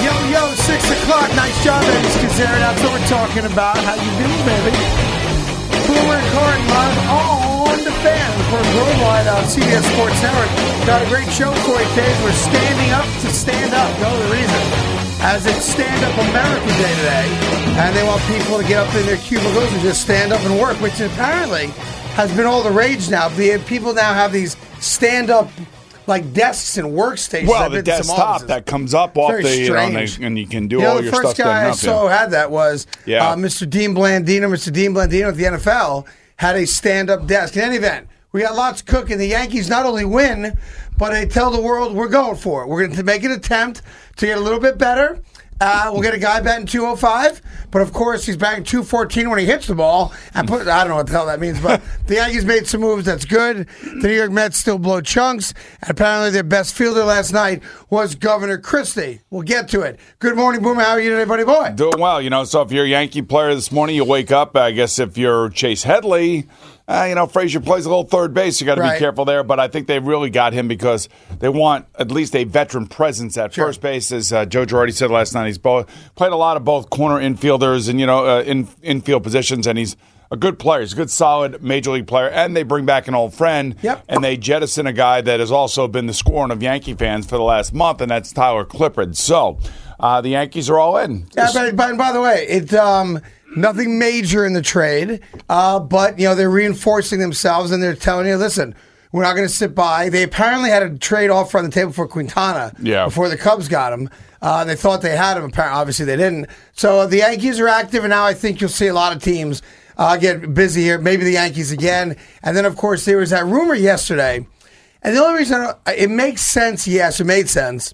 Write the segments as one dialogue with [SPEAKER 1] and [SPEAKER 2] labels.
[SPEAKER 1] Yo, yo, six o'clock. Nice job, Elvis Kazarian. That's what we're talking about. How you doing, baby? Boomer and Corn live on the fan. We're worldwide on CBS Sports Network. Got a great show for you today. We're standing up to stand up. No other reason. As it's Stand Up America Day today, and they want people to get up in their cubicles and just stand up and work, which apparently has been all the rage now. The- People now have these stand up like desks and workstations.
[SPEAKER 2] Well,
[SPEAKER 1] I've
[SPEAKER 2] the
[SPEAKER 1] been to some
[SPEAKER 2] desktop
[SPEAKER 1] offices.
[SPEAKER 2] that comes up off
[SPEAKER 1] Very
[SPEAKER 2] the, you know, and
[SPEAKER 1] strange.
[SPEAKER 2] they- and you can do
[SPEAKER 1] You know,
[SPEAKER 2] all
[SPEAKER 1] the
[SPEAKER 2] your
[SPEAKER 1] first
[SPEAKER 2] stuff.
[SPEAKER 1] guy I
[SPEAKER 2] down
[SPEAKER 1] saw
[SPEAKER 2] up,
[SPEAKER 1] who
[SPEAKER 2] yeah.
[SPEAKER 1] had that was
[SPEAKER 2] Yeah.
[SPEAKER 1] uh, Mr. Dean Blandino. Mr. Dean Blandino at the NFL had a stand-up desk. In any event, we got lots cooking. The Yankees not only win, but they tell the world we're going for it. We're going to make an attempt to get a little bit better. Uh, we'll get a guy batting 205, but of course he's batting 214 when he hits the ball. And put I don't know what the hell that means, but the Yankees made some moves. That's good. The New York Mets still blow chunks. And apparently their best fielder last night was Governor Christie. We'll get to it. Good morning, Boomer. How are you today, buddy boy?
[SPEAKER 2] Doing well, you know. So if you're a Yankee player this morning, you wake up. I guess if you're Chase Headley, uh, you know Frazier plays a little third base. You got to
[SPEAKER 1] Right.
[SPEAKER 2] be careful there. But I think they really got him because they want at least a veteran presence at first base. As uh, Joe already said last night, he's both, played a lot of both corner infielders and you know uh, in infield positions, and he's. A good player. He's a good, solid major league player, and they bring back an old friend.
[SPEAKER 1] Yep.
[SPEAKER 2] And they jettison a guy that has also been the scorn of Yankee fans for the last month, and that's Tyler Clifford. So, uh, the Yankees are all in.
[SPEAKER 1] Yeah, but, but by the way, it um, nothing major in the trade, uh, but you know they're reinforcing themselves and they're telling you, listen, we're not going to sit by. They apparently had a trade offer on the table for Quintana
[SPEAKER 2] Yeah.
[SPEAKER 1] before the Cubs got him. Uh, they thought they had him. Apparently, obviously they didn't. So the Yankees are active, and now I think you'll see a lot of teams uh, get busy here. Maybe the Yankees again, and then of course there was that rumor yesterday. And the only reason I don't, it makes sense, yes, it made sense.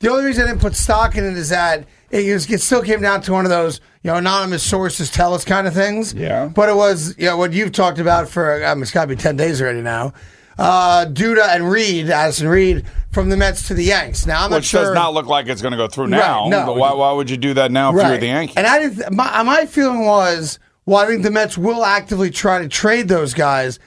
[SPEAKER 1] The only reason I didn't put stock in it is that it, was, it still came down to one of those, you know, anonymous sources tell us kind of things.
[SPEAKER 2] Yeah.
[SPEAKER 1] But it was, you know, what you've talked about for, um, it's got to be 10 days already now. Uh, Duda and Reed, Addison Reed, from the Mets to the Yanks. Now, I'm not
[SPEAKER 2] Which
[SPEAKER 1] sure.
[SPEAKER 2] does not look like it's going to go through now.
[SPEAKER 1] no.
[SPEAKER 2] But why, why would you do that now if you were the Yankees?
[SPEAKER 1] And I didn't. th- My, my feeling was, well, I think the Mets will actively try to trade those guys.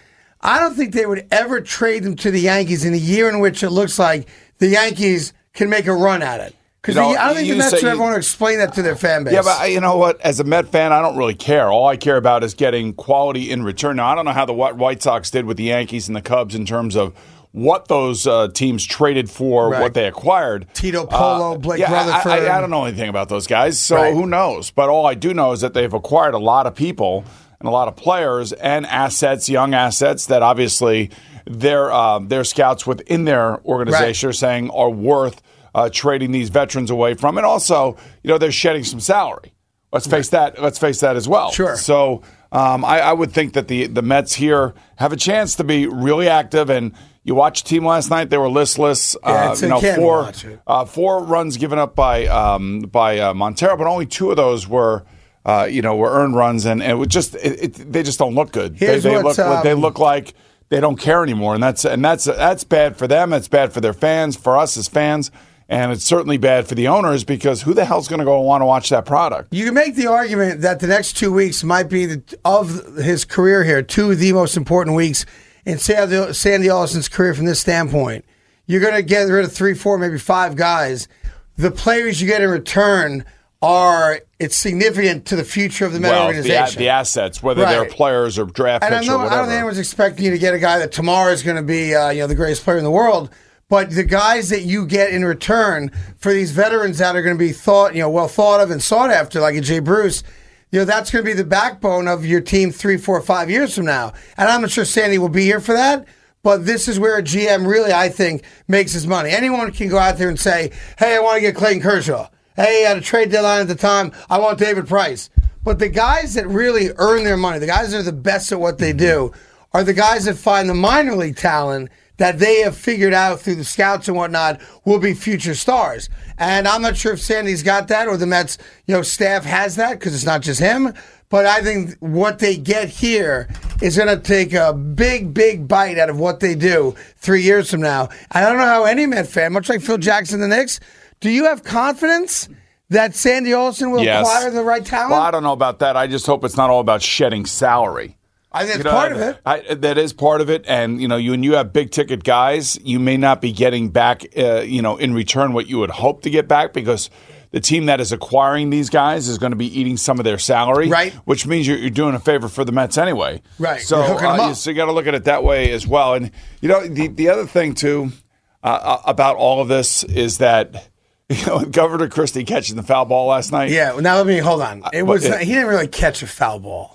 [SPEAKER 1] I don't think they would ever trade them to the Yankees in a year in which it looks like the Yankees can make a run at it. Because
[SPEAKER 2] You know,
[SPEAKER 1] I don't think the
[SPEAKER 2] you
[SPEAKER 1] Mets
[SPEAKER 2] say
[SPEAKER 1] would ever
[SPEAKER 2] you-
[SPEAKER 1] want to explain that to their fan base.
[SPEAKER 2] yeah, but I, you know what? As a Met fan, I don't really care. All I care about is getting quality in return. Now, I don't know how the Wh- White Sox did with the Yankees and the Cubs in terms of what those uh, teams traded for,
[SPEAKER 1] Right.
[SPEAKER 2] what they acquired. Uh,
[SPEAKER 1] Tito Polo, Blake
[SPEAKER 2] yeah, I- I,
[SPEAKER 1] Rutherford.
[SPEAKER 2] I, don't know anything about those guys, so
[SPEAKER 1] Right.
[SPEAKER 2] who knows? But all I do know is that they've acquired a lot of people and a lot of players and assets, young assets that obviously their um, their scouts within their organization are saying are worth uh, trading these veterans away from, and also you know they're shedding some salary. Let's face that. Let's face that as well.
[SPEAKER 1] Sure.
[SPEAKER 2] So um, I, I would think that the the Mets here have a chance to be really active and. You watched the team last night; they were listless.
[SPEAKER 1] Yeah,
[SPEAKER 2] uh,
[SPEAKER 1] it's-
[SPEAKER 2] you
[SPEAKER 1] you
[SPEAKER 2] know,
[SPEAKER 1] can't
[SPEAKER 2] four
[SPEAKER 1] watch it.
[SPEAKER 2] uh, four runs given up by um, by uh, Montero, but only two of those were. Uh, you know, were earned runs, and it was just it, it, they just don't look good. They,
[SPEAKER 1] Here's
[SPEAKER 2] they
[SPEAKER 1] what's,
[SPEAKER 2] look they
[SPEAKER 1] um,
[SPEAKER 2] look like they don't care anymore, and that's and that's that's bad for them. It's bad for their fans, for us as fans, and it's certainly bad for the owners because who the hell's going to go want to watch that product?
[SPEAKER 1] You can make the argument that the next two weeks might be the, of his career here, two of the most important weeks in Sandy, Sandy Allison's career from this standpoint. You're going to get rid of three, four, maybe five guys. The players you get in return are it's significant to the future of the Met
[SPEAKER 2] well, the, a-
[SPEAKER 1] organization.
[SPEAKER 2] the assets, whether they're
[SPEAKER 1] Right.
[SPEAKER 2] players or draft
[SPEAKER 1] and I,
[SPEAKER 2] picks
[SPEAKER 1] know,
[SPEAKER 2] or
[SPEAKER 1] I
[SPEAKER 2] whatever.
[SPEAKER 1] don't think anyone's expecting you to get a guy that tomorrow is going to be uh, you know the greatest player in the world. But the guys that you get in return for these veterans that are going to be thought you know well thought of and sought after, like a Jay Bruce, you know that's going to be the backbone of your team three, four, five years from now. And I'm not sure Sandy will be here for that. But this is where a GM really, I think, makes his money. Anyone can go out there and say, hey, I want to get Clayton Kershaw. Hey, at a trade deadline at the time, I want David Price. But the guys that really earn their money, the guys that are the best at what they do, are the guys that find the minor league talent that they have figured out through the scouts and whatnot will be future stars. And I'm not sure if Sandy's got that or the Mets, you know, staff has that because it's not just him. But I think what they get here is going to take a big, big bite out of what they do three years from now. And I don't know how any Met fan, much like Phil Jackson, the Knicks, do you have confidence? That Sandy Olsen will
[SPEAKER 2] Yes.
[SPEAKER 1] acquire the right talent?
[SPEAKER 2] Well, I don't know about that. I just hope it's not all about shedding salary.
[SPEAKER 1] I think it's
[SPEAKER 2] You know,
[SPEAKER 1] part of it.
[SPEAKER 2] I, that is part of it, and you know, you and you have big ticket guys. You may not be getting back, uh, you know, in return what you would hope to get back because the team that is acquiring these guys is going to be eating some of their salary,
[SPEAKER 1] Right.
[SPEAKER 2] Which means you're, you're doing a favor for the Mets anyway,
[SPEAKER 1] Right.
[SPEAKER 2] So,
[SPEAKER 1] You're hooking 'em
[SPEAKER 2] uh,
[SPEAKER 1] up.
[SPEAKER 2] so you got to look at it that way as well. And you know, the the other thing too uh, about all of this is that you know Governor Christie catching the foul ball last night.
[SPEAKER 1] Yeah. well, Now let me hold on. It
[SPEAKER 2] but
[SPEAKER 1] was
[SPEAKER 2] it-
[SPEAKER 1] he didn't really catch a foul ball.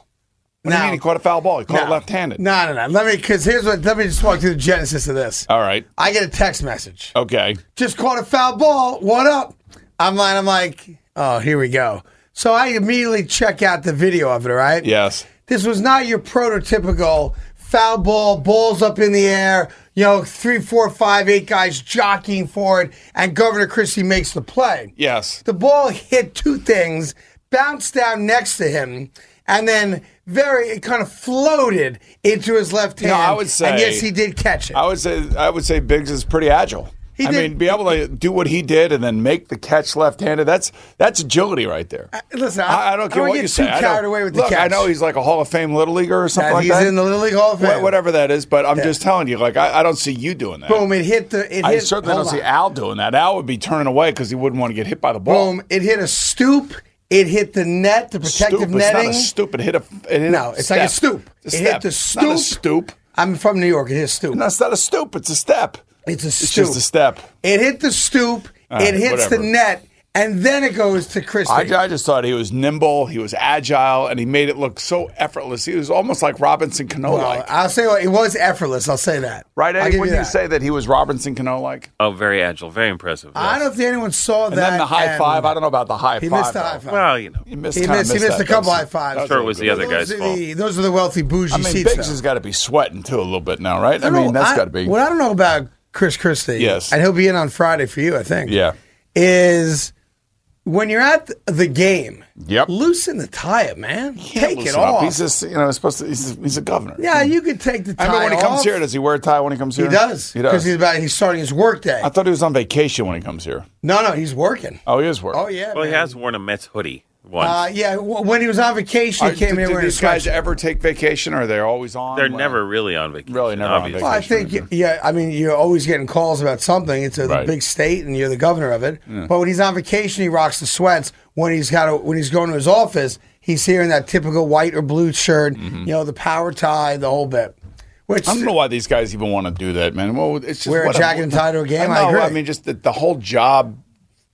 [SPEAKER 2] Uh, What do you mean he caught a foul ball? He caught it left-handed.
[SPEAKER 1] No, no, no. Let me because here's what. Let me just walk through the genesis of this.
[SPEAKER 2] All right.
[SPEAKER 1] I get a text message.
[SPEAKER 2] Okay.
[SPEAKER 1] Just caught a foul ball. What up? I'm like, I'm like, oh, here we go. So I immediately check out the video of it. all Right.
[SPEAKER 2] Yes.
[SPEAKER 1] This was not your prototypical foul ball, balls up in the air. You know, three, four, five, eight guys jockeying for it, and Governor Christie makes the play.
[SPEAKER 2] Yes.
[SPEAKER 1] The ball hit two things, bounced down next to him, and then very it kind of floated into his left hand.
[SPEAKER 2] I would say-
[SPEAKER 1] and yes, he did catch it.
[SPEAKER 2] I would say I would say Biggs is pretty agile.
[SPEAKER 1] He
[SPEAKER 2] I
[SPEAKER 1] did-
[SPEAKER 2] mean, be able to do what he did and then make the catch left-handed. That's that's agility right there.
[SPEAKER 1] Listen,
[SPEAKER 2] I, I don't care
[SPEAKER 1] wanna
[SPEAKER 2] what
[SPEAKER 1] get
[SPEAKER 2] you say.
[SPEAKER 1] Too
[SPEAKER 2] I don't-
[SPEAKER 1] carried away with
[SPEAKER 2] look,
[SPEAKER 1] the catch.
[SPEAKER 2] I know he's like a Hall of Fame little leaguer or something
[SPEAKER 1] And
[SPEAKER 2] like
[SPEAKER 1] he's
[SPEAKER 2] that.
[SPEAKER 1] in the Little League Hall of
[SPEAKER 2] Wha-
[SPEAKER 1] Fame.
[SPEAKER 2] whatever that is, but I'm just telling you, like I, I don't see you doing that.
[SPEAKER 1] Boom! It hit the. It
[SPEAKER 2] I
[SPEAKER 1] hit,
[SPEAKER 2] certainly
[SPEAKER 1] hold
[SPEAKER 2] don't see
[SPEAKER 1] on.
[SPEAKER 2] Al doing that. Al would be turning away because he wouldn't want to get hit by the ball.
[SPEAKER 1] Boom! It hit a stoop. It hit the net, the protective
[SPEAKER 2] Stoop. It's
[SPEAKER 1] netting.
[SPEAKER 2] not a stoop. It hit a. It hit
[SPEAKER 1] No,
[SPEAKER 2] a
[SPEAKER 1] it's like a
[SPEAKER 2] step.
[SPEAKER 1] stoop.
[SPEAKER 2] It's a
[SPEAKER 1] it
[SPEAKER 2] step.
[SPEAKER 1] hit the
[SPEAKER 2] It's
[SPEAKER 1] stoop.
[SPEAKER 2] Not a stoop.
[SPEAKER 1] I'm from New York. It hit a stoop.
[SPEAKER 2] No, it's not a stoop. It's a step.
[SPEAKER 1] It's a stoop.
[SPEAKER 2] It's just a step.
[SPEAKER 1] It hit the stoop.
[SPEAKER 2] right,
[SPEAKER 1] it hits
[SPEAKER 2] whatever.
[SPEAKER 1] the net, and then it goes to Christie.
[SPEAKER 2] I, I just thought he was nimble, he was agile, and he made it look so effortless. He was almost like Robinson Cano
[SPEAKER 1] Well,
[SPEAKER 2] like.
[SPEAKER 1] I'll say what, it was effortless. I'll say that.
[SPEAKER 2] Oh right,
[SPEAKER 1] I'll
[SPEAKER 2] Eddie?
[SPEAKER 1] give
[SPEAKER 2] Wouldn't you
[SPEAKER 1] that.
[SPEAKER 2] say that he was Robinson Cano like?
[SPEAKER 3] Oh, very agile, very impressive.
[SPEAKER 1] I
[SPEAKER 3] yes.
[SPEAKER 1] don't think anyone saw
[SPEAKER 2] And
[SPEAKER 1] that.
[SPEAKER 2] then the high
[SPEAKER 1] and
[SPEAKER 2] five. I don't know about the high
[SPEAKER 1] He
[SPEAKER 2] five.
[SPEAKER 1] missed the high
[SPEAKER 2] though.
[SPEAKER 1] five.
[SPEAKER 3] Well, you know,
[SPEAKER 2] He missed,
[SPEAKER 1] He
[SPEAKER 2] kinda
[SPEAKER 1] missed- he missed
[SPEAKER 2] that.
[SPEAKER 1] a couple
[SPEAKER 2] That
[SPEAKER 1] high fives.
[SPEAKER 2] that
[SPEAKER 1] Sure,
[SPEAKER 3] it was
[SPEAKER 2] a
[SPEAKER 3] the
[SPEAKER 2] good-
[SPEAKER 3] other
[SPEAKER 1] those
[SPEAKER 3] guy's
[SPEAKER 1] are
[SPEAKER 3] fault.
[SPEAKER 1] the those are the wealthy bougie
[SPEAKER 2] I mean,
[SPEAKER 1] seats.
[SPEAKER 2] Biggs
[SPEAKER 1] though.
[SPEAKER 2] has got to be sweating too a little bit now, right? I,
[SPEAKER 1] don't
[SPEAKER 2] mean,
[SPEAKER 1] know,
[SPEAKER 2] that's
[SPEAKER 1] I-
[SPEAKER 2] got to be.
[SPEAKER 1] What I don't know about Chris Christie.
[SPEAKER 2] Yes.
[SPEAKER 1] and he'll be in on Friday for you, I think.
[SPEAKER 2] Yeah.
[SPEAKER 1] is when you're at th- the game.
[SPEAKER 2] Yep.
[SPEAKER 1] loosen the tie up, man.
[SPEAKER 2] Can't
[SPEAKER 1] Take it
[SPEAKER 2] loosen up.
[SPEAKER 1] off.
[SPEAKER 2] He's just, you know, supposed to. He's, he's a governor.
[SPEAKER 1] yeah, you could take the tie
[SPEAKER 2] I mean, when he
[SPEAKER 1] off.
[SPEAKER 2] comes here, does he wear a tie when he comes
[SPEAKER 1] he
[SPEAKER 2] here?
[SPEAKER 1] does
[SPEAKER 2] He does.
[SPEAKER 1] he's about he's starting his work day.
[SPEAKER 2] I thought he was on vacation when he comes here.
[SPEAKER 1] no, no, he's working.
[SPEAKER 2] Oh, he is working.
[SPEAKER 1] Oh yeah.
[SPEAKER 3] well, he
[SPEAKER 1] man.
[SPEAKER 3] has worn a Mets hoodie once.
[SPEAKER 4] Ah,
[SPEAKER 1] Uh, yeah, w- when he was on vacation, he
[SPEAKER 2] Are-
[SPEAKER 1] came
[SPEAKER 2] do,
[SPEAKER 1] in
[SPEAKER 2] do
[SPEAKER 1] wearing
[SPEAKER 2] these
[SPEAKER 1] a
[SPEAKER 2] guys
[SPEAKER 1] sweatshirt.
[SPEAKER 2] ever take vacation, or are they always on?
[SPEAKER 3] They're
[SPEAKER 2] Like-
[SPEAKER 3] never really on vacation.
[SPEAKER 2] Really never on
[SPEAKER 3] obviously.
[SPEAKER 1] Well, I think, yeah, I mean, you're always getting calls about something. It's a
[SPEAKER 2] Right.
[SPEAKER 1] big state, and you're the governor of it. But when he's on vacation, he rocks the sweats. When he's got, a, when he's going to his office, he's here in that typical white or blue shirt,
[SPEAKER 2] Mm-hmm.
[SPEAKER 1] you know, the power tie, the whole bit. Which
[SPEAKER 2] I don't know why these guys even want to do that, man. Well, it's just
[SPEAKER 1] Wear a
[SPEAKER 2] what
[SPEAKER 1] jacket and tie to a game, I
[SPEAKER 2] know,
[SPEAKER 1] agree.
[SPEAKER 2] mean, just the, the whole job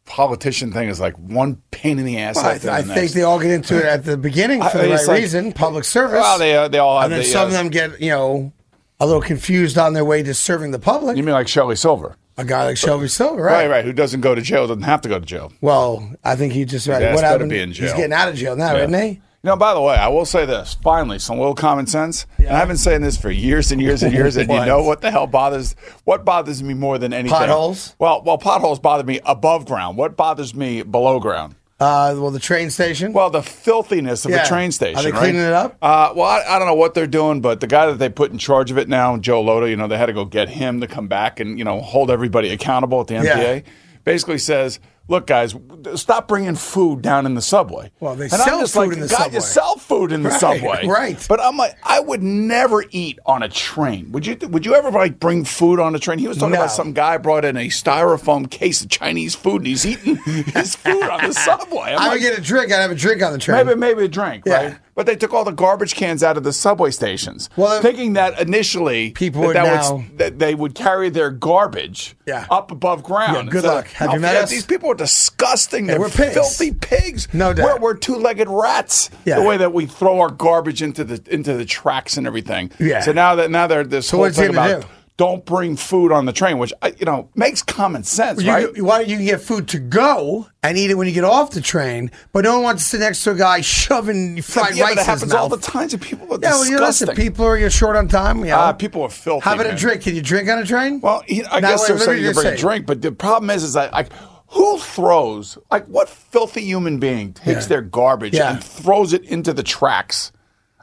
[SPEAKER 2] politician thing is like one pain in the ass.
[SPEAKER 1] I,
[SPEAKER 2] after
[SPEAKER 1] I
[SPEAKER 2] the
[SPEAKER 1] think
[SPEAKER 2] next.
[SPEAKER 1] they all get into it at the beginning for
[SPEAKER 2] I-
[SPEAKER 1] the
[SPEAKER 2] it's
[SPEAKER 1] right
[SPEAKER 2] like-
[SPEAKER 1] reason, public service.
[SPEAKER 2] Well, they uh, they all have
[SPEAKER 1] and then
[SPEAKER 2] the,
[SPEAKER 1] some of
[SPEAKER 2] uh,
[SPEAKER 1] them get, you know, a little confused on their way to serving the public.
[SPEAKER 2] You mean like Shelley Silver?
[SPEAKER 1] a guy like Shelby Silver,
[SPEAKER 2] Right, right. Who doesn't go to jail doesn't have to go to jail.
[SPEAKER 1] Well, I think he just right.
[SPEAKER 2] That's
[SPEAKER 1] What
[SPEAKER 2] gotta
[SPEAKER 1] happened?
[SPEAKER 2] be in
[SPEAKER 1] He's
[SPEAKER 2] jail.
[SPEAKER 1] getting out of jail now,
[SPEAKER 2] Yeah.
[SPEAKER 1] isn't he?
[SPEAKER 2] You know, by the way, I will say this. Finally, some little common sense. And I've been saying this for years and years and years. and you
[SPEAKER 1] What?
[SPEAKER 2] know what the hell bothers? What bothers me more than anything?
[SPEAKER 1] Potholes?
[SPEAKER 2] Well, well, potholes bother me above ground. What bothers me below ground?
[SPEAKER 1] Uh, well, the train station.
[SPEAKER 2] Well, the filthiness of
[SPEAKER 1] Yeah.
[SPEAKER 2] a train station.
[SPEAKER 1] Are they
[SPEAKER 2] right?
[SPEAKER 1] cleaning it up?
[SPEAKER 2] Uh, well, I, I don't know what they're doing, but the guy that they put in charge of it now, Joe Loda, you know, they had to go get him to come back and you know hold everybody accountable at the
[SPEAKER 1] Yeah.
[SPEAKER 2] MTA. Basically says, look, guys, stop bringing food down in the subway.
[SPEAKER 1] Well, they
[SPEAKER 2] And I'm
[SPEAKER 1] sell
[SPEAKER 2] just
[SPEAKER 1] food
[SPEAKER 2] like,
[SPEAKER 1] in the
[SPEAKER 2] "God,
[SPEAKER 1] subway."
[SPEAKER 2] You sell food in the
[SPEAKER 1] Right,
[SPEAKER 2] subway,
[SPEAKER 1] right.
[SPEAKER 2] But I'm like, I would never eat on a train. Would you? Would you ever like bring food on a train? He was talking
[SPEAKER 1] No.
[SPEAKER 2] about some guy brought in a styrofoam case of Chinese food and he's eating his food on the subway. I'm
[SPEAKER 1] I
[SPEAKER 2] like,
[SPEAKER 1] would get a drink. I'd have a drink on the train.
[SPEAKER 2] Maybe maybe a drink,
[SPEAKER 1] Yeah.
[SPEAKER 2] right? But they took all the garbage cans out of the subway stations,
[SPEAKER 1] Well, then-
[SPEAKER 2] thinking that initially
[SPEAKER 1] People
[SPEAKER 2] that,
[SPEAKER 1] would
[SPEAKER 2] that,
[SPEAKER 1] now-
[SPEAKER 2] would, that they would carry their garbage
[SPEAKER 1] Yeah.
[SPEAKER 2] up above ground.
[SPEAKER 1] Yeah, good
[SPEAKER 2] Instead of-
[SPEAKER 1] luck. Have
[SPEAKER 2] No,
[SPEAKER 1] you met
[SPEAKER 2] forget-
[SPEAKER 1] us?
[SPEAKER 2] These people are disgusting. They're
[SPEAKER 1] we're pigs.
[SPEAKER 2] filthy pigs.
[SPEAKER 1] No doubt.
[SPEAKER 2] We're, we're two-legged rats.
[SPEAKER 1] Yeah.
[SPEAKER 2] The way that we throw our garbage into the into the tracks and everything.
[SPEAKER 1] Yeah.
[SPEAKER 2] So now that now they're this whole
[SPEAKER 1] what's he
[SPEAKER 2] thing
[SPEAKER 1] gonna
[SPEAKER 2] about
[SPEAKER 1] do?
[SPEAKER 2] don't bring food on the train, which I- you know makes common sense,
[SPEAKER 1] You,
[SPEAKER 2] right?
[SPEAKER 1] Why don't you get food to go and eat it when you get off the train? But no one wants to sit next to a guy shoving fried
[SPEAKER 2] yeah, but
[SPEAKER 1] rice
[SPEAKER 2] that
[SPEAKER 1] in
[SPEAKER 2] happens
[SPEAKER 1] his
[SPEAKER 2] all
[SPEAKER 1] mouth.
[SPEAKER 2] the time to people. Are
[SPEAKER 1] yeah, well,
[SPEAKER 2] disgusting.
[SPEAKER 1] you listen, people are you're short on time. Yeah,
[SPEAKER 2] Ah, people are filthy.
[SPEAKER 1] having a
[SPEAKER 2] man.
[SPEAKER 1] drink. Can you drink on a train?
[SPEAKER 2] Well, he, I
[SPEAKER 1] Now,
[SPEAKER 2] guess
[SPEAKER 1] wait,
[SPEAKER 2] they're
[SPEAKER 1] let me
[SPEAKER 2] saying you
[SPEAKER 1] just
[SPEAKER 2] bring a
[SPEAKER 1] say-
[SPEAKER 2] drink, but the problem is, is that like who throws? Like what filthy human being takes their garbage
[SPEAKER 1] Yeah.
[SPEAKER 2] and throws it into the tracks?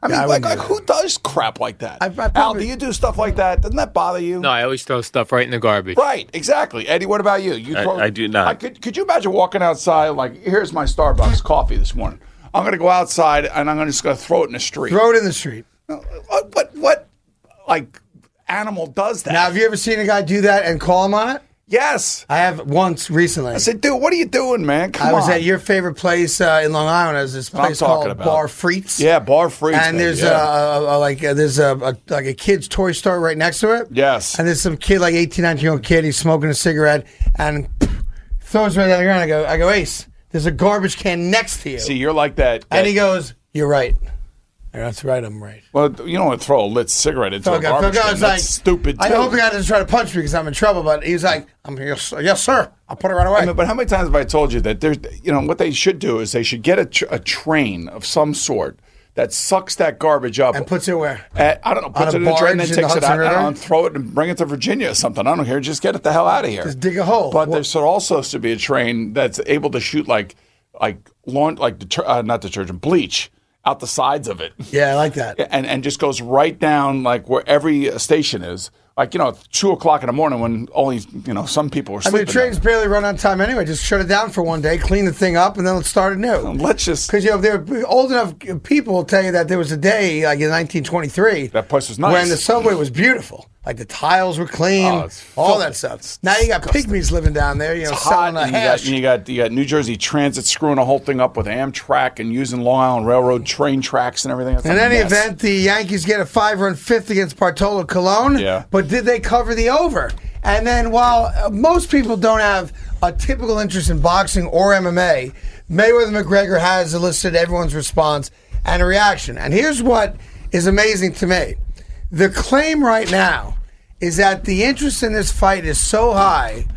[SPEAKER 2] I mean,
[SPEAKER 1] I wouldn't
[SPEAKER 2] like,
[SPEAKER 1] do
[SPEAKER 2] like who does crap like that?
[SPEAKER 1] I- I
[SPEAKER 2] Al, do
[SPEAKER 1] probably-
[SPEAKER 2] you do stuff like that? Doesn't that bother you?
[SPEAKER 5] No, I always throw stuff right in the garbage.
[SPEAKER 2] Right, exactly. Eddie, what about you? You
[SPEAKER 3] I- I do not.
[SPEAKER 2] could could you imagine walking outside like here's my Starbucks coffee this morning. I'm going to go outside and I'm gonna just going to throw it in the street.
[SPEAKER 1] Throw it in the street.
[SPEAKER 2] what, what what like animal does that?
[SPEAKER 1] Now, have you ever seen a guy do that and call him on it?
[SPEAKER 2] yes.
[SPEAKER 1] I have once recently.
[SPEAKER 2] I said, dude, what are you doing, man? Come
[SPEAKER 1] I was
[SPEAKER 2] on.
[SPEAKER 1] at your favorite place uh, in Long Island. There's this
[SPEAKER 2] I'm
[SPEAKER 1] place
[SPEAKER 2] talking
[SPEAKER 1] called
[SPEAKER 2] about.
[SPEAKER 1] Bar Freets.
[SPEAKER 2] Yeah, bar free.
[SPEAKER 1] And there's uh a, a, like uh there's a, a like a kid's toy store right next to it.
[SPEAKER 2] Yes.
[SPEAKER 1] And there's some kid like 18, 19 year old kid. He's smoking a cigarette and throws it right on the ground. I go, I go, Ace. There's a garbage can next to you.
[SPEAKER 2] See, you're like
[SPEAKER 1] and
[SPEAKER 2] that. that-
[SPEAKER 1] he goes, You're right. I go, That's right. I'm right.
[SPEAKER 2] well, you don't want to throw a lit cigarette into a
[SPEAKER 1] Phil got- Phil
[SPEAKER 2] garbage
[SPEAKER 1] got-
[SPEAKER 2] can.
[SPEAKER 1] was like,
[SPEAKER 2] That's stupid.
[SPEAKER 1] I
[SPEAKER 2] too.
[SPEAKER 1] hope the guy doesn't try to punch me because I'm in trouble. But he's like, I'm yes, sir. yes, sir. I'll put it right away.
[SPEAKER 2] I mean, but how many times have I told you that there's, you know, what they should do is they should get a, tr- a train of some sort that sucks that garbage up
[SPEAKER 1] and puts it where?
[SPEAKER 2] at- I don't know, puts
[SPEAKER 1] a
[SPEAKER 2] it in a train and then
[SPEAKER 1] barge in the
[SPEAKER 2] takes
[SPEAKER 1] Hudson
[SPEAKER 2] it out I don't know,
[SPEAKER 1] River?
[SPEAKER 2] and throw it and bring it to Virginia or something. I don't care. Just get it the hell out of here.
[SPEAKER 1] Just dig a hole.
[SPEAKER 2] But
[SPEAKER 1] Well-
[SPEAKER 2] there should also should be a train that's able to shoot like, like lawn, like deter- uh, not detergent, bleach out the sides of it.
[SPEAKER 1] Yeah, I like that.
[SPEAKER 2] and, and just goes right down like where every uh, station is. Like you know, it's two o'clock in the morning when only you know some people are
[SPEAKER 1] I
[SPEAKER 2] sleeping.
[SPEAKER 1] mean, the trains barely run on time anyway. Just shut it down for one day, clean the thing up, and then let's start anew.
[SPEAKER 2] Let's just
[SPEAKER 1] Because you know, if they're old enough people will tell you that there was a day like in 1923
[SPEAKER 2] That place was nice.
[SPEAKER 1] when the subway was beautiful, like the tiles were clean,
[SPEAKER 2] Oh, it's
[SPEAKER 1] all
[SPEAKER 2] filthy.
[SPEAKER 1] that stuff. Now you got pygmies living down there, you know,
[SPEAKER 2] it's hot.
[SPEAKER 1] selling a
[SPEAKER 2] And you, got,
[SPEAKER 1] hash.
[SPEAKER 2] and you got you got New Jersey Transit screwing the whole thing up with Amtrak and using Long Island Railroad train tracks and everything. It's
[SPEAKER 1] in
[SPEAKER 2] a
[SPEAKER 1] any
[SPEAKER 2] mess.
[SPEAKER 1] event, the Yankees get a five-run fifth against Bartolo Colon.
[SPEAKER 2] Yeah.
[SPEAKER 1] But did they cover the over? And then, while uh, most people don't have a typical interest in boxing or MMA, Mayweather McGregor has elicited everyone's response and reaction. And here's what is amazing to me: the claim right now is that the interest in this fight is so high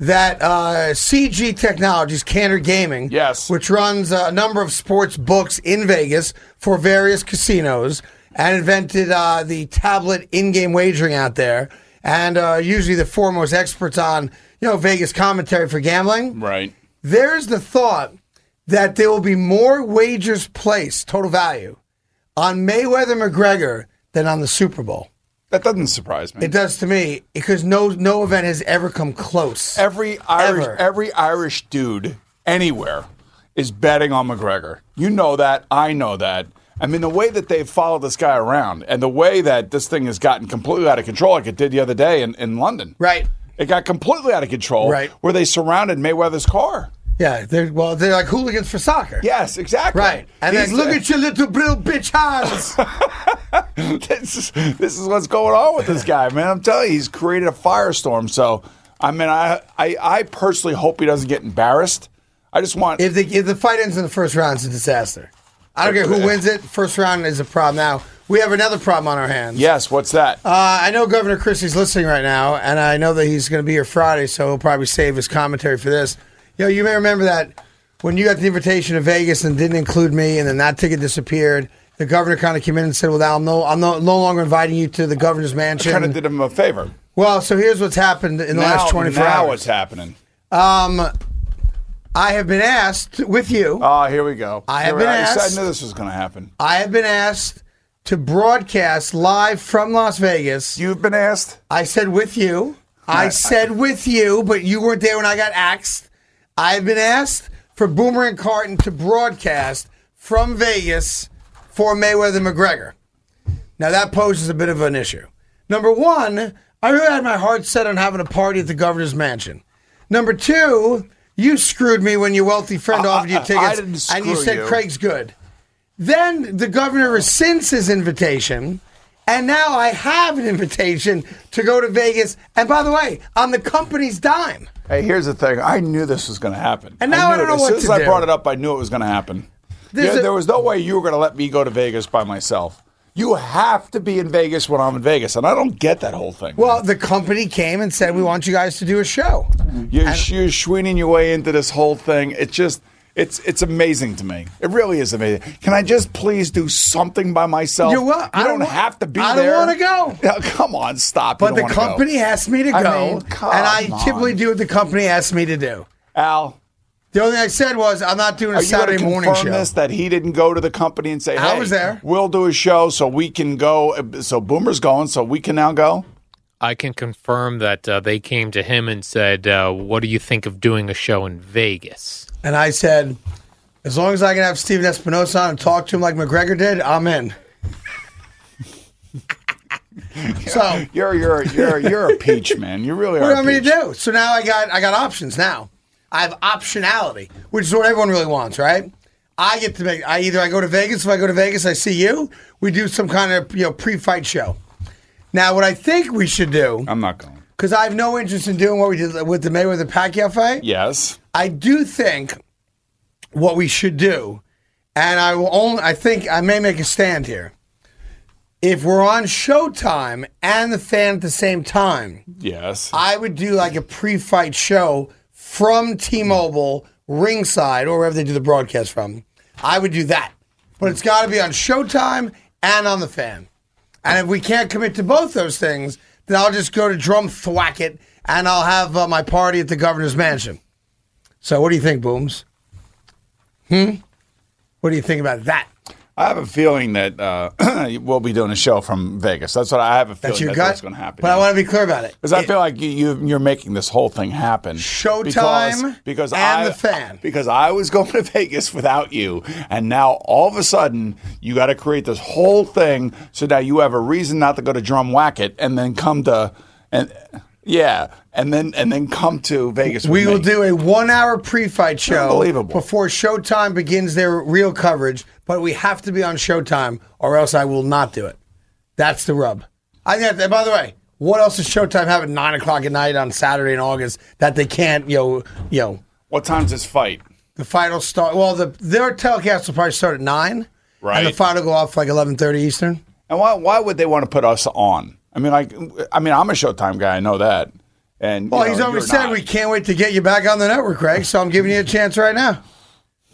[SPEAKER 1] that uh, CG Technologies, Cantor Gaming,
[SPEAKER 2] Yes.
[SPEAKER 1] which runs a number of sports books in Vegas for various casinos and invented uh, the tablet in-game wagering out there, and uh, usually the foremost experts on you know Vegas commentary for gambling.
[SPEAKER 2] right?
[SPEAKER 1] There's the thought that there will be more wagers placed, total value, on Mayweather McGregor than on the Super Bowl.
[SPEAKER 2] That doesn't surprise me.
[SPEAKER 1] It does to me because no no event has ever come close.
[SPEAKER 2] every Irish
[SPEAKER 1] Ever.
[SPEAKER 2] every Irish dude anywhere is betting on McGregor. You know that. I know that. I mean, the way that they've followed this guy around and the way that this thing has gotten completely out of control, like it did the other day in, in London.
[SPEAKER 1] Right.
[SPEAKER 2] It got completely out of control.
[SPEAKER 1] Right.
[SPEAKER 2] Where they surrounded Mayweather's car.
[SPEAKER 1] Yeah, they're well, they're like hooligans for soccer.
[SPEAKER 2] Yes, exactly.
[SPEAKER 1] Right. And
[SPEAKER 2] He's-
[SPEAKER 1] then look at your little little bitch hands.
[SPEAKER 2] this, is, this is what's going on with this guy, man. I'm telling you, he's created a firestorm. So, I mean, I, I, I personally hope he doesn't get embarrassed. I just want
[SPEAKER 1] if the if the fight ends in the first round, it's a disaster. I don't care who wins it. First round is a problem. Now we have another problem on our hands.
[SPEAKER 2] Yes, what's that?
[SPEAKER 1] Uh, I know Governor Christie's listening right now, and I know that he's going to be here Friday, so he'll probably save his commentary for this. You know, you may remember that when you got the invitation to Vegas and didn't include me, and then that ticket disappeared. The governor kind of came in and said, "Well, now I'm no, I'm no, no longer inviting you to the governor's mansion."
[SPEAKER 2] kind of did him a favor.
[SPEAKER 1] well, so here's what's happened in the last 24
[SPEAKER 2] now
[SPEAKER 1] hours.
[SPEAKER 2] what's happening?
[SPEAKER 1] I have been asked with you.
[SPEAKER 2] Oh, here we go.
[SPEAKER 1] I have
[SPEAKER 2] Here-
[SPEAKER 1] been
[SPEAKER 2] I said-
[SPEAKER 1] asked-
[SPEAKER 2] I knew this was going to happen.
[SPEAKER 1] I have been asked to broadcast live from Las Vegas.
[SPEAKER 2] You've been asked.
[SPEAKER 1] I said with you. I said with you, but you weren't there when I got axed. I've been asked for Boomer and Carton to broadcast from Vegas for Mayweather McGregor. Now that poses a bit of an issue. Number one, I really had my heart set on having a party at the governor's mansion. Number two, you screwed me when your wealthy friend offered you
[SPEAKER 2] I- I
[SPEAKER 1] tickets
[SPEAKER 2] didn't
[SPEAKER 1] and you
[SPEAKER 2] screw
[SPEAKER 1] said
[SPEAKER 2] you.
[SPEAKER 1] Craig's good. Then the governor rescinds his invitation, and now I have an invitation to go to Vegas. And by the way, on the company's dime.
[SPEAKER 2] Hey, here's the thing. I knew this was going to happen.
[SPEAKER 1] And now I don't
[SPEAKER 2] knew it.
[SPEAKER 1] know
[SPEAKER 2] as
[SPEAKER 1] what
[SPEAKER 2] soon
[SPEAKER 1] to
[SPEAKER 2] as I
[SPEAKER 1] do.
[SPEAKER 2] brought it up, I knew it was going to happen.
[SPEAKER 1] There's
[SPEAKER 2] There-
[SPEAKER 1] a-
[SPEAKER 2] there was no way you were going to let me go to Vegas by myself. You have to be in Vegas when I'm in Vegas, and I don't get that whole thing.
[SPEAKER 1] Well, the company came and said, we want you guys to do a show.
[SPEAKER 2] You're, you're swinging your way into this whole thing. It's just, it's it's amazing to me. It really is amazing. Can I just please do something by myself?
[SPEAKER 1] You're wel-
[SPEAKER 2] You
[SPEAKER 1] I
[SPEAKER 2] don't
[SPEAKER 1] don't wa-
[SPEAKER 2] have to be
[SPEAKER 1] I don't
[SPEAKER 2] there.
[SPEAKER 1] wanna go.
[SPEAKER 2] No, come on, stop. You
[SPEAKER 1] But
[SPEAKER 2] don't
[SPEAKER 1] the
[SPEAKER 2] wanna
[SPEAKER 1] company
[SPEAKER 2] go.
[SPEAKER 1] asked me to go,
[SPEAKER 2] I mean, come
[SPEAKER 1] and I typically
[SPEAKER 2] on.
[SPEAKER 1] do what the company asked me to do.
[SPEAKER 2] Al,
[SPEAKER 1] The only thing I said was, I'm not doing a
[SPEAKER 2] are you going to
[SPEAKER 1] Saturday morning
[SPEAKER 2] confirm
[SPEAKER 1] show.
[SPEAKER 2] this that he didn't go to the company and say, "Hey,
[SPEAKER 1] I was there.
[SPEAKER 2] We'll do a show so we can go. So Boomer's going, so we can now go."
[SPEAKER 5] I can confirm that uh, they came to him and said, uh, "What do you think of doing a show in Vegas?"
[SPEAKER 1] And I said, as long as I can have Steven Espinosa on and talk to him like McGregor did, I'm in. so
[SPEAKER 2] You're you're you're you're a peach, man. You really are.
[SPEAKER 1] what do you
[SPEAKER 2] a
[SPEAKER 1] want me to
[SPEAKER 2] peach.
[SPEAKER 1] do? So now I got I got options now. I have optionality, which is what everyone really wants, right? I get to make I either I go to Vegas, if I go to Vegas, I see you, we do some kind of you know pre-fight show. Now what I think we should do,
[SPEAKER 2] I'm not going.
[SPEAKER 1] because I have no interest in doing what we did with the Mayweather Pacquiao fight.
[SPEAKER 2] Yes.
[SPEAKER 1] I do think what we should do, and I will only, I think I may make a stand here. If we're on Showtime and the fan at the same time,
[SPEAKER 2] Yes.
[SPEAKER 1] I would do like a pre fight show from T Mobile, ringside, or wherever they do the broadcast from. I would do that. But it's got to be on Showtime and on the fan. And if we can't commit to both those things, then I'll just go to Drum Thwack It and I'll have uh, my party at the governor's mansion. So, what do you think, Booms? Hmm? What do you think about that?
[SPEAKER 2] I have a feeling that uh, we'll be doing a show from Vegas. That's what I have a feeling
[SPEAKER 1] That's your
[SPEAKER 2] that's
[SPEAKER 1] gut?
[SPEAKER 2] what's going to happen.
[SPEAKER 1] But I want to be clear about it.
[SPEAKER 2] because I feel like you, you, you're making this whole thing happen.
[SPEAKER 1] Showtime
[SPEAKER 2] because, because
[SPEAKER 1] and
[SPEAKER 2] I,
[SPEAKER 1] the fan.
[SPEAKER 2] Because I was going to Vegas without you, and now all of a sudden you got to create this whole thing. So now you have a reason not to go to Drum Wacket and then come to and yeah, and then and then come to Vegas.
[SPEAKER 1] We
[SPEAKER 2] with
[SPEAKER 1] will
[SPEAKER 2] me.
[SPEAKER 1] do a one hour pre fight show
[SPEAKER 2] Unbelievable.
[SPEAKER 1] before Showtime begins their real coverage, but we have to be on Showtime or else I will not do it. That's the rub. I think that, by the way, what else does Showtime have at nine o'clock at night on Saturday in August that they can't, you know, you know,
[SPEAKER 2] What time's this fight?
[SPEAKER 1] the fight will start well the their telecast will probably start at nine. And the
[SPEAKER 2] Right.
[SPEAKER 1] fight will go off like eleven thirty Eastern.
[SPEAKER 2] And why why would they want to put us on? I mean, like, I mean, I'm a Showtime guy. I know that. And
[SPEAKER 1] Well,
[SPEAKER 2] you
[SPEAKER 1] he's
[SPEAKER 2] know,
[SPEAKER 1] always
[SPEAKER 2] you're
[SPEAKER 1] said
[SPEAKER 2] not.
[SPEAKER 1] we can't wait to get you back on the network, Greg. So I'm giving you a chance right now.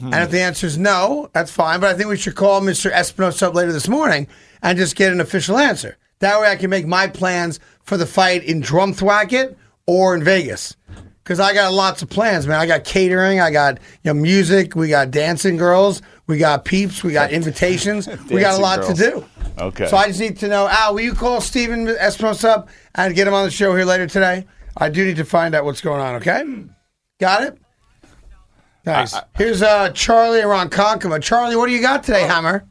[SPEAKER 2] Hmm.
[SPEAKER 1] And if the answer is no, that's fine. But I think we should call Mr. Espinosa up later this morning and just get an official answer. That way, I can make my plans for the fight in Drumthwacket or in Vegas. Because I got lots of plans, man. I got catering, I got you know, music, we got dancing girls, we got peeps, we got invitations, we got a
[SPEAKER 2] Dancing
[SPEAKER 1] lot
[SPEAKER 2] girls.
[SPEAKER 1] to do.
[SPEAKER 2] Okay.
[SPEAKER 1] So I just need to know, Al, will you call Steven Espinosa up and get him on the show here later today? I do need to find out what's going on, okay? Got it? Nice. Here's uh, Charlie around Konkoma. Charlie, what do you got today, Hammer?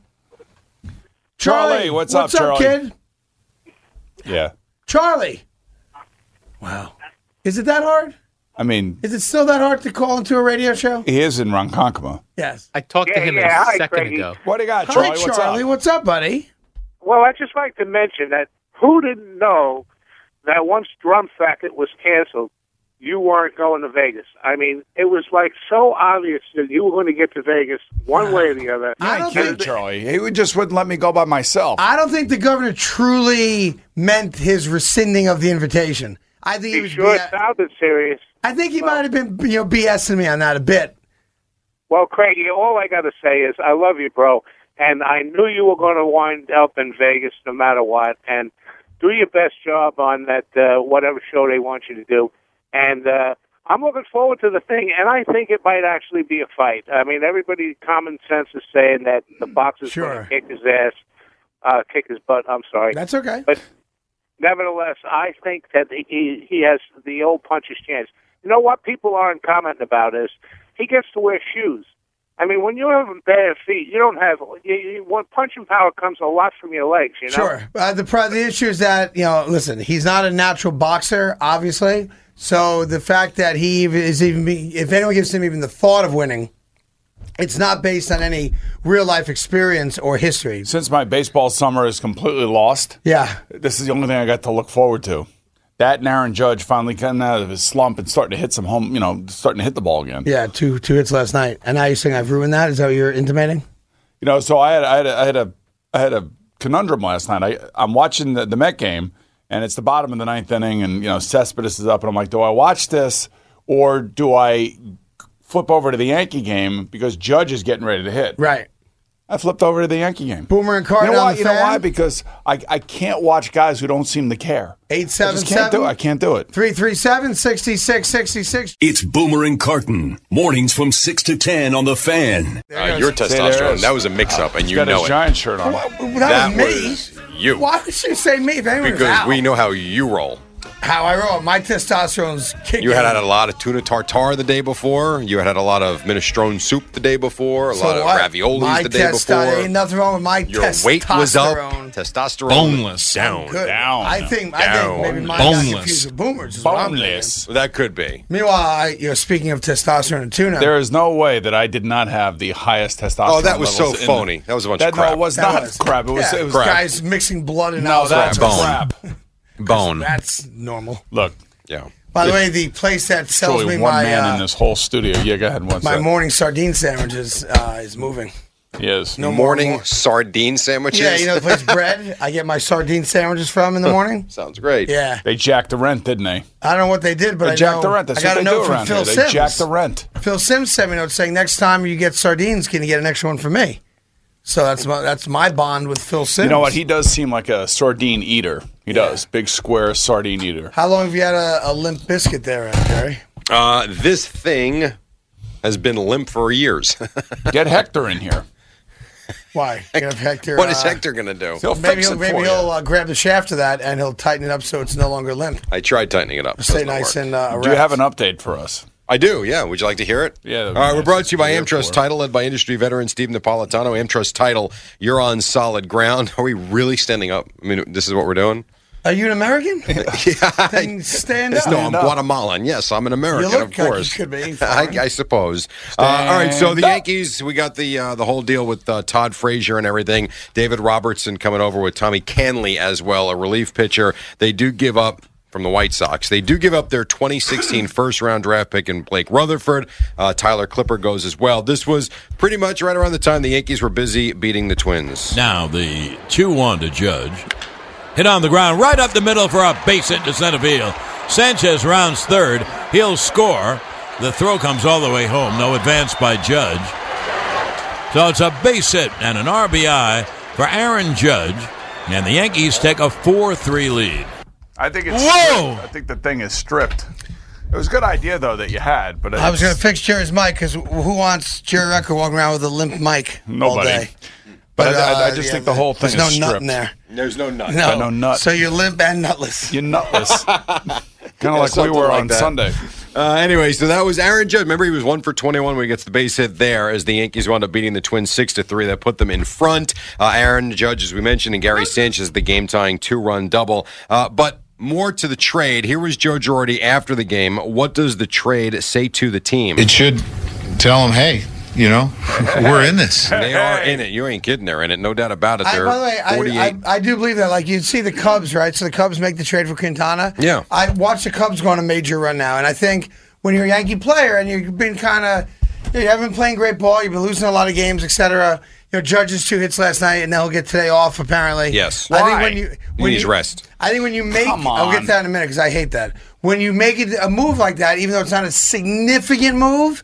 [SPEAKER 2] Charlie, what's up, Charlie?
[SPEAKER 1] kid?
[SPEAKER 2] Yeah.
[SPEAKER 1] Charlie. Wow. Is it that hard?
[SPEAKER 2] I mean,
[SPEAKER 1] Is it still that hard to call into a radio show?
[SPEAKER 2] he is in Ronkonkoma.
[SPEAKER 1] Yes.
[SPEAKER 5] I talked to
[SPEAKER 6] Yeah,
[SPEAKER 5] him
[SPEAKER 6] yeah,
[SPEAKER 5] a
[SPEAKER 6] hi,
[SPEAKER 5] second
[SPEAKER 6] Craigie.
[SPEAKER 5] ago.
[SPEAKER 2] What do you got,
[SPEAKER 1] Hi,
[SPEAKER 2] Charlie?
[SPEAKER 1] Charlie. What's
[SPEAKER 2] What's up?
[SPEAKER 1] up, buddy?
[SPEAKER 6] Well, I'd just like to mention that who didn't know that once Drum Facket was canceled, you weren't going to Vegas. I mean, it was like so obvious that you were going to get to Vegas one way or the other.
[SPEAKER 1] I don't
[SPEAKER 2] Hey,
[SPEAKER 1] think-
[SPEAKER 2] Charlie. He would just wouldn't let me go by myself.
[SPEAKER 1] I don't think the governor truly meant his rescinding of the invitation. I think he
[SPEAKER 6] He
[SPEAKER 1] was.
[SPEAKER 6] sure
[SPEAKER 1] BS
[SPEAKER 6] sounded serious.
[SPEAKER 1] I think he might have been, you know, BSing me on that a bit.
[SPEAKER 6] Well, Craigie, all I got to say is I love you, bro, and I knew you were going to wind up in Vegas no matter what. And do your best job on that uh, whatever show they want you to do. And uh, I'm looking forward to the thing, and I think it might actually be a fight. I mean, everybody common sense is saying that the boxer's
[SPEAKER 1] Sure.
[SPEAKER 6] going to kick his ass, uh, kick his butt. I'm sorry.
[SPEAKER 1] That's okay.
[SPEAKER 6] But nevertheless, I think that he he has the old puncher's chance. You know what people aren't commenting about is he gets to wear shoes. I mean, when you have bare feet, you don't have you, you, when punching power comes a lot from your legs. You know,
[SPEAKER 1] Sure. Uh, the pro- the issue is that you know, listen, he's not a natural boxer, obviously. So the fact that he even- is even, be- if anyone gives him even the thought of winning, it's not based on any real life experience or history.
[SPEAKER 2] Since my baseball summer is completely lost,
[SPEAKER 1] Yeah.
[SPEAKER 2] this is the only thing I got to look forward to. That and Aaron Judge finally getting out of his slump and starting to hit some home, you know, starting to hit the ball again.
[SPEAKER 1] Yeah, two two hits last night, and now you're saying I've ruined that. Is that what you're intimating?
[SPEAKER 2] You know, so I had I had a, I had a I had a conundrum last night. I, I'm watching the, the Met game, and it's the bottom of the ninth inning, and you know Cespedes is up, and I'm like, do I watch this or do I flip over to the Yankee game because Judge is getting ready to hit?
[SPEAKER 1] Right.
[SPEAKER 2] I flipped over to the Yankee game.
[SPEAKER 1] Boomer and Carter
[SPEAKER 2] You know
[SPEAKER 1] on
[SPEAKER 2] why?
[SPEAKER 1] the
[SPEAKER 2] You know
[SPEAKER 1] fan?
[SPEAKER 2] why? Because I, I can't watch guys who don't seem to care. I just can't
[SPEAKER 1] 877?
[SPEAKER 2] do it. I can't do it.
[SPEAKER 1] 337 6666.
[SPEAKER 7] It's Boomer and Carton. Mornings from 6 to 10 on The Fan.
[SPEAKER 4] Uh, your
[SPEAKER 2] there
[SPEAKER 4] testosterone.
[SPEAKER 2] is.
[SPEAKER 4] That was a mix-up, and you
[SPEAKER 2] Got
[SPEAKER 4] know
[SPEAKER 2] his
[SPEAKER 4] it
[SPEAKER 2] giant shirt on.
[SPEAKER 1] That,
[SPEAKER 4] That
[SPEAKER 1] was
[SPEAKER 4] was
[SPEAKER 1] me.
[SPEAKER 4] you.
[SPEAKER 1] Why would you say me if anyone was
[SPEAKER 4] because
[SPEAKER 1] out?
[SPEAKER 4] we know how you roll.
[SPEAKER 1] how I roll. My testosterone's kicking.
[SPEAKER 4] You had had a lot of tuna tartare the day before. You had had a lot of minestrone soup the day before. A
[SPEAKER 1] So
[SPEAKER 4] lot of
[SPEAKER 1] what?
[SPEAKER 4] raviolis
[SPEAKER 1] my
[SPEAKER 4] the day
[SPEAKER 1] testo- Ain't
[SPEAKER 4] before.
[SPEAKER 1] nothing wrong with my
[SPEAKER 4] Your weight was up. Testosterone.
[SPEAKER 7] Boneless.
[SPEAKER 4] Down.
[SPEAKER 1] Good.
[SPEAKER 2] Down.
[SPEAKER 1] I think I think
[SPEAKER 4] Down.
[SPEAKER 1] maybe mine got
[SPEAKER 7] Boneless.
[SPEAKER 1] confused with boomers. Is What I'm thinking.
[SPEAKER 2] Boneless.
[SPEAKER 4] That could be.
[SPEAKER 1] Meanwhile, I, you know, speaking of testosterone and tuna,
[SPEAKER 2] There is no way that I did not have the highest testosterone.
[SPEAKER 4] Oh, that was so
[SPEAKER 2] levels in-
[SPEAKER 4] phony. That was a bunch
[SPEAKER 2] That
[SPEAKER 4] of crap.
[SPEAKER 2] no, it was
[SPEAKER 1] That
[SPEAKER 2] not crap. It was
[SPEAKER 1] yeah,
[SPEAKER 2] it was
[SPEAKER 1] guys mixing blood and
[SPEAKER 2] No,
[SPEAKER 1] alcohol.
[SPEAKER 2] that's
[SPEAKER 4] Bone.
[SPEAKER 2] crap.
[SPEAKER 4] Bone.
[SPEAKER 1] That's normal.
[SPEAKER 2] Look,
[SPEAKER 4] Yeah.
[SPEAKER 1] By the way, the place that sells
[SPEAKER 2] surely
[SPEAKER 1] me
[SPEAKER 2] one
[SPEAKER 1] my
[SPEAKER 2] man
[SPEAKER 1] uh,
[SPEAKER 2] in this whole studio. Yeah, go ahead. One
[SPEAKER 1] my
[SPEAKER 2] sec.
[SPEAKER 1] morning sardine sandwiches uh, is moving.
[SPEAKER 2] yes.
[SPEAKER 1] No more-
[SPEAKER 4] Morning
[SPEAKER 1] more-
[SPEAKER 4] sardine sandwiches.
[SPEAKER 1] Yeah, you know the place bread. I get my sardine sandwiches from in the morning.
[SPEAKER 4] Sounds great.
[SPEAKER 1] Yeah,
[SPEAKER 2] They jacked the rent, didn't they?
[SPEAKER 1] I don't know what they did, but
[SPEAKER 2] They
[SPEAKER 1] I
[SPEAKER 2] jacked
[SPEAKER 1] know,
[SPEAKER 2] the rent. That's
[SPEAKER 1] I got
[SPEAKER 2] what
[SPEAKER 1] a
[SPEAKER 2] they
[SPEAKER 1] note
[SPEAKER 2] do
[SPEAKER 1] from
[SPEAKER 2] around
[SPEAKER 1] Phil
[SPEAKER 2] here. They
[SPEAKER 1] Sims.
[SPEAKER 2] jacked the rent.
[SPEAKER 1] Phil Sims sent me a note saying, "Next time you get sardines, can you get an extra one for me?" So that's my that's my bond with Phil Sims.
[SPEAKER 2] You know what? He does seem like a sardine eater. He does. Big square sardine eater.
[SPEAKER 1] How long have you had a, a limp biscuit there, uh, Jerry?
[SPEAKER 4] Uh, this thing has been limp for years.
[SPEAKER 2] Get Hector in here.
[SPEAKER 1] Why? You know, if Hector,
[SPEAKER 4] what is
[SPEAKER 1] uh,
[SPEAKER 4] Hector going to do?
[SPEAKER 2] He'll
[SPEAKER 1] Maybe
[SPEAKER 2] fix
[SPEAKER 1] he'll,
[SPEAKER 2] it
[SPEAKER 1] maybe
[SPEAKER 2] for you.
[SPEAKER 1] he'll uh, grab the shaft of that and he'll tighten it up so it's no longer limp.
[SPEAKER 4] I tried tightening it up.
[SPEAKER 1] Stay
[SPEAKER 4] Doesn't
[SPEAKER 1] nice
[SPEAKER 4] work.
[SPEAKER 1] and uh,
[SPEAKER 2] Do you have
[SPEAKER 1] erect.
[SPEAKER 2] an update for us?
[SPEAKER 4] I do, yeah. Would you like to hear it?
[SPEAKER 2] Yeah, that
[SPEAKER 4] All
[SPEAKER 2] would be
[SPEAKER 4] right, we're
[SPEAKER 2] nice
[SPEAKER 4] brought to you by
[SPEAKER 2] to hear
[SPEAKER 4] Amtrust
[SPEAKER 2] for.
[SPEAKER 4] Title, led by industry veteran Steve Napolitano. Amtrust Title, you're on solid ground. Are we really standing up? I mean, this is what we're doing?
[SPEAKER 1] Are you an American? Then stand up.
[SPEAKER 4] no, I'm Guatemalan. Yes, I'm an American,
[SPEAKER 1] You look
[SPEAKER 4] of
[SPEAKER 1] like you
[SPEAKER 4] course.
[SPEAKER 1] could be
[SPEAKER 4] I,
[SPEAKER 1] foreign.
[SPEAKER 4] I suppose. Uh, all right, so the
[SPEAKER 2] Stand up.
[SPEAKER 4] Yankees, we got the uh, the whole deal with uh, Todd Frazier and everything. David Robertson coming over with Tommy Canley as well, a relief pitcher. They do give up. From the White Sox. They do give up their 2016 first round draft pick in Blake Rutherford. Uh, Tyler Clipper goes as well. This was pretty much right around the time the Yankees were busy beating the Twins.
[SPEAKER 7] Now the 2 1 to Judge. Hit on the ground right up the middle for a base hit to center field. Sanchez rounds third. He'll score. The throw comes all the way home. No advance by Judge. So it's a base hit and an RBI for Aaron Judge. And the Yankees take a 4 3 lead.
[SPEAKER 2] I think it's.
[SPEAKER 7] Whoa!
[SPEAKER 2] stripped. I think the thing is stripped. It was a good idea though that you had, but
[SPEAKER 1] I was going
[SPEAKER 2] it's-
[SPEAKER 1] to fix Jerry's mic because who wants Jerry Rucker walking around with a limp mic all
[SPEAKER 2] Nobody.
[SPEAKER 1] day?
[SPEAKER 2] But, I, I- I
[SPEAKER 1] uh,
[SPEAKER 2] just
[SPEAKER 1] yeah,
[SPEAKER 2] think the whole thing
[SPEAKER 1] there's
[SPEAKER 2] is
[SPEAKER 1] no
[SPEAKER 2] stripped.
[SPEAKER 1] nut in there.
[SPEAKER 4] There's no nut.
[SPEAKER 1] No,
[SPEAKER 2] no nut.
[SPEAKER 1] So you're limp and nutless.
[SPEAKER 2] You're nutless. kind of like we
[SPEAKER 4] something
[SPEAKER 2] were
[SPEAKER 4] like
[SPEAKER 2] on
[SPEAKER 4] that.
[SPEAKER 2] Sunday.
[SPEAKER 4] Uh, anyway, so that was Aaron Judge. Remember, he was one for twenty-one when he gets the base hit there, as the Yankees wound up beating the Twins six to three. That put them in front. Uh, Aaron Judge, as we mentioned, and Gary Sanchez, the game-tying two-run double. Uh, but more to the trade. Here was Joe Girardi after the game. What does the trade say to the team?
[SPEAKER 8] it should tell them, hey, you know, we're in this.
[SPEAKER 4] they are in it. You ain't kidding. They're in it. No doubt about it.
[SPEAKER 1] I,
[SPEAKER 4] They're
[SPEAKER 1] by the way, I,
[SPEAKER 4] forty-eight.
[SPEAKER 1] I, I do believe that. Like you see the Cubs, right? So the Cubs make the trade for Quintana.
[SPEAKER 4] Yeah.
[SPEAKER 1] I watch the Cubs go on a major run now, and I think when you're a Yankee player and you've been kind of you haven't been playing great ball, you've been losing a lot of games, etc. You know, Judge's two hits last night, and they'll get today off apparently.
[SPEAKER 4] Yes.
[SPEAKER 1] I think
[SPEAKER 2] Why?
[SPEAKER 1] when you
[SPEAKER 4] He
[SPEAKER 1] when
[SPEAKER 4] needs
[SPEAKER 1] you-
[SPEAKER 4] rest.
[SPEAKER 1] I think when you make,
[SPEAKER 2] Come
[SPEAKER 1] I'll get
[SPEAKER 2] on.
[SPEAKER 1] to that in a minute because I hate that. When you make it a move like that, even though it's not a significant move,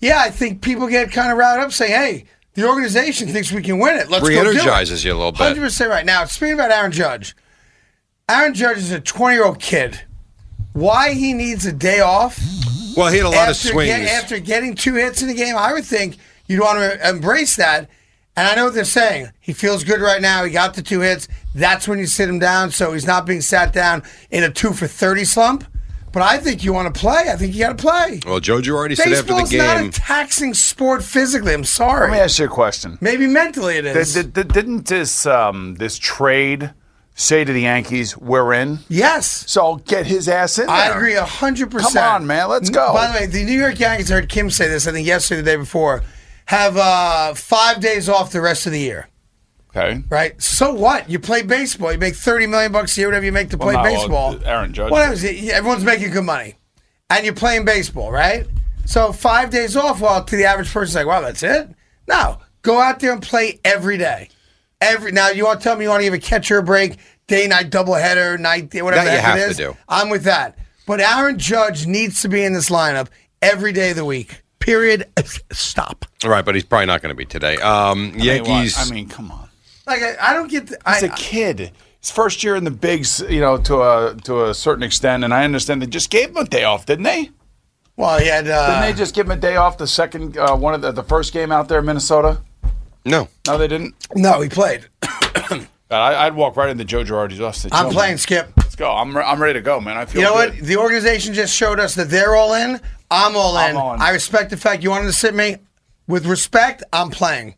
[SPEAKER 1] yeah, I think people get kind of riled up saying, "Hey, the organization thinks we can win it. Let's go do it."
[SPEAKER 4] Re-energizes you a little bit.
[SPEAKER 1] Hundred percent right. Now, speaking about Aaron Judge, Aaron Judge is a twenty-year-old kid. Why he needs a day off
[SPEAKER 4] well, he had a lot of
[SPEAKER 1] after,
[SPEAKER 4] swings.
[SPEAKER 1] get- after getting two hits in the game? I would think you'd want to embrace that. And I know what they're saying. He feels good right now. He got the two hits. That's when you sit him down, so he's not being sat down in a two for thirty slump. But I think you want to play. I think you got to play.
[SPEAKER 4] well, Joe Girardi said after the
[SPEAKER 1] Baseball's not
[SPEAKER 4] game.
[SPEAKER 1] a taxing sport physically. I'm sorry.
[SPEAKER 2] Let me ask you a question.
[SPEAKER 1] Maybe mentally it is.
[SPEAKER 2] Did, did, didn't this um, this trade say to the Yankees, "We're in"?
[SPEAKER 1] yes.
[SPEAKER 2] So get his ass in there.
[SPEAKER 1] I agree a hundred percent.
[SPEAKER 2] Come on, man, let's go.
[SPEAKER 1] By the way, the New York Yankees I heard Kim say this. I think yesterday, the day before, have uh, five days off the rest of the year.
[SPEAKER 2] Okay.
[SPEAKER 1] Right? So what? You play baseball. You make thirty million bucks a year, whatever you make to play
[SPEAKER 2] not all-
[SPEAKER 1] baseball.
[SPEAKER 2] uh, Aaron Judge.
[SPEAKER 1] Whatever. Everyone's making good money, and you're playing baseball, right? So five days off. Well, to the average person, it's like, wow, that's it. No, go out there and play every day. every now you want to tell me you want to give a catcher a break, day night doubleheader, night day, whatever
[SPEAKER 4] That you
[SPEAKER 1] the heck it
[SPEAKER 4] have to
[SPEAKER 1] is,
[SPEAKER 4] do.
[SPEAKER 1] I'm with that. But Aaron Judge needs to be in this lineup every day of the week. Period. Stop.
[SPEAKER 4] All right, but he's probably not going to be today. Um,
[SPEAKER 2] Hey, what?
[SPEAKER 4] Yankees.
[SPEAKER 2] I mean, come on.
[SPEAKER 1] Like I, I don't get. The, I,
[SPEAKER 2] He's a kid. His first year in the bigs, you know, to a to a certain extent, and I understand they just gave him a day off, didn't they?
[SPEAKER 1] well, he had. Uh,
[SPEAKER 2] Didn't they just give him a day off the second uh, one of the, the first game out there in Minnesota?
[SPEAKER 4] no.
[SPEAKER 2] No, they didn't.
[SPEAKER 1] no, he played.
[SPEAKER 2] I, I'd walk right into Joe Girardi's office. and say,
[SPEAKER 1] I'm
[SPEAKER 2] "Joe,
[SPEAKER 1] playing
[SPEAKER 2] man,
[SPEAKER 1] skip.
[SPEAKER 2] Let's go. I'm, re- I'm ready to go, man. I feel
[SPEAKER 1] You know
[SPEAKER 2] good.
[SPEAKER 1] what? The organization just showed us that they're all in. I'm all in.
[SPEAKER 2] I'm on.
[SPEAKER 1] I respect the fact you wanted to sit me. With respect, I'm playing.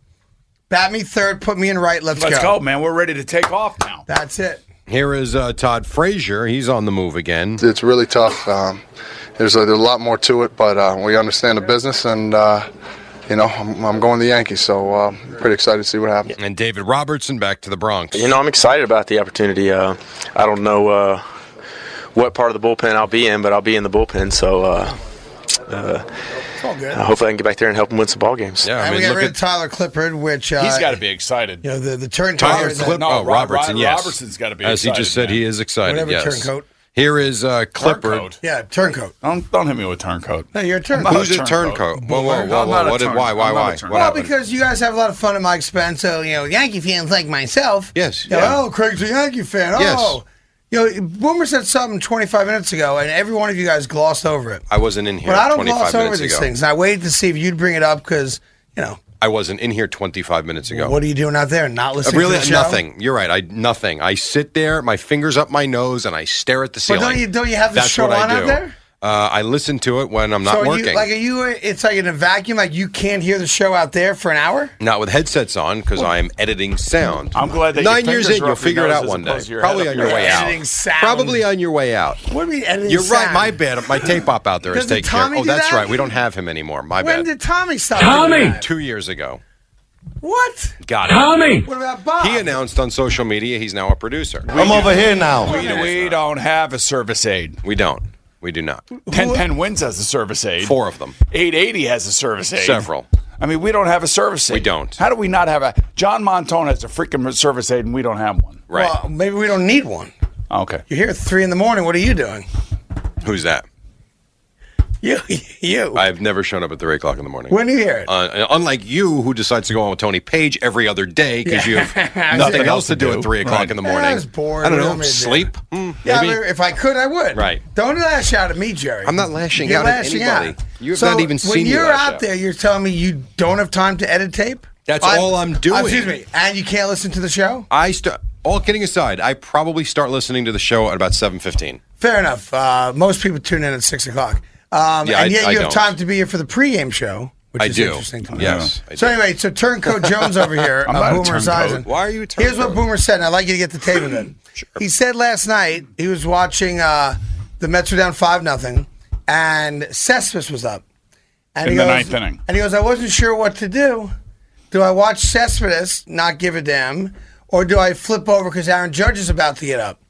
[SPEAKER 1] Bat me third, put me in right. Let's,
[SPEAKER 2] Let's go, man. We're ready to take off now.
[SPEAKER 1] That's it.
[SPEAKER 4] Here is uh, Todd Frazier. He's on the move again.
[SPEAKER 9] it's really tough. Um, there's, a, there's a lot more to it, but uh, we understand the business, and uh, you know I'm, I'm going to the Yankees, so uh, pretty excited to see what happens.
[SPEAKER 4] And David Robertson back to the Bronx.
[SPEAKER 10] You know, I'm excited about the opportunity. Uh, I don't know uh, what part of the bullpen I'll be in, but I'll be in the bullpen. So uh,
[SPEAKER 1] It's all good.
[SPEAKER 10] hopefully, I can get back there and help them win some ball games.
[SPEAKER 4] yeah, I
[SPEAKER 1] and we got
[SPEAKER 4] mean, look
[SPEAKER 1] rid
[SPEAKER 4] at
[SPEAKER 1] of Tyler Clippard, which uh,
[SPEAKER 2] He's got to be excited.
[SPEAKER 1] You know the the turncoat.
[SPEAKER 4] Tyler
[SPEAKER 1] is a-
[SPEAKER 4] Clip-
[SPEAKER 2] No,
[SPEAKER 4] oh,
[SPEAKER 2] Ro-
[SPEAKER 4] Robertson,
[SPEAKER 2] Ro-
[SPEAKER 4] yes.
[SPEAKER 2] Robertson's gotta be
[SPEAKER 4] As he just
[SPEAKER 2] excited,
[SPEAKER 4] said, he
[SPEAKER 2] man.
[SPEAKER 4] is excited.
[SPEAKER 1] Whatever
[SPEAKER 4] yes.
[SPEAKER 1] turncoat.
[SPEAKER 4] Here is uh, Clipper.
[SPEAKER 2] Turncoat.
[SPEAKER 1] Yeah, turncoat.
[SPEAKER 2] Don't don't hit me with turncoat.
[SPEAKER 1] No, you're a turncoat.
[SPEAKER 2] not
[SPEAKER 4] Who's a turncoat? Whoa, whoa,
[SPEAKER 2] I'm
[SPEAKER 4] whoa,
[SPEAKER 2] not
[SPEAKER 4] whoa!
[SPEAKER 2] a
[SPEAKER 4] What? did-
[SPEAKER 2] turn-
[SPEAKER 4] Why? Why?
[SPEAKER 2] I'm not a
[SPEAKER 4] Why?
[SPEAKER 2] turn-
[SPEAKER 4] What
[SPEAKER 1] Well,
[SPEAKER 4] happened?
[SPEAKER 1] because you guys have a lot of fun at Mike's Spence, so you know Yankee fans like myself.
[SPEAKER 4] Yes,
[SPEAKER 1] you know,
[SPEAKER 4] yeah.
[SPEAKER 1] Oh, Craig's a Yankee fan.
[SPEAKER 4] Yes.
[SPEAKER 1] Oh. You know, Boomer said something 25 minutes ago, and every one of you guys glossed over it.
[SPEAKER 4] I wasn't in here.
[SPEAKER 1] But I don't
[SPEAKER 4] 25
[SPEAKER 1] gloss
[SPEAKER 4] minutes
[SPEAKER 1] over these
[SPEAKER 4] ago.
[SPEAKER 1] things. And I waited to see if you'd bring it up because, you know,
[SPEAKER 4] I wasn't in here 25 minutes ago.
[SPEAKER 1] what are you doing out there and not listening
[SPEAKER 4] Uh,
[SPEAKER 1] to
[SPEAKER 4] really
[SPEAKER 1] the show?
[SPEAKER 4] nothing. You're right. I nothing. I sit there, my fingers up my nose, and I stare at the
[SPEAKER 1] But
[SPEAKER 4] ceiling.
[SPEAKER 1] don't you, don't you have the
[SPEAKER 4] That's
[SPEAKER 1] show
[SPEAKER 4] what I
[SPEAKER 1] on
[SPEAKER 4] do.
[SPEAKER 1] out there?
[SPEAKER 4] Uh, I listen to it when I'm not
[SPEAKER 1] so are
[SPEAKER 4] working.
[SPEAKER 1] You, like, are you, it's like in a vacuum, like you can't hear the show out there for an hour?
[SPEAKER 4] not with headsets on because I'm editing sound.
[SPEAKER 2] I'm glad that your
[SPEAKER 4] nine
[SPEAKER 2] fingers
[SPEAKER 4] years in,
[SPEAKER 2] are
[SPEAKER 4] you'll
[SPEAKER 2] up your
[SPEAKER 4] figure it
[SPEAKER 2] nose
[SPEAKER 4] out
[SPEAKER 2] as
[SPEAKER 4] one day.
[SPEAKER 2] opposed to your
[SPEAKER 4] Probably
[SPEAKER 2] head
[SPEAKER 4] on
[SPEAKER 2] up
[SPEAKER 4] your
[SPEAKER 2] your
[SPEAKER 4] way
[SPEAKER 2] ass.
[SPEAKER 4] out.
[SPEAKER 1] Editing sound.
[SPEAKER 4] Probably on your way out.
[SPEAKER 1] What do you mean editing
[SPEAKER 4] You're right.
[SPEAKER 1] sound?
[SPEAKER 4] My bad. My tape op out there is
[SPEAKER 1] Doesn't
[SPEAKER 4] taken care. of.
[SPEAKER 1] Tommy
[SPEAKER 4] Oh,
[SPEAKER 1] do
[SPEAKER 4] that's
[SPEAKER 1] that?
[SPEAKER 4] right. We don't have him anymore. My
[SPEAKER 1] When
[SPEAKER 4] bad.
[SPEAKER 1] did Tommy stop? Tommy!
[SPEAKER 4] Two years ago.
[SPEAKER 1] What?
[SPEAKER 4] Got it. Tommy.
[SPEAKER 1] What about Bob?
[SPEAKER 4] He announced on social media he's now a producer.
[SPEAKER 8] I'm over here now.
[SPEAKER 2] We, we don't have a service aid.
[SPEAKER 4] We don't. We do not.
[SPEAKER 2] Ten Pen Wins has a service aid.
[SPEAKER 4] Four of them.
[SPEAKER 2] 880 has a service aid.
[SPEAKER 4] Several.
[SPEAKER 2] I mean, we don't have a service aid.
[SPEAKER 4] We don't.
[SPEAKER 2] How do we not have a? John Montone has a freaking service aid, and we don't have one.
[SPEAKER 4] Right.
[SPEAKER 1] Well, maybe we don't need one.
[SPEAKER 2] Okay.
[SPEAKER 1] You're here at three in the morning. What are you doing?
[SPEAKER 4] Who's that?
[SPEAKER 1] You, you.
[SPEAKER 4] I've never shown up at three o'clock in the morning.
[SPEAKER 1] when are you here?
[SPEAKER 4] Uh, unlike you, who decides to go on with Tony Page every other day because you have nothing else to do at three o'clock in the morning.
[SPEAKER 1] Yeah, I was bored.
[SPEAKER 4] I don't
[SPEAKER 1] What
[SPEAKER 4] know.
[SPEAKER 1] am I doing?
[SPEAKER 4] Sleep. Mm,
[SPEAKER 1] yeah,
[SPEAKER 4] maybe.
[SPEAKER 1] I mean, if I could, I would.
[SPEAKER 4] Right.
[SPEAKER 1] Don't lash out at me, Jerry.
[SPEAKER 4] I'm not lashing
[SPEAKER 1] You're
[SPEAKER 4] out at
[SPEAKER 1] lashing
[SPEAKER 4] anybody.
[SPEAKER 1] out.
[SPEAKER 4] You have
[SPEAKER 1] so
[SPEAKER 4] not even
[SPEAKER 1] when
[SPEAKER 4] seen me
[SPEAKER 1] you're
[SPEAKER 4] lash
[SPEAKER 1] out
[SPEAKER 4] out.
[SPEAKER 1] there, you're telling me you don't have time to edit tape. Oh,
[SPEAKER 4] That's all I'm doing.
[SPEAKER 1] Excuse me, and you can't listen to the show.
[SPEAKER 4] I start. All kidding aside, I probably start listening to the show at about seven fifteen.
[SPEAKER 1] Fair enough. Uh, most people tune in at six o'clock, um, and
[SPEAKER 4] Yeah, I-
[SPEAKER 1] yet
[SPEAKER 4] I
[SPEAKER 1] you have
[SPEAKER 4] don't.
[SPEAKER 1] time to be here for the pregame show, which
[SPEAKER 4] I
[SPEAKER 1] is
[SPEAKER 4] do.
[SPEAKER 1] interesting to me. Uh-huh.
[SPEAKER 4] Yes. I
[SPEAKER 1] So
[SPEAKER 4] do.
[SPEAKER 1] anyway, so Turncoat Jones over here,
[SPEAKER 2] I'm
[SPEAKER 1] uh,
[SPEAKER 2] not a
[SPEAKER 1] Boomer's
[SPEAKER 2] turncoat.
[SPEAKER 1] Eisen.
[SPEAKER 4] Why are you a
[SPEAKER 1] Here's what
[SPEAKER 4] turncoat?
[SPEAKER 1] Boomer said, and I'd like you to get the tape of it. He said last night he was watching uh, the Mets were down five nothing, and Cespedes was up. And
[SPEAKER 2] In
[SPEAKER 1] he
[SPEAKER 2] the
[SPEAKER 1] goes,
[SPEAKER 2] ninth inning.
[SPEAKER 1] And he goes, I wasn't sure what to do. Do I watch Cespedes, not give a damn, or do I flip over because Aaron Judge is about to get up?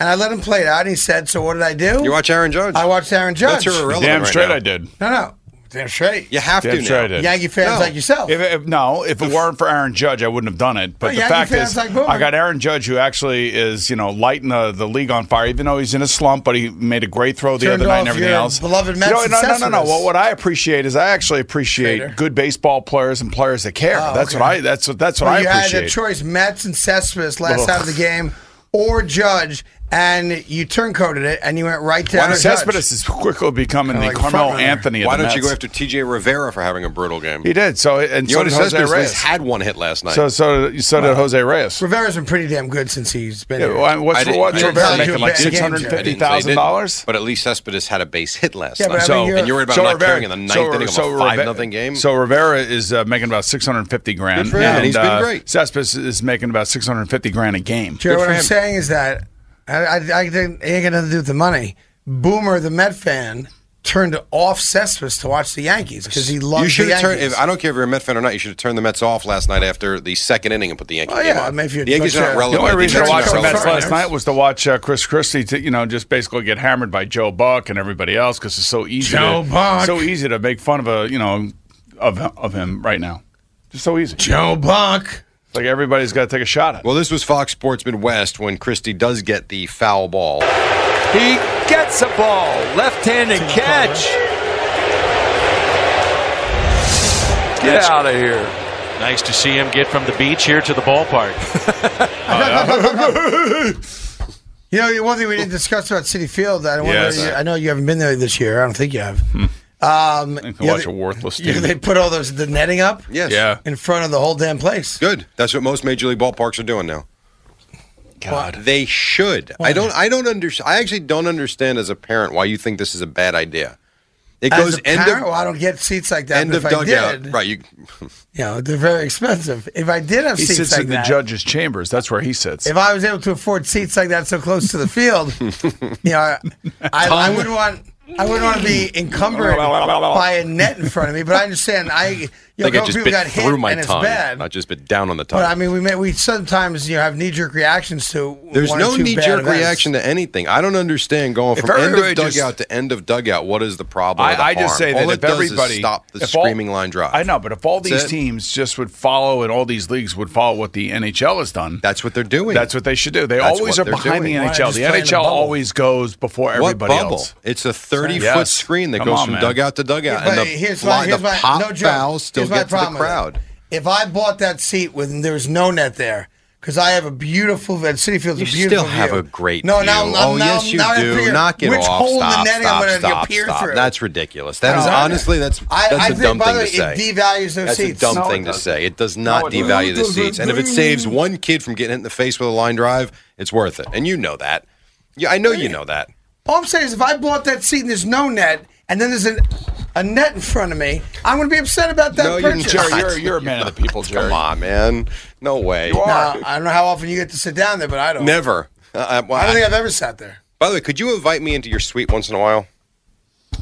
[SPEAKER 1] And I let him play it out, and he said, So what did I do?
[SPEAKER 4] You watch Aaron Judge.
[SPEAKER 1] I watched Aaron Judge.
[SPEAKER 4] That's your irrelevant.
[SPEAKER 2] Damn
[SPEAKER 4] right
[SPEAKER 2] straight,
[SPEAKER 4] now.
[SPEAKER 2] I did.
[SPEAKER 1] No, no. Damn straight.
[SPEAKER 4] You have
[SPEAKER 2] Damn
[SPEAKER 4] to
[SPEAKER 2] straight I
[SPEAKER 4] now.
[SPEAKER 2] did.
[SPEAKER 1] Yankee fans
[SPEAKER 4] No.
[SPEAKER 1] like yourself.
[SPEAKER 2] If, if, no, if it weren't for Aaron Judge, I wouldn't have done it. But
[SPEAKER 1] Well,
[SPEAKER 2] the
[SPEAKER 1] Yankee
[SPEAKER 2] fact
[SPEAKER 1] fans
[SPEAKER 2] is,
[SPEAKER 1] like Boomer.
[SPEAKER 2] I got Aaron Judge, who actually is, you know, lighting the, the league on fire, even though he's in a slump, but he made a great throw the
[SPEAKER 1] Turned
[SPEAKER 2] other night and
[SPEAKER 1] off
[SPEAKER 2] everything
[SPEAKER 1] your
[SPEAKER 2] else.
[SPEAKER 1] beloved Mets
[SPEAKER 2] you know, no, no, no, no.
[SPEAKER 1] successors.
[SPEAKER 2] Well, what I appreciate is I actually appreciate
[SPEAKER 1] Traitor.
[SPEAKER 2] good baseball players and players that care.
[SPEAKER 1] Oh,
[SPEAKER 2] that's what
[SPEAKER 1] okay.
[SPEAKER 2] I. That's what. That's what
[SPEAKER 1] Well,
[SPEAKER 2] I
[SPEAKER 1] you
[SPEAKER 2] appreciate.
[SPEAKER 1] had a choice, Mets and Cespedes last
[SPEAKER 2] Ugh.
[SPEAKER 1] out of the game, or Judge, and you turncoated it, and you went right to
[SPEAKER 2] Why
[SPEAKER 1] Aaron
[SPEAKER 2] does
[SPEAKER 1] Judge.
[SPEAKER 2] Cespedes is quickly becoming
[SPEAKER 1] Kinda
[SPEAKER 2] the
[SPEAKER 1] like a
[SPEAKER 2] Carmelo
[SPEAKER 1] front runner.
[SPEAKER 2] Anthony of
[SPEAKER 4] Why
[SPEAKER 2] the
[SPEAKER 4] don't you go
[SPEAKER 2] Mets.
[SPEAKER 4] after TJ Rivera for having a brutal game?
[SPEAKER 2] He did. So and so did
[SPEAKER 4] Jonas
[SPEAKER 2] Jose
[SPEAKER 4] Cespedes at least
[SPEAKER 2] Reyes.
[SPEAKER 4] had one hit last night.
[SPEAKER 2] So so so did Jose Reyes.
[SPEAKER 1] Rivera's been pretty damn good since he's been
[SPEAKER 2] Yeah,
[SPEAKER 1] here.
[SPEAKER 2] well,
[SPEAKER 4] I
[SPEAKER 2] what's
[SPEAKER 4] didn't- I
[SPEAKER 2] what's
[SPEAKER 4] didn't
[SPEAKER 2] Rivera
[SPEAKER 4] say
[SPEAKER 2] making? Like
[SPEAKER 1] he didn't.
[SPEAKER 2] six
[SPEAKER 1] I
[SPEAKER 2] hundred
[SPEAKER 1] didn't
[SPEAKER 4] I didn't say
[SPEAKER 2] fifty
[SPEAKER 4] he
[SPEAKER 2] thousand
[SPEAKER 4] didn't,
[SPEAKER 2] dollars.
[SPEAKER 4] But at least Cespedes had a base hit last
[SPEAKER 1] Yeah, but
[SPEAKER 4] night.
[SPEAKER 1] I mean,
[SPEAKER 4] so,
[SPEAKER 1] you're-
[SPEAKER 4] and you're worried about not caring in the ninth inning of a five
[SPEAKER 2] Rive-
[SPEAKER 4] nothing game.
[SPEAKER 2] So Rivera is uh, making about six hundred fifty grand,
[SPEAKER 4] Good for him.
[SPEAKER 2] and
[SPEAKER 4] He's been
[SPEAKER 2] uh,
[SPEAKER 4] great.
[SPEAKER 2] Cespedes is making about six hundred fifty grand a game.
[SPEAKER 1] Jerry,
[SPEAKER 4] Good
[SPEAKER 1] what
[SPEAKER 4] for
[SPEAKER 1] I'm
[SPEAKER 4] him.
[SPEAKER 1] saying is that I, I, I didn't, it ain't got nothing to do with the money. Boomer, the Met fan, turned off Cespedes to watch the Yankees because he loves
[SPEAKER 4] you should
[SPEAKER 1] the
[SPEAKER 4] have turned.
[SPEAKER 1] Yankees.
[SPEAKER 4] If, I don't care if you're a Met fan or not. You should have turned the Mets off last night after the second inning and put the Yankees.
[SPEAKER 1] Oh, yeah,
[SPEAKER 4] game on.
[SPEAKER 1] I mean, if you're-
[SPEAKER 4] the Yankees are
[SPEAKER 1] but,
[SPEAKER 4] not
[SPEAKER 1] uh,
[SPEAKER 4] relevant.
[SPEAKER 2] The only
[SPEAKER 4] They're
[SPEAKER 2] reason I
[SPEAKER 4] not
[SPEAKER 1] Yankees
[SPEAKER 2] watched
[SPEAKER 1] are
[SPEAKER 2] the Mets
[SPEAKER 1] sorry.
[SPEAKER 4] relevant.
[SPEAKER 2] last night was to watch uh, Chris Christie, to, you know, just basically get hammered by Joe Buck and everybody else because it's so easy.
[SPEAKER 1] Joe
[SPEAKER 2] to,
[SPEAKER 1] Buck.
[SPEAKER 2] So easy to make fun of a, you know, of of him right now. Just so easy.
[SPEAKER 1] Joe Buck.
[SPEAKER 2] Like everybody's got to take a shot at.
[SPEAKER 4] Well, this was Fox Sports Midwest when Christie does get the foul ball.
[SPEAKER 11] He gets a ball, left-handed catch. Get out of here.
[SPEAKER 12] Nice to see him get from the beach here to the ballpark.
[SPEAKER 1] You know, one thing we didn't discuss about City Field. I, don't know
[SPEAKER 2] Yes.
[SPEAKER 1] whether you- I know you haven't been there this year. I don't think you have.
[SPEAKER 4] Hmm.
[SPEAKER 1] Um,
[SPEAKER 2] I need to
[SPEAKER 1] yeah,
[SPEAKER 2] watch
[SPEAKER 1] they-
[SPEAKER 2] a worthless
[SPEAKER 1] yeah,
[SPEAKER 2] team.
[SPEAKER 1] they put all those the netting up.
[SPEAKER 4] Yes. Yeah.
[SPEAKER 1] In front of the whole damn place.
[SPEAKER 4] Good. That's what most major league ballparks are doing now. God, they should. I don't. I don't understand. I actually don't understand as a parent why you think this is a bad idea. It
[SPEAKER 1] As
[SPEAKER 4] goes
[SPEAKER 1] a
[SPEAKER 4] end
[SPEAKER 1] parent,
[SPEAKER 4] of
[SPEAKER 1] well, I don't get seats like that.
[SPEAKER 4] end
[SPEAKER 1] but
[SPEAKER 4] of
[SPEAKER 1] if I
[SPEAKER 4] dugout.
[SPEAKER 1] did,
[SPEAKER 4] Right. You
[SPEAKER 1] you know, they're very expensive. If I did have
[SPEAKER 2] He
[SPEAKER 1] seats
[SPEAKER 2] sits
[SPEAKER 1] like
[SPEAKER 2] in the
[SPEAKER 1] that,
[SPEAKER 2] judges' chambers. That's where he sits.
[SPEAKER 1] if I was able to afford seats like that so close to the field, you know, I, I, I
[SPEAKER 2] Tongue.
[SPEAKER 1] would want. I wouldn't want to be encumbered by a net in front of me, but I understand. I, you know, a
[SPEAKER 4] I think I
[SPEAKER 1] couple
[SPEAKER 4] just
[SPEAKER 1] people
[SPEAKER 4] bit
[SPEAKER 1] got hit
[SPEAKER 4] through my
[SPEAKER 1] and it's
[SPEAKER 4] tongue.
[SPEAKER 1] bad.
[SPEAKER 4] I just bit down on the tongue.
[SPEAKER 1] But I mean, we may, we sometimes you know, have knee jerk reactions to.
[SPEAKER 4] There's
[SPEAKER 1] one or
[SPEAKER 4] no
[SPEAKER 1] two
[SPEAKER 4] knee
[SPEAKER 1] bad
[SPEAKER 4] jerk
[SPEAKER 1] events.
[SPEAKER 4] reaction to anything. I don't understand going
[SPEAKER 2] If
[SPEAKER 4] from end of
[SPEAKER 2] everybody
[SPEAKER 4] dugout
[SPEAKER 2] just-
[SPEAKER 4] to end of dugout. What is the problem? or
[SPEAKER 2] I,
[SPEAKER 4] the
[SPEAKER 2] I just
[SPEAKER 4] harm?
[SPEAKER 2] say that
[SPEAKER 4] all
[SPEAKER 2] if
[SPEAKER 4] it does is
[SPEAKER 2] everybody
[SPEAKER 4] stop the
[SPEAKER 2] if all-
[SPEAKER 4] screaming line drive.
[SPEAKER 2] I know, but if all
[SPEAKER 4] That's
[SPEAKER 2] these
[SPEAKER 4] it.
[SPEAKER 2] teams just would follow and all these leagues would follow what the NHL has done,
[SPEAKER 4] that's what they're doing.
[SPEAKER 2] That's what they should do. They
[SPEAKER 4] That's
[SPEAKER 2] always
[SPEAKER 4] what
[SPEAKER 2] are
[SPEAKER 4] they're
[SPEAKER 2] behind
[SPEAKER 4] doing.
[SPEAKER 2] the
[SPEAKER 4] Why not
[SPEAKER 2] NHL.
[SPEAKER 4] just
[SPEAKER 2] The
[SPEAKER 4] play in a
[SPEAKER 2] NHL
[SPEAKER 4] bubble?
[SPEAKER 2] always goes before
[SPEAKER 4] What
[SPEAKER 2] everybody
[SPEAKER 4] bubble?
[SPEAKER 2] else.
[SPEAKER 4] It's a 30 foot
[SPEAKER 2] Yes.
[SPEAKER 4] screen that
[SPEAKER 2] Come
[SPEAKER 4] goes
[SPEAKER 2] on,
[SPEAKER 4] from
[SPEAKER 2] man.
[SPEAKER 4] dugout to dugout,
[SPEAKER 1] Yeah,
[SPEAKER 4] and
[SPEAKER 1] but
[SPEAKER 4] the,
[SPEAKER 1] here's
[SPEAKER 4] line-
[SPEAKER 1] my, here's
[SPEAKER 4] the
[SPEAKER 1] my,
[SPEAKER 4] pop
[SPEAKER 1] no joke.
[SPEAKER 4] foul still
[SPEAKER 1] Here's my
[SPEAKER 4] gets to the
[SPEAKER 1] problem with it.
[SPEAKER 4] crowd.
[SPEAKER 1] If I bought that seat with and there was no net there, because I have a beautiful at City Field's a
[SPEAKER 4] You
[SPEAKER 1] beautiful
[SPEAKER 4] still have
[SPEAKER 1] view.
[SPEAKER 4] a great
[SPEAKER 1] no, Now,
[SPEAKER 4] view.
[SPEAKER 1] now,
[SPEAKER 4] oh,
[SPEAKER 1] now,
[SPEAKER 4] yes, you
[SPEAKER 1] now I have to
[SPEAKER 4] do.
[SPEAKER 1] figure
[SPEAKER 4] Knock it
[SPEAKER 1] which
[SPEAKER 4] off.
[SPEAKER 1] hole
[SPEAKER 4] stop,
[SPEAKER 1] in the netting
[SPEAKER 4] stop,
[SPEAKER 1] I'm going
[SPEAKER 4] stop,
[SPEAKER 1] to appear
[SPEAKER 4] stop.
[SPEAKER 1] through.
[SPEAKER 4] That's ridiculous. That
[SPEAKER 1] No,
[SPEAKER 4] is
[SPEAKER 1] I-
[SPEAKER 4] honestly, that's,
[SPEAKER 1] I-
[SPEAKER 4] that's
[SPEAKER 1] I
[SPEAKER 4] a
[SPEAKER 1] think,
[SPEAKER 4] dumb
[SPEAKER 1] by
[SPEAKER 4] thing
[SPEAKER 1] the way,
[SPEAKER 4] to say.
[SPEAKER 1] it devalues those
[SPEAKER 4] That's
[SPEAKER 1] seats.
[SPEAKER 4] a dumb thing to say. It does not
[SPEAKER 1] it doesn't.
[SPEAKER 4] devalue the
[SPEAKER 1] No, it
[SPEAKER 4] seats. And if it
[SPEAKER 1] doesn't.
[SPEAKER 4] saves one kid from getting hit in the face with a line drive, it's worth it. And you know that. Yeah, I know you know that.
[SPEAKER 1] All I'm saying is, if I bought that seat and there's no net, and then there's an, a net in front of me, I'm going to be upset about that
[SPEAKER 4] no, you're
[SPEAKER 1] purchase.
[SPEAKER 4] not. Come on, man. No way.
[SPEAKER 1] No, I don't know how often you get to sit down there, but I don't.
[SPEAKER 4] Never. Uh, uh, well,
[SPEAKER 1] I don't think I've ever sat there.
[SPEAKER 4] By the way, could you invite me into your suite once in a while?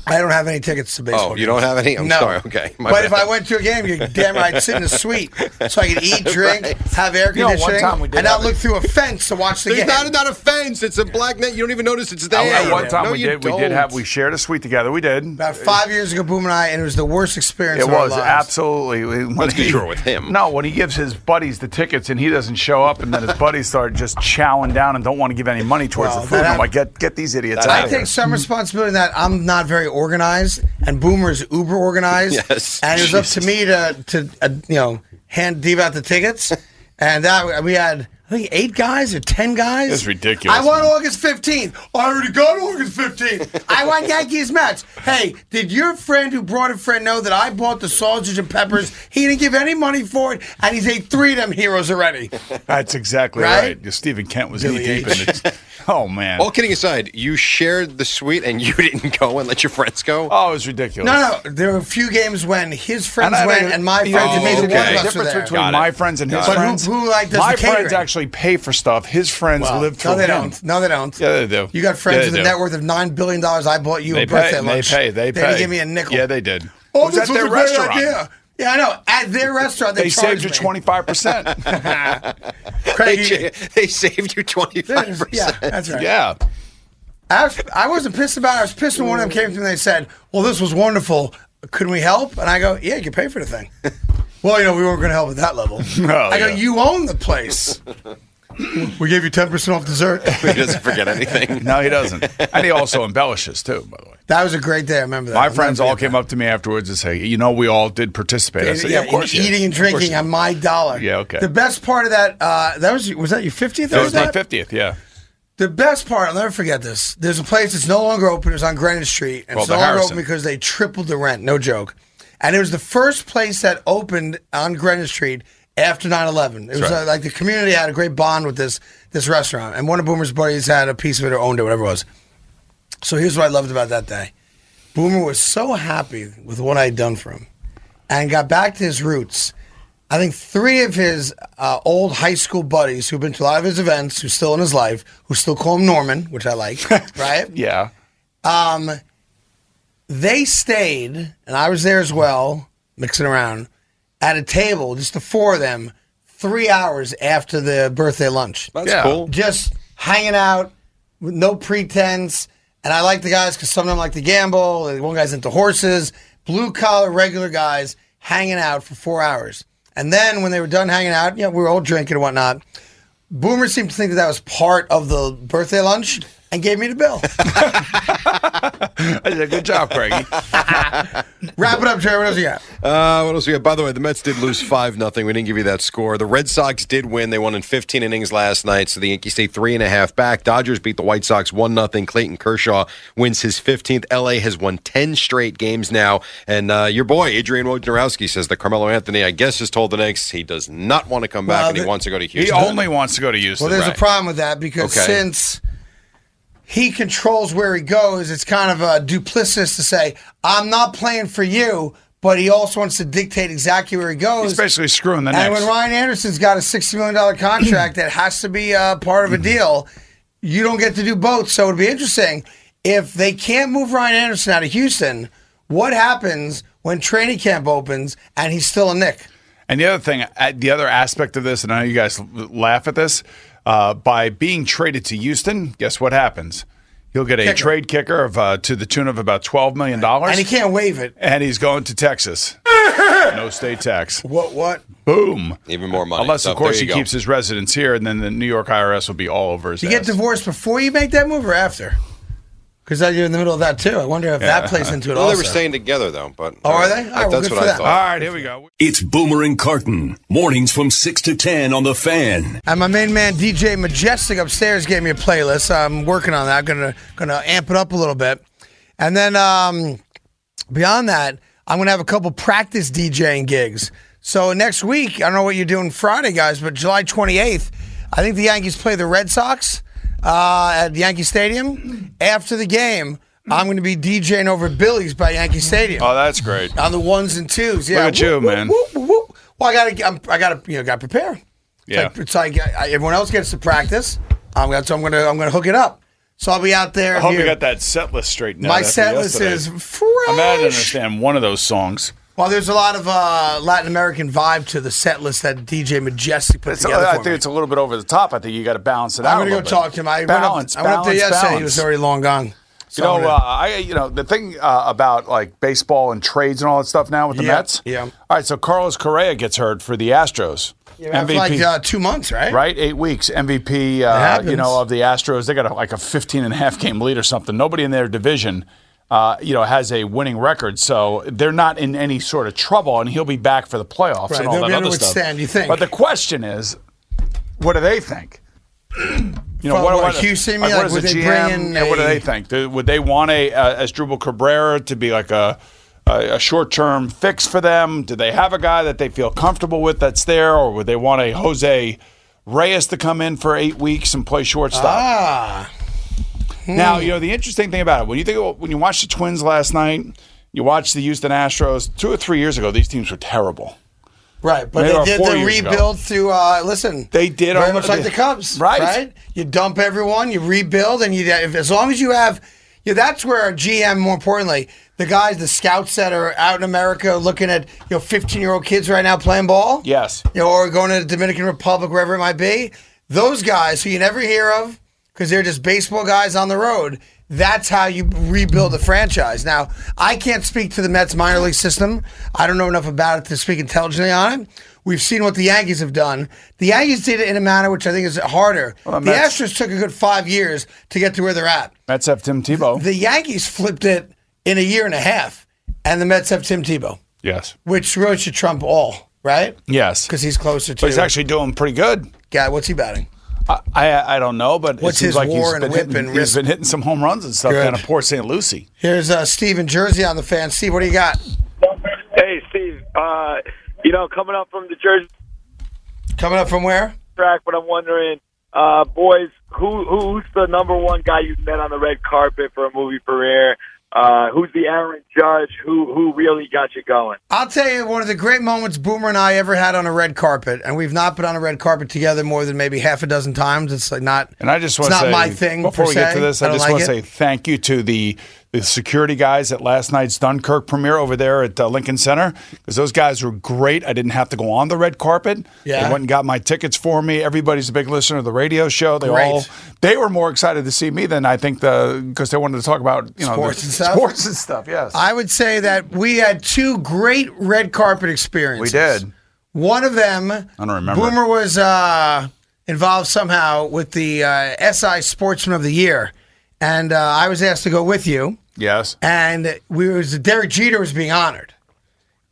[SPEAKER 1] I don't have any tickets to baseball.
[SPEAKER 4] Oh, you don't have any? I'm
[SPEAKER 1] No.
[SPEAKER 4] sorry. Okay. my
[SPEAKER 1] but
[SPEAKER 4] bad.
[SPEAKER 1] if I went to a game, you're damn right I'd sit in a suite so I could eat, drink, have air
[SPEAKER 4] You know, one
[SPEAKER 1] conditioning,
[SPEAKER 4] time we did
[SPEAKER 1] and not
[SPEAKER 4] have
[SPEAKER 1] look through a fence to watch the
[SPEAKER 4] There's
[SPEAKER 1] game.
[SPEAKER 4] not, not a fence. It's a black net. You don't even notice it's there.
[SPEAKER 2] At one time
[SPEAKER 4] No,
[SPEAKER 2] we
[SPEAKER 4] you
[SPEAKER 2] did. We did
[SPEAKER 4] don't.
[SPEAKER 2] have. We shared a suite together. We did.
[SPEAKER 1] About Uh, five years ago, Boom and I, and it was the worst experience.
[SPEAKER 2] It
[SPEAKER 1] of our
[SPEAKER 2] was
[SPEAKER 1] lives.
[SPEAKER 2] absolutely. when
[SPEAKER 4] That's 'cause
[SPEAKER 2] he-
[SPEAKER 4] you were with him.
[SPEAKER 2] No, when he gives his buddies the tickets and he doesn't show up, and then his buddies start just chowing down and don't want to give any money towards
[SPEAKER 1] Well,
[SPEAKER 2] the food.
[SPEAKER 1] that
[SPEAKER 2] I'm
[SPEAKER 1] hap-
[SPEAKER 2] like, get get these idiots out
[SPEAKER 1] I
[SPEAKER 2] of here.
[SPEAKER 1] take some responsibility in that I'm not very organized, and Boomer is uber organized.
[SPEAKER 2] Yes.
[SPEAKER 1] and it was up to me to to uh, you know hand Dave out the tickets, and that we had I think eight guys or ten guys.
[SPEAKER 2] That's ridiculous,
[SPEAKER 1] I want August 15th. I already got August 15th. I want Yankees match. Hey, did your friend who brought a friend know that I bought the sausage and peppers? He didn't give any money for it, and he's ate three of them heroes already.
[SPEAKER 2] That's exactly
[SPEAKER 1] Right?
[SPEAKER 2] right. Stephen Kent was
[SPEAKER 1] Billy
[SPEAKER 2] knee deep in it. Oh man.
[SPEAKER 4] All kidding aside, you shared the suite and you didn't go and let your friends go?
[SPEAKER 2] Oh, it was ridiculous.
[SPEAKER 1] No, no. There were a few games when his friends
[SPEAKER 2] I
[SPEAKER 1] went
[SPEAKER 2] think-
[SPEAKER 1] and my
[SPEAKER 2] you
[SPEAKER 1] friends.
[SPEAKER 2] know,
[SPEAKER 1] it made
[SPEAKER 2] the
[SPEAKER 1] the one of us were
[SPEAKER 2] Oh, difference
[SPEAKER 1] there.
[SPEAKER 2] between my friends and his
[SPEAKER 1] But who-
[SPEAKER 2] friends.
[SPEAKER 1] Who, like does
[SPEAKER 2] my
[SPEAKER 1] the
[SPEAKER 2] friends
[SPEAKER 1] catering?
[SPEAKER 2] actually pay for stuff. His friends
[SPEAKER 1] Well,
[SPEAKER 2] live
[SPEAKER 1] no,
[SPEAKER 2] through
[SPEAKER 1] they
[SPEAKER 2] him.
[SPEAKER 1] don't. No, they don't.
[SPEAKER 2] Yeah, they do.
[SPEAKER 1] You got friends
[SPEAKER 2] Yeah, they
[SPEAKER 1] with a
[SPEAKER 2] do.
[SPEAKER 1] net worth of nine billion dollars. I bought you
[SPEAKER 2] They
[SPEAKER 1] a birthday
[SPEAKER 2] pay. They
[SPEAKER 1] lunch.
[SPEAKER 2] pay. They pay.
[SPEAKER 1] didn't give me a nickel.
[SPEAKER 2] Yeah, they did.
[SPEAKER 1] Oh,
[SPEAKER 2] It was
[SPEAKER 1] this
[SPEAKER 2] at
[SPEAKER 1] was
[SPEAKER 2] their
[SPEAKER 1] a great
[SPEAKER 2] restaurant.
[SPEAKER 1] idea. Yeah, I know. At their restaurant, they,
[SPEAKER 2] They saved
[SPEAKER 1] charged
[SPEAKER 2] you
[SPEAKER 1] me.
[SPEAKER 2] 25%.
[SPEAKER 1] Craig,
[SPEAKER 4] they, cha- they saved you 25%.
[SPEAKER 1] Yeah, that's right.
[SPEAKER 2] Yeah.
[SPEAKER 1] I, was, I wasn't pissed about it. I was pissed when one of them came to me and they said, Well, this was wonderful. Couldn't we help? And I go, Yeah, you can pay for the thing. well, you know, we weren't going to help at that level. I go,
[SPEAKER 2] yeah.
[SPEAKER 1] You own the place. we gave you 10% off dessert.
[SPEAKER 4] he doesn't forget anything.
[SPEAKER 2] No, he doesn't. And he also embellishes, too, by the way.
[SPEAKER 1] That was a great day. I remember that.
[SPEAKER 2] My friends all came up to me afterwards and say, you know, we all did participate. I said, yeah, of
[SPEAKER 1] and
[SPEAKER 2] course. you
[SPEAKER 1] eating
[SPEAKER 2] did.
[SPEAKER 1] and
[SPEAKER 2] Of course
[SPEAKER 1] drinking
[SPEAKER 2] you
[SPEAKER 1] on my dollar.
[SPEAKER 2] Yeah, okay.
[SPEAKER 1] The best part of that uh, that was was that your fiftieth?
[SPEAKER 2] did. That was my 50th, yeah.
[SPEAKER 1] The best part, I'll never forget this. There's a place that's no longer open. It was on Greenwich Street, and
[SPEAKER 2] Called
[SPEAKER 1] it's no
[SPEAKER 2] the
[SPEAKER 1] longer
[SPEAKER 2] Harrison.
[SPEAKER 1] open because they tripled the rent. No joke. And it was the first place that opened on Greenwich Street after 9/11. It was
[SPEAKER 2] right.
[SPEAKER 1] uh, like the community had a great bond with this this restaurant, and one of Boomer's buddies had a piece of it or owned it, whatever it was. So here's what I loved about that day. Boomer was so happy with what I had done for him, and got back to his roots. I think three of his uh, old high school buddies who've been to a lot of his events, who's still in his life, who still call him Norman, which I like, right?
[SPEAKER 2] Yeah.
[SPEAKER 1] Um, they stayed, and I was there as well, mixing around, at a table, just the four of them, three hours after the birthday lunch.
[SPEAKER 4] That's Yeah. cool.
[SPEAKER 1] Just hanging out, with no pretense. And I like the guys because some of them like to gamble. and One guy's into horses. Blue collar, regular guys hanging out for four hours. And then when they were done hanging out, you know, we were all drinking and whatnot. Boomer seemed to think that that was part of the birthday lunch and gave me the bill.
[SPEAKER 2] I did a good job, Craigie.
[SPEAKER 1] Wrap it up, Jerry. What else you got?
[SPEAKER 4] Uh, what else we got? By the way, the Mets did lose five nothing. We didn't give you that score. The Red Sox did win. They won in 15 innings last night, so the Yankees stay three and a half back. Dodgers beat the White Sox one nothing. Clayton Kershaw wins his 15th. LA has won 10 straight games now, and uh, your boy Adrian Wojnarowski says that Carmelo Anthony, I guess, is told the Knicks he does not want to come back
[SPEAKER 1] Well,
[SPEAKER 4] and he
[SPEAKER 1] the-
[SPEAKER 4] wants to go to
[SPEAKER 1] He
[SPEAKER 4] Houston.
[SPEAKER 1] only
[SPEAKER 2] wants to go to Houston.
[SPEAKER 1] Well, there's a problem with that because
[SPEAKER 4] Okay.
[SPEAKER 1] since he controls where he goes, it's kind of uh, duplicitous to say, I'm not playing for you, but he also wants to dictate exactly where he goes.
[SPEAKER 2] He's basically screwing the
[SPEAKER 1] and
[SPEAKER 2] Knicks.
[SPEAKER 1] when Ryan Anderson's got a $60 million contract that has to be uh, part of a deal, you don't get to do both. So it'd be interesting if they can't move Ryan Anderson out of Houston, what happens when training camp opens and he's still a Nick?
[SPEAKER 2] And the other thing, uh, the other aspect of this, and I know you guys l- laugh at this, uh, by being traded to Houston, guess what happens? He'll get a
[SPEAKER 1] Kicker.
[SPEAKER 2] trade kicker of uh, to the tune of about twelve million dollars,
[SPEAKER 1] And he can't waive it.
[SPEAKER 2] and he's going to Texas. no state tax.
[SPEAKER 1] What? What?
[SPEAKER 2] Boom.
[SPEAKER 4] Even more money.
[SPEAKER 2] Unless,
[SPEAKER 4] So
[SPEAKER 2] of course,
[SPEAKER 4] there
[SPEAKER 2] he
[SPEAKER 4] you go.
[SPEAKER 2] keeps his residence here, and then the New York IRS will be all over his
[SPEAKER 1] Do you get
[SPEAKER 2] ass.
[SPEAKER 1] divorced before you make that move or after? Because you're in the middle of that too. I wonder if
[SPEAKER 2] Yeah.
[SPEAKER 1] that plays into it
[SPEAKER 4] Well,
[SPEAKER 1] also.
[SPEAKER 4] they were staying together though, but
[SPEAKER 1] Oh, are they?
[SPEAKER 4] Uh,
[SPEAKER 1] All right, well,
[SPEAKER 4] that's
[SPEAKER 1] good
[SPEAKER 4] what
[SPEAKER 1] for
[SPEAKER 4] I
[SPEAKER 1] them.
[SPEAKER 4] thought.
[SPEAKER 2] All right, here we go.
[SPEAKER 13] It's Boomer and Carton. Mornings from 6 to 10 on The Fan.
[SPEAKER 1] and my main man DJ Majestic upstairs gave me a playlist. I'm working on that. Gonna gonna amp it up a little bit, and then um, beyond that, I'm gonna have a couple practice DJing gigs. So next week, I don't know what you're doing Friday, guys, but July 28th, I think the Yankees play the Red Sox uh, at Yankee Stadium. After the game, I'm gonna be DJing over at Billy's by Yankee Stadium.
[SPEAKER 2] Oh, that's great.
[SPEAKER 1] on the ones and twos. Yeah,
[SPEAKER 2] Look at you, man.
[SPEAKER 1] Well, I gotta, I'm, I gotta, you know, gotta prepare. It's
[SPEAKER 2] Yeah.
[SPEAKER 1] like, it's like I, everyone else gets to practice. I'm gonna, so I'm gonna, I'm gonna hook it up. So I'll be out there.
[SPEAKER 2] I hope you
[SPEAKER 1] here.
[SPEAKER 2] got that set list straightened out.
[SPEAKER 1] My
[SPEAKER 2] after
[SPEAKER 1] set list
[SPEAKER 2] yesterday.
[SPEAKER 1] is
[SPEAKER 2] I'm mad I didn't understand one of those songs.
[SPEAKER 1] Well, there's a lot of uh, Latin American vibe to the set list that DJ Majestic put
[SPEAKER 2] It's-
[SPEAKER 1] together
[SPEAKER 2] I
[SPEAKER 1] for
[SPEAKER 2] think
[SPEAKER 1] me.
[SPEAKER 2] it's a little bit over the top. I think you got to balance it out.
[SPEAKER 1] I'm
[SPEAKER 2] a
[SPEAKER 1] gonna go
[SPEAKER 2] little bit.
[SPEAKER 1] talk to him. I
[SPEAKER 2] balance.
[SPEAKER 1] went up, I went up there
[SPEAKER 2] balance,
[SPEAKER 1] yesterday. He
[SPEAKER 2] balance.
[SPEAKER 1] was already long gone.
[SPEAKER 2] You
[SPEAKER 1] So I'm
[SPEAKER 2] know,
[SPEAKER 1] gonna-
[SPEAKER 2] uh, I you know the thing uh, about like baseball and trades and all that stuff now with the
[SPEAKER 1] Yeah,
[SPEAKER 2] Mets.
[SPEAKER 1] yeah.
[SPEAKER 2] All right, so Carlos Correa gets hurt for the Astros.
[SPEAKER 1] Yeah, after like uh, two months, right?
[SPEAKER 2] Right, eight weeks. MVP, uh,
[SPEAKER 1] happens.
[SPEAKER 2] you know, of the Astros. They got a, like a 15 and a half game lead or something. Nobody in their division, uh, you know, has a winning record. So they're not in any sort of trouble, and he'll be back for the playoffs
[SPEAKER 1] Right,
[SPEAKER 2] and all
[SPEAKER 1] they'll
[SPEAKER 2] that
[SPEAKER 1] be able
[SPEAKER 2] other
[SPEAKER 1] to
[SPEAKER 2] stuff.
[SPEAKER 1] withstand, you think.
[SPEAKER 2] But the question is, what do they think? You know,
[SPEAKER 1] From
[SPEAKER 2] what,
[SPEAKER 1] what,
[SPEAKER 2] what,
[SPEAKER 1] Houston,
[SPEAKER 2] like,
[SPEAKER 1] like,
[SPEAKER 2] what does
[SPEAKER 1] would
[SPEAKER 2] the
[SPEAKER 1] they
[SPEAKER 2] GM,
[SPEAKER 1] bring in
[SPEAKER 2] yeah, what do
[SPEAKER 1] a-
[SPEAKER 2] they think? Do- would they want a, uh Asdrubal Cabrera to be like a, a, a short term fix for them? Do they have a guy that they feel comfortable with that's there, or would they want a Jose Reyes to come in for eight weeks and play shortstop?
[SPEAKER 1] Ah.
[SPEAKER 2] Now you know the interesting thing about it when you think when you watch the Twins last night, you watch the Houston Astros two or three years ago. These teams were terrible.
[SPEAKER 1] Right, but
[SPEAKER 2] Maybe
[SPEAKER 1] they
[SPEAKER 2] about
[SPEAKER 1] did
[SPEAKER 2] four
[SPEAKER 1] the
[SPEAKER 2] years ago.
[SPEAKER 1] rebuild through. Uh, listen,
[SPEAKER 2] They did
[SPEAKER 1] very
[SPEAKER 2] all-
[SPEAKER 1] much like the Cubs,
[SPEAKER 2] Right.
[SPEAKER 1] Right, you dump everyone, you rebuild, and you if, as long as you have, you that's where our GM, more importantly, the guys, the scouts that are out in America looking at you know fifteen year old kids right now playing ball,
[SPEAKER 2] Yes.
[SPEAKER 1] you know, or going to the Dominican Republic, wherever it might be. Those guys who you never hear of because they're just baseball guys on the road. That's how you rebuild a franchise. Now, I can't speak to the Mets minor league system. I don't know enough about it to speak intelligently on it. We've seen what the Yankees have done. The Yankees did it in a manner which I think is harder.
[SPEAKER 2] the
[SPEAKER 1] the
[SPEAKER 2] Mets-
[SPEAKER 1] Astros took a good five years to get to where they're at.
[SPEAKER 2] Mets have Tim Tebow.
[SPEAKER 1] The Yankees flipped it in a year and a half, and the Mets have Tim Tebow,
[SPEAKER 2] yes.
[SPEAKER 1] which really should trump all, right?
[SPEAKER 2] Yes.
[SPEAKER 1] Because he's closer to.
[SPEAKER 2] But he's actually doing pretty good.
[SPEAKER 1] Yeah, what's he batting?
[SPEAKER 2] I I, I don't know, but
[SPEAKER 1] What's
[SPEAKER 2] it seems
[SPEAKER 1] his
[SPEAKER 2] like he's
[SPEAKER 1] war and
[SPEAKER 2] been
[SPEAKER 1] whip
[SPEAKER 2] hitting,
[SPEAKER 1] and
[SPEAKER 2] he's
[SPEAKER 1] wrist-
[SPEAKER 2] been hitting some home runs and stuff
[SPEAKER 1] Good.
[SPEAKER 2] down at Port St. Lucie.
[SPEAKER 1] Here's uh, Steve in Jersey on the fan. Steve, what do you got?
[SPEAKER 14] Hey, Steve. Uh, you know, coming up from the Jersey
[SPEAKER 1] Coming up from where?
[SPEAKER 14] track, but I'm wondering, uh, boys, who who's the number one guy you've met on the red carpet for a movie premiere? Uh, who's the Aaron Judge? Who who really got you going?
[SPEAKER 1] I'll tell you one of the great moments Boomer and I ever had on a red carpet, and we've not been on a red carpet together more than maybe half a dozen times. It's like not.
[SPEAKER 2] And I just
[SPEAKER 1] it's
[SPEAKER 2] want to
[SPEAKER 1] not
[SPEAKER 2] say,
[SPEAKER 1] my thing.
[SPEAKER 2] Before
[SPEAKER 1] per
[SPEAKER 2] we get
[SPEAKER 1] se.
[SPEAKER 2] to this,
[SPEAKER 1] I,
[SPEAKER 2] I,
[SPEAKER 1] don't
[SPEAKER 2] just
[SPEAKER 1] like
[SPEAKER 2] want to say
[SPEAKER 1] it.
[SPEAKER 2] thank you to the the security guys at last night's Dunkirk premiere over there at uh, Lincoln Center because those guys were great. I didn't have to go on the red carpet.
[SPEAKER 1] Yeah.
[SPEAKER 2] they went and got my tickets for me. Everybody's a big listener of the radio show. They
[SPEAKER 1] Great.
[SPEAKER 2] all they were more excited to see me than I think the because they wanted to talk about you know the
[SPEAKER 1] Sports and stuff?
[SPEAKER 2] sports and stuff. Yes,
[SPEAKER 1] I would say that we had two great red carpet experiences.
[SPEAKER 2] We did.
[SPEAKER 1] One of them
[SPEAKER 2] I don't remember.
[SPEAKER 1] Boomer was uh, involved somehow with the uh, SI Sportsman of the Year, and uh, I was asked to go with you.
[SPEAKER 2] Yes.
[SPEAKER 1] And we it was Derek Jeter was being honored,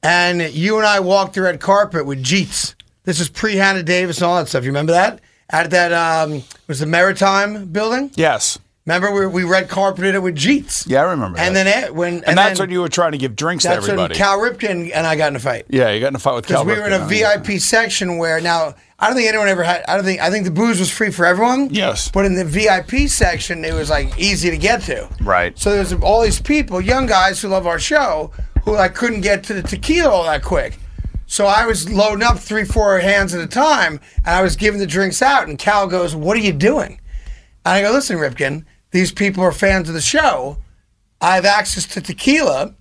[SPEAKER 1] and you and I walked the red carpet with Jeets. This is pre Hannah Davis and all that stuff. You remember that? At that um, was the Maritime Building.
[SPEAKER 2] Yes.
[SPEAKER 1] Remember we, we red carpeted it with Jeets.
[SPEAKER 2] Yeah, I remember.
[SPEAKER 1] And
[SPEAKER 2] that.
[SPEAKER 1] then it, when
[SPEAKER 2] and, that's
[SPEAKER 1] then-
[SPEAKER 2] when you were trying to give drinks to
[SPEAKER 1] that's when
[SPEAKER 2] everybody.
[SPEAKER 1] Cal Ripken and I got in a fight.
[SPEAKER 2] yeah, you got in a fight with Cal.
[SPEAKER 1] Because we were in a
[SPEAKER 2] Ripken. oh,
[SPEAKER 1] VIP section where now I don't think anyone ever had. I don't think I think the booze was free for everyone.
[SPEAKER 2] Yes.
[SPEAKER 1] But in the VIP section, it was like easy to get to.
[SPEAKER 2] Right.
[SPEAKER 1] So there's all these people, young guys who love our show, who like couldn't get to the tequila all that quick. So I was loading up three, four hands at a time, and I was giving the drinks out. And Cal goes, "What are you doing?" And I go, "Listen, Ripken, these people are fans of the show. I have access to tequila.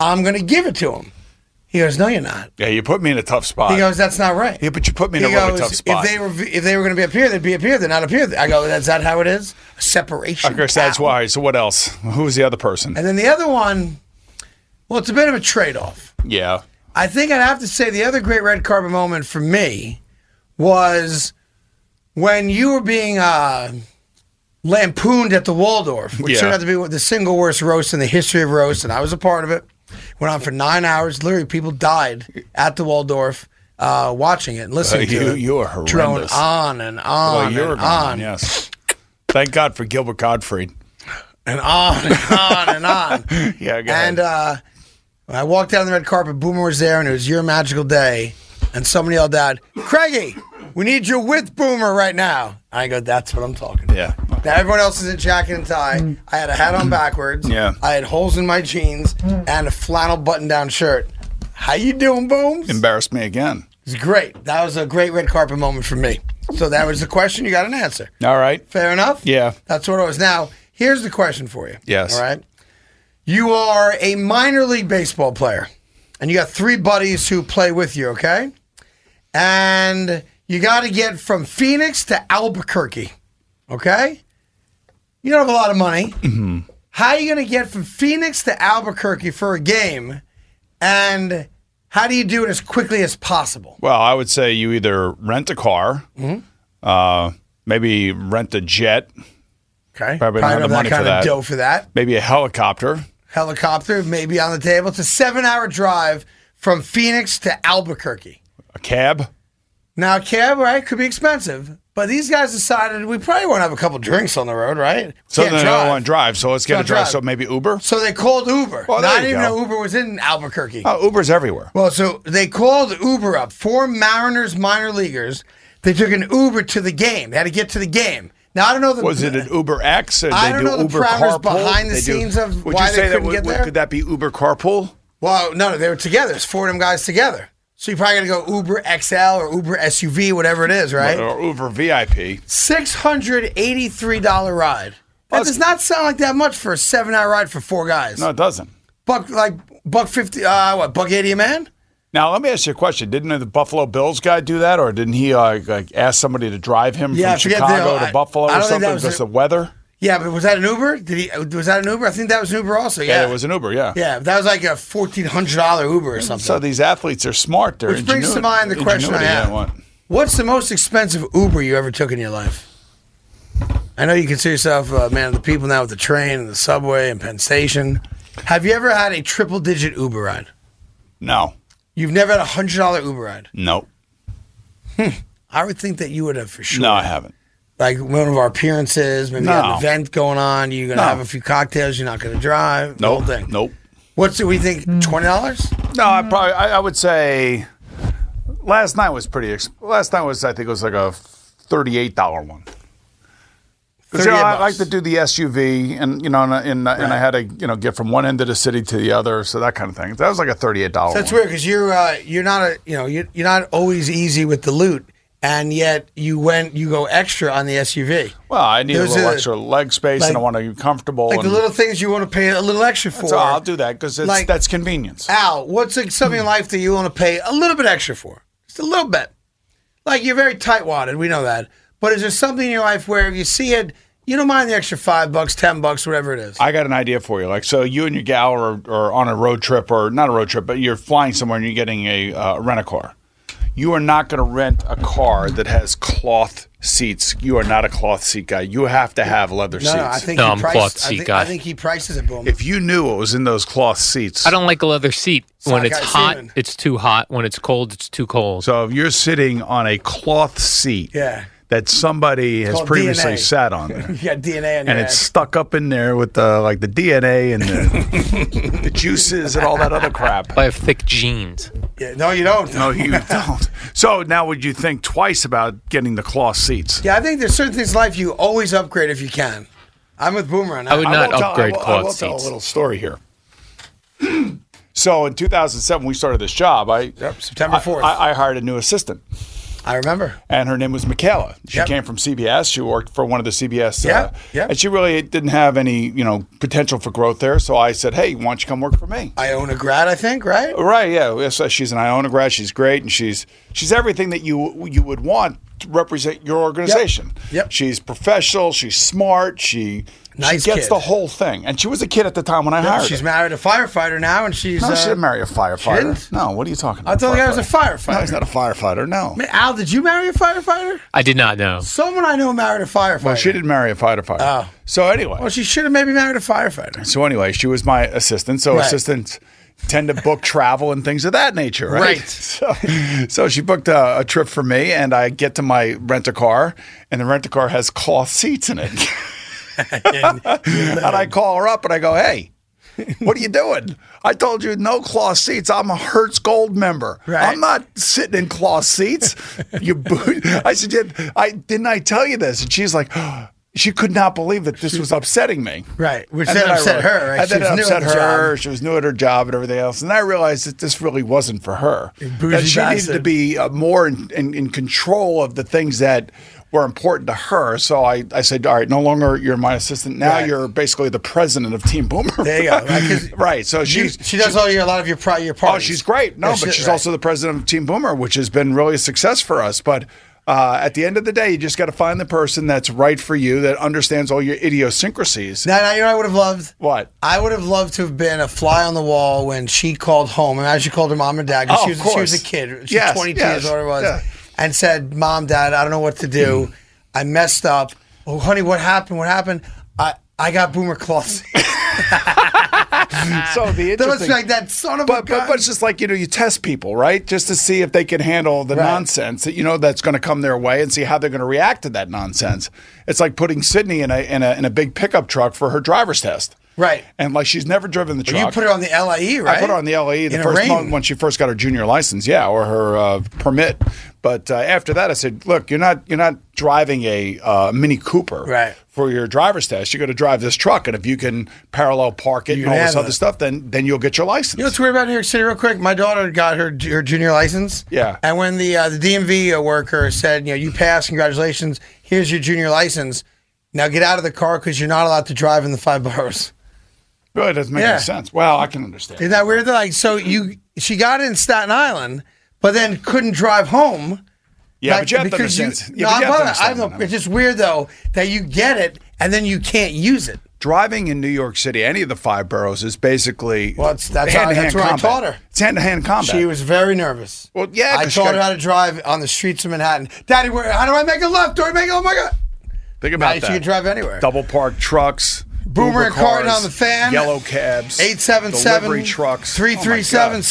[SPEAKER 1] I'm going to give it to them." He goes, "No, you're not."
[SPEAKER 2] Yeah, you put me in a tough spot.
[SPEAKER 1] He goes, "That's not right."
[SPEAKER 2] Yeah, but you put me in
[SPEAKER 1] He
[SPEAKER 2] a really
[SPEAKER 1] goes,
[SPEAKER 2] tough spot.
[SPEAKER 1] If they were if they were going to be up here, they'd be up here. They're not up here. I go, "Is that how it is? Separation."
[SPEAKER 2] I guess that's why. So what else? Who was the other person?
[SPEAKER 1] And then the other one, well, it's a bit of a trade off.
[SPEAKER 2] yeah.
[SPEAKER 1] I think I'd have to say the other great red carpet moment for me was when you were being uh, lampooned at the Waldorf, which
[SPEAKER 15] Yeah.
[SPEAKER 1] turned out to be the single worst roast in the history of roast, and I was a part of it. Went on for nine hours. Literally, people died at the Waldorf uh, watching it and listening
[SPEAKER 2] Uh,
[SPEAKER 1] to
[SPEAKER 2] you,
[SPEAKER 1] it.
[SPEAKER 2] you are
[SPEAKER 1] Drone
[SPEAKER 2] horrendous.
[SPEAKER 1] on and on
[SPEAKER 2] Well, you're
[SPEAKER 1] and on
[SPEAKER 2] Yes. Thank God for Gilbert Gottfried.
[SPEAKER 1] and on and on and on.
[SPEAKER 2] Yeah, go ahead.
[SPEAKER 1] and uh, when I walked down the red carpet, Boomer was there, and it was your magical day. And somebody yelled out, "Craigie, we need you with Boomer right now." I go, "That's what I'm talking." about.
[SPEAKER 2] Yeah.
[SPEAKER 1] Now everyone else is in jacket and tie. I had a hat on backwards.
[SPEAKER 2] Yeah.
[SPEAKER 1] I had holes in my jeans and a flannel button-down shirt. How you doing, Booms?
[SPEAKER 2] uh, Embarrassed me again.
[SPEAKER 1] It's great. That was a great red carpet moment for me. So that was the question. You got an answer.
[SPEAKER 2] All right.
[SPEAKER 1] Fair enough.
[SPEAKER 2] Yeah.
[SPEAKER 1] That's what it was. Now, here's the question for you.
[SPEAKER 2] Yes.
[SPEAKER 1] All right. You are a minor league baseball player, and you got three buddies who play with you, okay? And you got to get from Phoenix to Albuquerque, okay? You don't have a lot of money.
[SPEAKER 2] Mm-hmm.
[SPEAKER 1] How are you going to get from Phoenix to Albuquerque for a game? And how do you do it as quickly as possible?
[SPEAKER 2] Well, I would say you either rent a car,
[SPEAKER 1] Mm-hmm.
[SPEAKER 2] uh, maybe rent a jet.
[SPEAKER 1] Okay. Probably
[SPEAKER 2] Probably, not the
[SPEAKER 1] don't have
[SPEAKER 2] money
[SPEAKER 1] that kind
[SPEAKER 2] for
[SPEAKER 1] of
[SPEAKER 2] that.
[SPEAKER 1] dough for that.
[SPEAKER 2] Maybe a helicopter.
[SPEAKER 1] helicopter maybe on the table. It's a seven hour drive from Phoenix to Albuquerque.
[SPEAKER 2] A cab.
[SPEAKER 1] Now, cab, right, could be expensive, but these guys decided we probably won't have a couple drinks on the road, right?
[SPEAKER 2] So
[SPEAKER 1] Can't
[SPEAKER 2] then I
[SPEAKER 1] drive.
[SPEAKER 2] don't want to drive. So let's get
[SPEAKER 1] Don't
[SPEAKER 2] a drive.
[SPEAKER 1] drive.
[SPEAKER 2] So maybe Uber.
[SPEAKER 1] So they called Uber.
[SPEAKER 2] Well,
[SPEAKER 1] Now,
[SPEAKER 2] there
[SPEAKER 1] I
[SPEAKER 2] you
[SPEAKER 1] didn't even
[SPEAKER 2] go.
[SPEAKER 1] know Uber was in Albuquerque.
[SPEAKER 2] Oh, Uber's everywhere.
[SPEAKER 1] Well, so they called Uber up. Four Mariners minor leaguers. They took an Uber to the game. They had to get to the game. Now I don't know the
[SPEAKER 2] Was it an Uber X? Or did
[SPEAKER 1] I
[SPEAKER 2] they
[SPEAKER 1] don't
[SPEAKER 2] do
[SPEAKER 1] know the
[SPEAKER 2] Uber
[SPEAKER 1] parameters
[SPEAKER 2] carpool?
[SPEAKER 1] behind the
[SPEAKER 2] They do-
[SPEAKER 1] scenes of
[SPEAKER 2] would
[SPEAKER 1] why
[SPEAKER 2] you
[SPEAKER 1] they
[SPEAKER 2] say that
[SPEAKER 1] couldn't
[SPEAKER 2] would-
[SPEAKER 1] get
[SPEAKER 2] would-
[SPEAKER 1] there?
[SPEAKER 2] Could that be Uber carpool?
[SPEAKER 1] Well, no, no, they were together. It's four of them guys together. So you probably got to go Uber XL or Uber SUV, whatever it is, right?
[SPEAKER 2] Or Uber VIP?
[SPEAKER 1] Six hundred eighty-three dollar ride. That does not sound like that much for a seven-hour ride for four guys.
[SPEAKER 2] No, it doesn't.
[SPEAKER 1] Buck like buck fifty. Uh, what buck eighty a man?
[SPEAKER 2] Now let me ask you a question. Didn't the Buffalo Bills guy do that, or didn't he uh, like ask somebody to drive him
[SPEAKER 1] Yeah, I
[SPEAKER 2] from
[SPEAKER 1] forget the-
[SPEAKER 2] Chicago
[SPEAKER 1] I-
[SPEAKER 2] to Buffalo
[SPEAKER 1] I
[SPEAKER 2] or
[SPEAKER 1] don't think that
[SPEAKER 2] something
[SPEAKER 1] was
[SPEAKER 2] because
[SPEAKER 1] a-
[SPEAKER 2] of the weather?
[SPEAKER 1] Yeah, but was that an Uber? Did he? Was that an Uber? I think that was an Uber also. Yeah,
[SPEAKER 2] Yeah, it was an Uber. Yeah.
[SPEAKER 1] Yeah, that was like a fourteen hundred dollar Uber or something.
[SPEAKER 2] So these athletes are smart. They're
[SPEAKER 1] Which brings to
[SPEAKER 2] ingenu-
[SPEAKER 1] mind the question I
[SPEAKER 2] ingenuity,
[SPEAKER 1] have.
[SPEAKER 2] yeah, what-
[SPEAKER 1] What's the most expensive Uber you ever took in your life? I know you consider yourself a man of the people now with the train and the subway and Penn Station. Have you ever had a triple digit Uber ride?
[SPEAKER 2] No,
[SPEAKER 1] You've never had a hundred dollar Uber ride.
[SPEAKER 2] no,
[SPEAKER 1] I would think that you would have for sure.
[SPEAKER 2] no, I haven't.
[SPEAKER 1] Like one of our appearances, maybe you have
[SPEAKER 2] No.
[SPEAKER 1] an event going on. You're gonna
[SPEAKER 2] No.
[SPEAKER 1] have a few cocktails. You're not gonna drive. The
[SPEAKER 2] Nope.
[SPEAKER 1] whole thing.
[SPEAKER 2] Nope.
[SPEAKER 1] What's it? We think twenty dollars.
[SPEAKER 2] No, I
[SPEAKER 1] Mm.
[SPEAKER 2] probably I, I would say last night was pretty. Ex- last night was I think it was like a thirty-eight dollar one. 'Cause, you know,
[SPEAKER 16] 38
[SPEAKER 2] I
[SPEAKER 16] bucks.
[SPEAKER 2] like to do the SUV, and you know, and, I- and, I- and I had to you know get from one end of the city to the other, so that kind of thing. That was like a thirty-eight dollar.
[SPEAKER 1] So that's weird because you're uh, you're not a you know you're, you're not always easy with the loot, and yet you went you go extra on the SUV.
[SPEAKER 2] Well, I need
[SPEAKER 1] Those
[SPEAKER 2] a little
[SPEAKER 1] are-
[SPEAKER 2] extra leg space,
[SPEAKER 1] like-
[SPEAKER 2] and I want to be comfortable.
[SPEAKER 1] Like the
[SPEAKER 2] and
[SPEAKER 1] little things you want to pay a little extra for.
[SPEAKER 2] so I'll do that because
[SPEAKER 1] like-
[SPEAKER 2] that's convenience.
[SPEAKER 1] Al, what's like, something in life that you want to pay a little bit extra for? Just a little bit. Like you're very tight wadded, we know that. But is there something in your life where if you see it, you don't mind the extra five bucks, ten bucks, whatever it is?
[SPEAKER 2] I got an idea for you. Like, so you and your gal are, are on a road trip, or not a road trip, but you're flying somewhere and you're getting a uh, rent a car. you are not going to rent a car that has cloth seats. You are not a cloth seat guy. You have to have leather
[SPEAKER 1] No,
[SPEAKER 2] seats.
[SPEAKER 1] no, I think he priced, I think, I think he prices it, Boomer.
[SPEAKER 2] If you knew what was in those cloth seats,
[SPEAKER 5] I don't like a leather seat. when
[SPEAKER 2] Sock
[SPEAKER 5] it's
[SPEAKER 2] eye
[SPEAKER 5] hot, it's too hot. When it's cold, it's too cold.
[SPEAKER 2] So if you're sitting on a cloth seat
[SPEAKER 1] Yeah.
[SPEAKER 2] that somebody has
[SPEAKER 1] called
[SPEAKER 2] previously
[SPEAKER 1] DNA.
[SPEAKER 2] sat on there,
[SPEAKER 1] you got DNA on your
[SPEAKER 2] and it's
[SPEAKER 1] ass.
[SPEAKER 2] stuck up in there with the like the DNA and the, the juices and all that other crap.
[SPEAKER 5] I have thick jeans.
[SPEAKER 1] Yeah, no, you don't.
[SPEAKER 2] No, you don't. So now would you think twice about getting the cloth seats?
[SPEAKER 1] Yeah, I think there's certain things in life you always upgrade if you can. I'm with Boomer on that.
[SPEAKER 2] will tell- I will- I will tell a little story here. so in 2007, we started this job. I
[SPEAKER 1] September 4th.
[SPEAKER 2] I, I hired a new assistant.
[SPEAKER 1] I remember.
[SPEAKER 2] And her name was Michaela. She
[SPEAKER 1] Yep.
[SPEAKER 2] came from CBS. She worked for one of the CBS.
[SPEAKER 1] Yep, yep.
[SPEAKER 2] uh, And she really didn't have any, you know, potential for growth there. So I said, hey, why don't you come work for me?
[SPEAKER 1] Iona grad, I think, right?
[SPEAKER 2] Right, yeah. Yeah, So she's an Iona grad. She's great. And she's she's everything that you you would want to represent your organization. Yep. She's professional. She's smart. She,
[SPEAKER 1] Nice
[SPEAKER 2] she gets
[SPEAKER 1] kid.
[SPEAKER 2] the whole thing. And she was a kid at the time when I
[SPEAKER 1] No,
[SPEAKER 2] hired
[SPEAKER 1] she's
[SPEAKER 2] her.
[SPEAKER 1] married a firefighter now, and she's.
[SPEAKER 2] No,
[SPEAKER 1] uh,
[SPEAKER 2] she didn't marry a
[SPEAKER 1] didn't?
[SPEAKER 2] firefighter. No, what are you talking
[SPEAKER 1] I
[SPEAKER 2] about?
[SPEAKER 1] thought the guy was a firefighter.
[SPEAKER 2] No, he's not a firefighter. No.
[SPEAKER 1] Man, Al, did you marry a firefighter?
[SPEAKER 5] I did not know.
[SPEAKER 1] Someone I know married a firefighter.
[SPEAKER 2] Well, she didn't marry a firefighter.
[SPEAKER 1] Oh.
[SPEAKER 2] So anyway.
[SPEAKER 1] Well, she should have maybe married a firefighter.
[SPEAKER 2] So anyway, she was my assistant. So
[SPEAKER 1] Right.
[SPEAKER 2] assistants tend to book travel and things of that nature, right?
[SPEAKER 1] Right.
[SPEAKER 2] So, so she booked a, a trip for me, and I get to my rent a car, and the rent a car has cloth seats in it. and I call her up and I go, "Hey, what are you doing? I told you no cloth seats. I'm a Hertz Gold member. I'm not sitting in cloth seats. you boot. I said, "Yeah, I didn't I tell you this? And she's like, she could not believe that this was upsetting me.
[SPEAKER 1] Right, which
[SPEAKER 2] And
[SPEAKER 1] then
[SPEAKER 2] I
[SPEAKER 1] upset
[SPEAKER 2] realized-
[SPEAKER 1] her, right?
[SPEAKER 2] And
[SPEAKER 1] She
[SPEAKER 2] then it
[SPEAKER 1] was new at
[SPEAKER 2] upset
[SPEAKER 1] the
[SPEAKER 2] her. She was new at her job and everything else. And I realized that this really wasn't for her. That she needed to
[SPEAKER 1] bastard.
[SPEAKER 2] be uh, more in, in, in control of the things that were important to her. So I, I said, all right, no longer you're my assistant. Now
[SPEAKER 1] Right.
[SPEAKER 2] you're basically the president of Team Boomer.
[SPEAKER 1] There you go. Right, 'cause
[SPEAKER 2] right. So
[SPEAKER 1] She,
[SPEAKER 2] she's,
[SPEAKER 1] she does all your a lot of your pri- your parties.
[SPEAKER 2] Oh, she's great. No,
[SPEAKER 1] Yeah, she-
[SPEAKER 2] but she's
[SPEAKER 1] right.
[SPEAKER 2] also the president of Team Boomer, which has been really a success for us. But uh, at the end of the day, you just got to find the person that's right for you, that understands all your idiosyncrasies.
[SPEAKER 1] Now, now you know what I would have loved.
[SPEAKER 2] What?
[SPEAKER 1] I would have loved to have been a fly on the wall when she called home, and as she called her mom and dad, 'cause
[SPEAKER 2] Oh,
[SPEAKER 1] she,
[SPEAKER 2] of
[SPEAKER 1] was, she was a
[SPEAKER 2] course.
[SPEAKER 1] kid, she was
[SPEAKER 2] Yes,
[SPEAKER 1] 22
[SPEAKER 2] yes,
[SPEAKER 1] years old, it was,
[SPEAKER 2] yeah.
[SPEAKER 1] and said, "Mom, Dad, I don't know what to do. I messed up. Oh, honey, what happened? What happened? I I got boomer cloths.
[SPEAKER 2] so the
[SPEAKER 1] That was
[SPEAKER 2] interesting-
[SPEAKER 1] like that son of
[SPEAKER 2] but,
[SPEAKER 1] a
[SPEAKER 2] but,
[SPEAKER 1] gun.
[SPEAKER 2] but it's just like you know you test people right just to see if they can handle the nonsense that you know that's going to come their way and see how they're going to react to that nonsense it's like putting sydney in a, in a in a big pickup truck for her driver's test
[SPEAKER 1] right
[SPEAKER 2] and like she's never driven the truck
[SPEAKER 1] you put her on the LIE, right?
[SPEAKER 2] I put her on the LAE the
[SPEAKER 1] In a
[SPEAKER 2] first
[SPEAKER 1] ring.
[SPEAKER 2] month when she first got her junior license, yeah, or her uh, permit. But uh, after that, I said, "Look, you're not you're not driving a uh, Mini Cooper
[SPEAKER 1] Right.
[SPEAKER 2] for your driver's test. You're going to drive this truck, and if you can parallel park it
[SPEAKER 1] You
[SPEAKER 2] and all this
[SPEAKER 1] handle
[SPEAKER 2] other
[SPEAKER 1] it.
[SPEAKER 2] stuff, then then you'll get your license."
[SPEAKER 1] You know what's weird about New York City, real quick? My daughter got her her junior license.
[SPEAKER 2] Yeah.
[SPEAKER 1] And when the uh, the DMV worker said, you know, you passed, congratulations, here's your junior license. Now get out of the car because you're not allowed to drive in the five boroughs.
[SPEAKER 2] Really doesn't make
[SPEAKER 1] Yeah.
[SPEAKER 2] any sense. Well, I can understand.
[SPEAKER 1] Isn't that weird? They're Like, so you she got in Staten Island, but then couldn't drive home.
[SPEAKER 2] Yeah,
[SPEAKER 1] Like,
[SPEAKER 2] but you have to
[SPEAKER 1] because you-
[SPEAKER 2] understand- yeah,
[SPEAKER 1] no,
[SPEAKER 2] but
[SPEAKER 1] I'm
[SPEAKER 2] you have to
[SPEAKER 1] not- I
[SPEAKER 2] understand
[SPEAKER 1] know. It's just weird though that you get it and then you can't use it.
[SPEAKER 2] Driving in New York City, any of the five boroughs, is basically well,
[SPEAKER 1] That's that's, how, that's where I taught her.
[SPEAKER 2] It's hand to hand combat.
[SPEAKER 1] She was very nervous.
[SPEAKER 2] Well, yeah,
[SPEAKER 1] I
[SPEAKER 2] 'cause she
[SPEAKER 1] taught her
[SPEAKER 2] got-
[SPEAKER 1] how to drive on the streets of Manhattan. Daddy, where? How do I make a left? Do I make? Oh my god!
[SPEAKER 2] Think about
[SPEAKER 1] Nice,
[SPEAKER 2] that.
[SPEAKER 1] you can drive anywhere.
[SPEAKER 2] Double parked trucks.
[SPEAKER 1] Boomer
[SPEAKER 2] Uber
[SPEAKER 1] and Carton
[SPEAKER 2] cars,
[SPEAKER 1] on the fan.
[SPEAKER 2] Yellow cabs. delivery
[SPEAKER 1] 877
[SPEAKER 2] trucks. Oh my God.
[SPEAKER 1] 337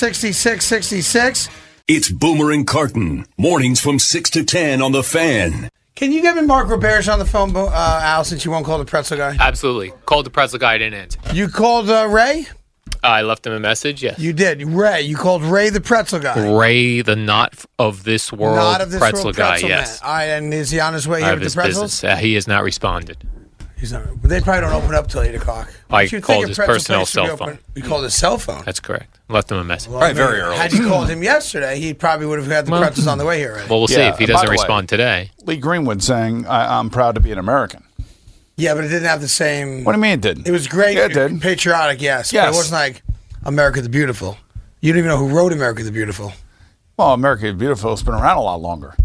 [SPEAKER 1] 6666.
[SPEAKER 13] It's Boomer and Carton. Mornings from 6 to 10 on The Fan.
[SPEAKER 1] Can you get me Mark Roberge on the phone, Bo- uh, Al, since you won't call the pretzel guy?
[SPEAKER 5] Absolutely. Called the pretzel guy. I didn't answer. Uh,
[SPEAKER 1] You called uh, Ray?
[SPEAKER 5] I left him a message. Yes.
[SPEAKER 1] You did. Ray. You called Ray the pretzel guy.
[SPEAKER 5] Ray, the not f- of this world
[SPEAKER 1] Not of this
[SPEAKER 5] pretzel
[SPEAKER 1] world
[SPEAKER 5] guy.
[SPEAKER 1] pretzel
[SPEAKER 5] yes.
[SPEAKER 1] Man. All right, and is he on his way
[SPEAKER 5] I
[SPEAKER 1] here
[SPEAKER 5] have
[SPEAKER 1] with
[SPEAKER 5] his
[SPEAKER 1] the pretzels?
[SPEAKER 5] business. Uh, he has not responded.
[SPEAKER 1] He's not, they probably don't open up till 8 o'clock.
[SPEAKER 5] I
[SPEAKER 1] You'd think
[SPEAKER 5] called
[SPEAKER 1] a
[SPEAKER 5] his
[SPEAKER 1] pretzel
[SPEAKER 5] personal
[SPEAKER 1] place would be
[SPEAKER 5] cell phone.
[SPEAKER 1] open- You called his cell phone?
[SPEAKER 5] That's correct. Left him a message.
[SPEAKER 1] Well, maybe- Had you called him yesterday, he probably would have had the pretzels on the way here already.
[SPEAKER 5] Well, we'll see
[SPEAKER 2] Yeah,
[SPEAKER 5] if he
[SPEAKER 2] by
[SPEAKER 5] doesn't
[SPEAKER 2] the way-
[SPEAKER 5] respond today.
[SPEAKER 2] Lee Greenwood saying, I- I'm proud to be an American.
[SPEAKER 1] Yeah, but it didn't have the same.
[SPEAKER 2] What do you mean it didn't?
[SPEAKER 1] It was great.
[SPEAKER 2] Yeah, it did.
[SPEAKER 1] Patriotic, yes. But
[SPEAKER 2] Yes.
[SPEAKER 1] it wasn't like America the Beautiful. You don't even know who wrote America the Beautiful.
[SPEAKER 2] Well, America is Beautiful has been around a lot longer.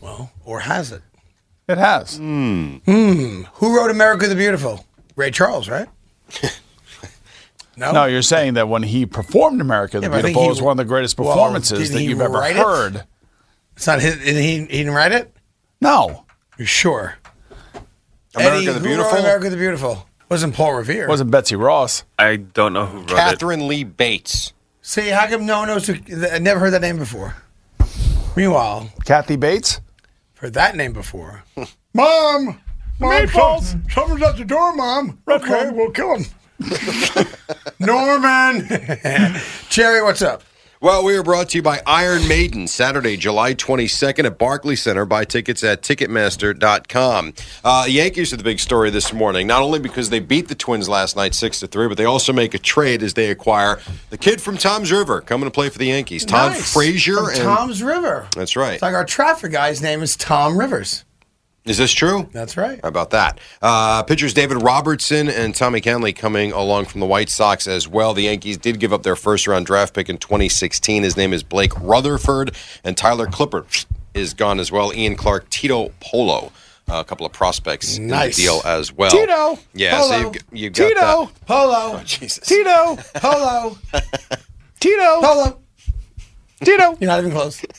[SPEAKER 1] Well, or has it?
[SPEAKER 2] It has.
[SPEAKER 1] Mm. Hmm. Who wrote America the Beautiful? Ray Charles, right?
[SPEAKER 2] No, you're saying that when he performed America the
[SPEAKER 1] Yeah, but I think
[SPEAKER 2] Beautiful,
[SPEAKER 1] he-
[SPEAKER 2] it was one of the greatest
[SPEAKER 1] Well,
[SPEAKER 2] performances
[SPEAKER 1] did
[SPEAKER 2] that
[SPEAKER 1] he
[SPEAKER 2] you've ever
[SPEAKER 1] write it?
[SPEAKER 2] heard.
[SPEAKER 1] It's not his. and He he didn't write it.
[SPEAKER 2] No.
[SPEAKER 1] You sure? who
[SPEAKER 2] America the
[SPEAKER 1] wrote
[SPEAKER 2] Beautiful?
[SPEAKER 1] America the Beautiful. Wasn't Paul Revere?
[SPEAKER 2] Wasn't Betsy Ross?
[SPEAKER 3] I don't know who wrote
[SPEAKER 4] Catherine Lee Bates.
[SPEAKER 1] See, how come no one knows? Who, I never heard that name before. Meanwhile,
[SPEAKER 2] Kathy Bates.
[SPEAKER 1] Heard that name before.
[SPEAKER 8] Mom! Mom,
[SPEAKER 1] Meatballs.
[SPEAKER 8] some, someone's at the door, Mom. okay, we'll kill him.
[SPEAKER 1] Norman. Jerry, what's up?
[SPEAKER 4] Well, we are brought to you by Iron Maiden, Saturday, July 22nd at Barclays Center. Buy tickets at Ticketmaster.com. Uh, the Yankees are the big story this morning, not only because they beat the Twins last night 6 to 3, but they also make a trade as they acquire the kid from Tom's River coming to play for the Yankees, Todd
[SPEAKER 1] Nice.
[SPEAKER 4] Frazier.
[SPEAKER 1] From
[SPEAKER 4] and-
[SPEAKER 1] Tom's River.
[SPEAKER 4] That's right.
[SPEAKER 1] It's like our traffic guy's name is Tom Rivers.
[SPEAKER 4] Is this true?
[SPEAKER 1] That's right.
[SPEAKER 4] How about that? Uh, pitchers David Robertson and Tommy Kenley coming along from the White Sox as well. The Yankees did give up their first round draft pick in 2016. His name is Blake Rutherford, and Tyler Clippert is gone as well. Ian Clark, Tito Polo, uh, a couple of prospects
[SPEAKER 1] Nice.
[SPEAKER 4] in the deal as well.
[SPEAKER 1] Tito.
[SPEAKER 4] Yeah, so
[SPEAKER 1] Polo.
[SPEAKER 4] you've, g- you've got
[SPEAKER 1] Tito.
[SPEAKER 4] that. Oh,
[SPEAKER 1] Polo.
[SPEAKER 4] Jesus.
[SPEAKER 1] Tito. Polo. Tito. Polo. Tito. You're not even close.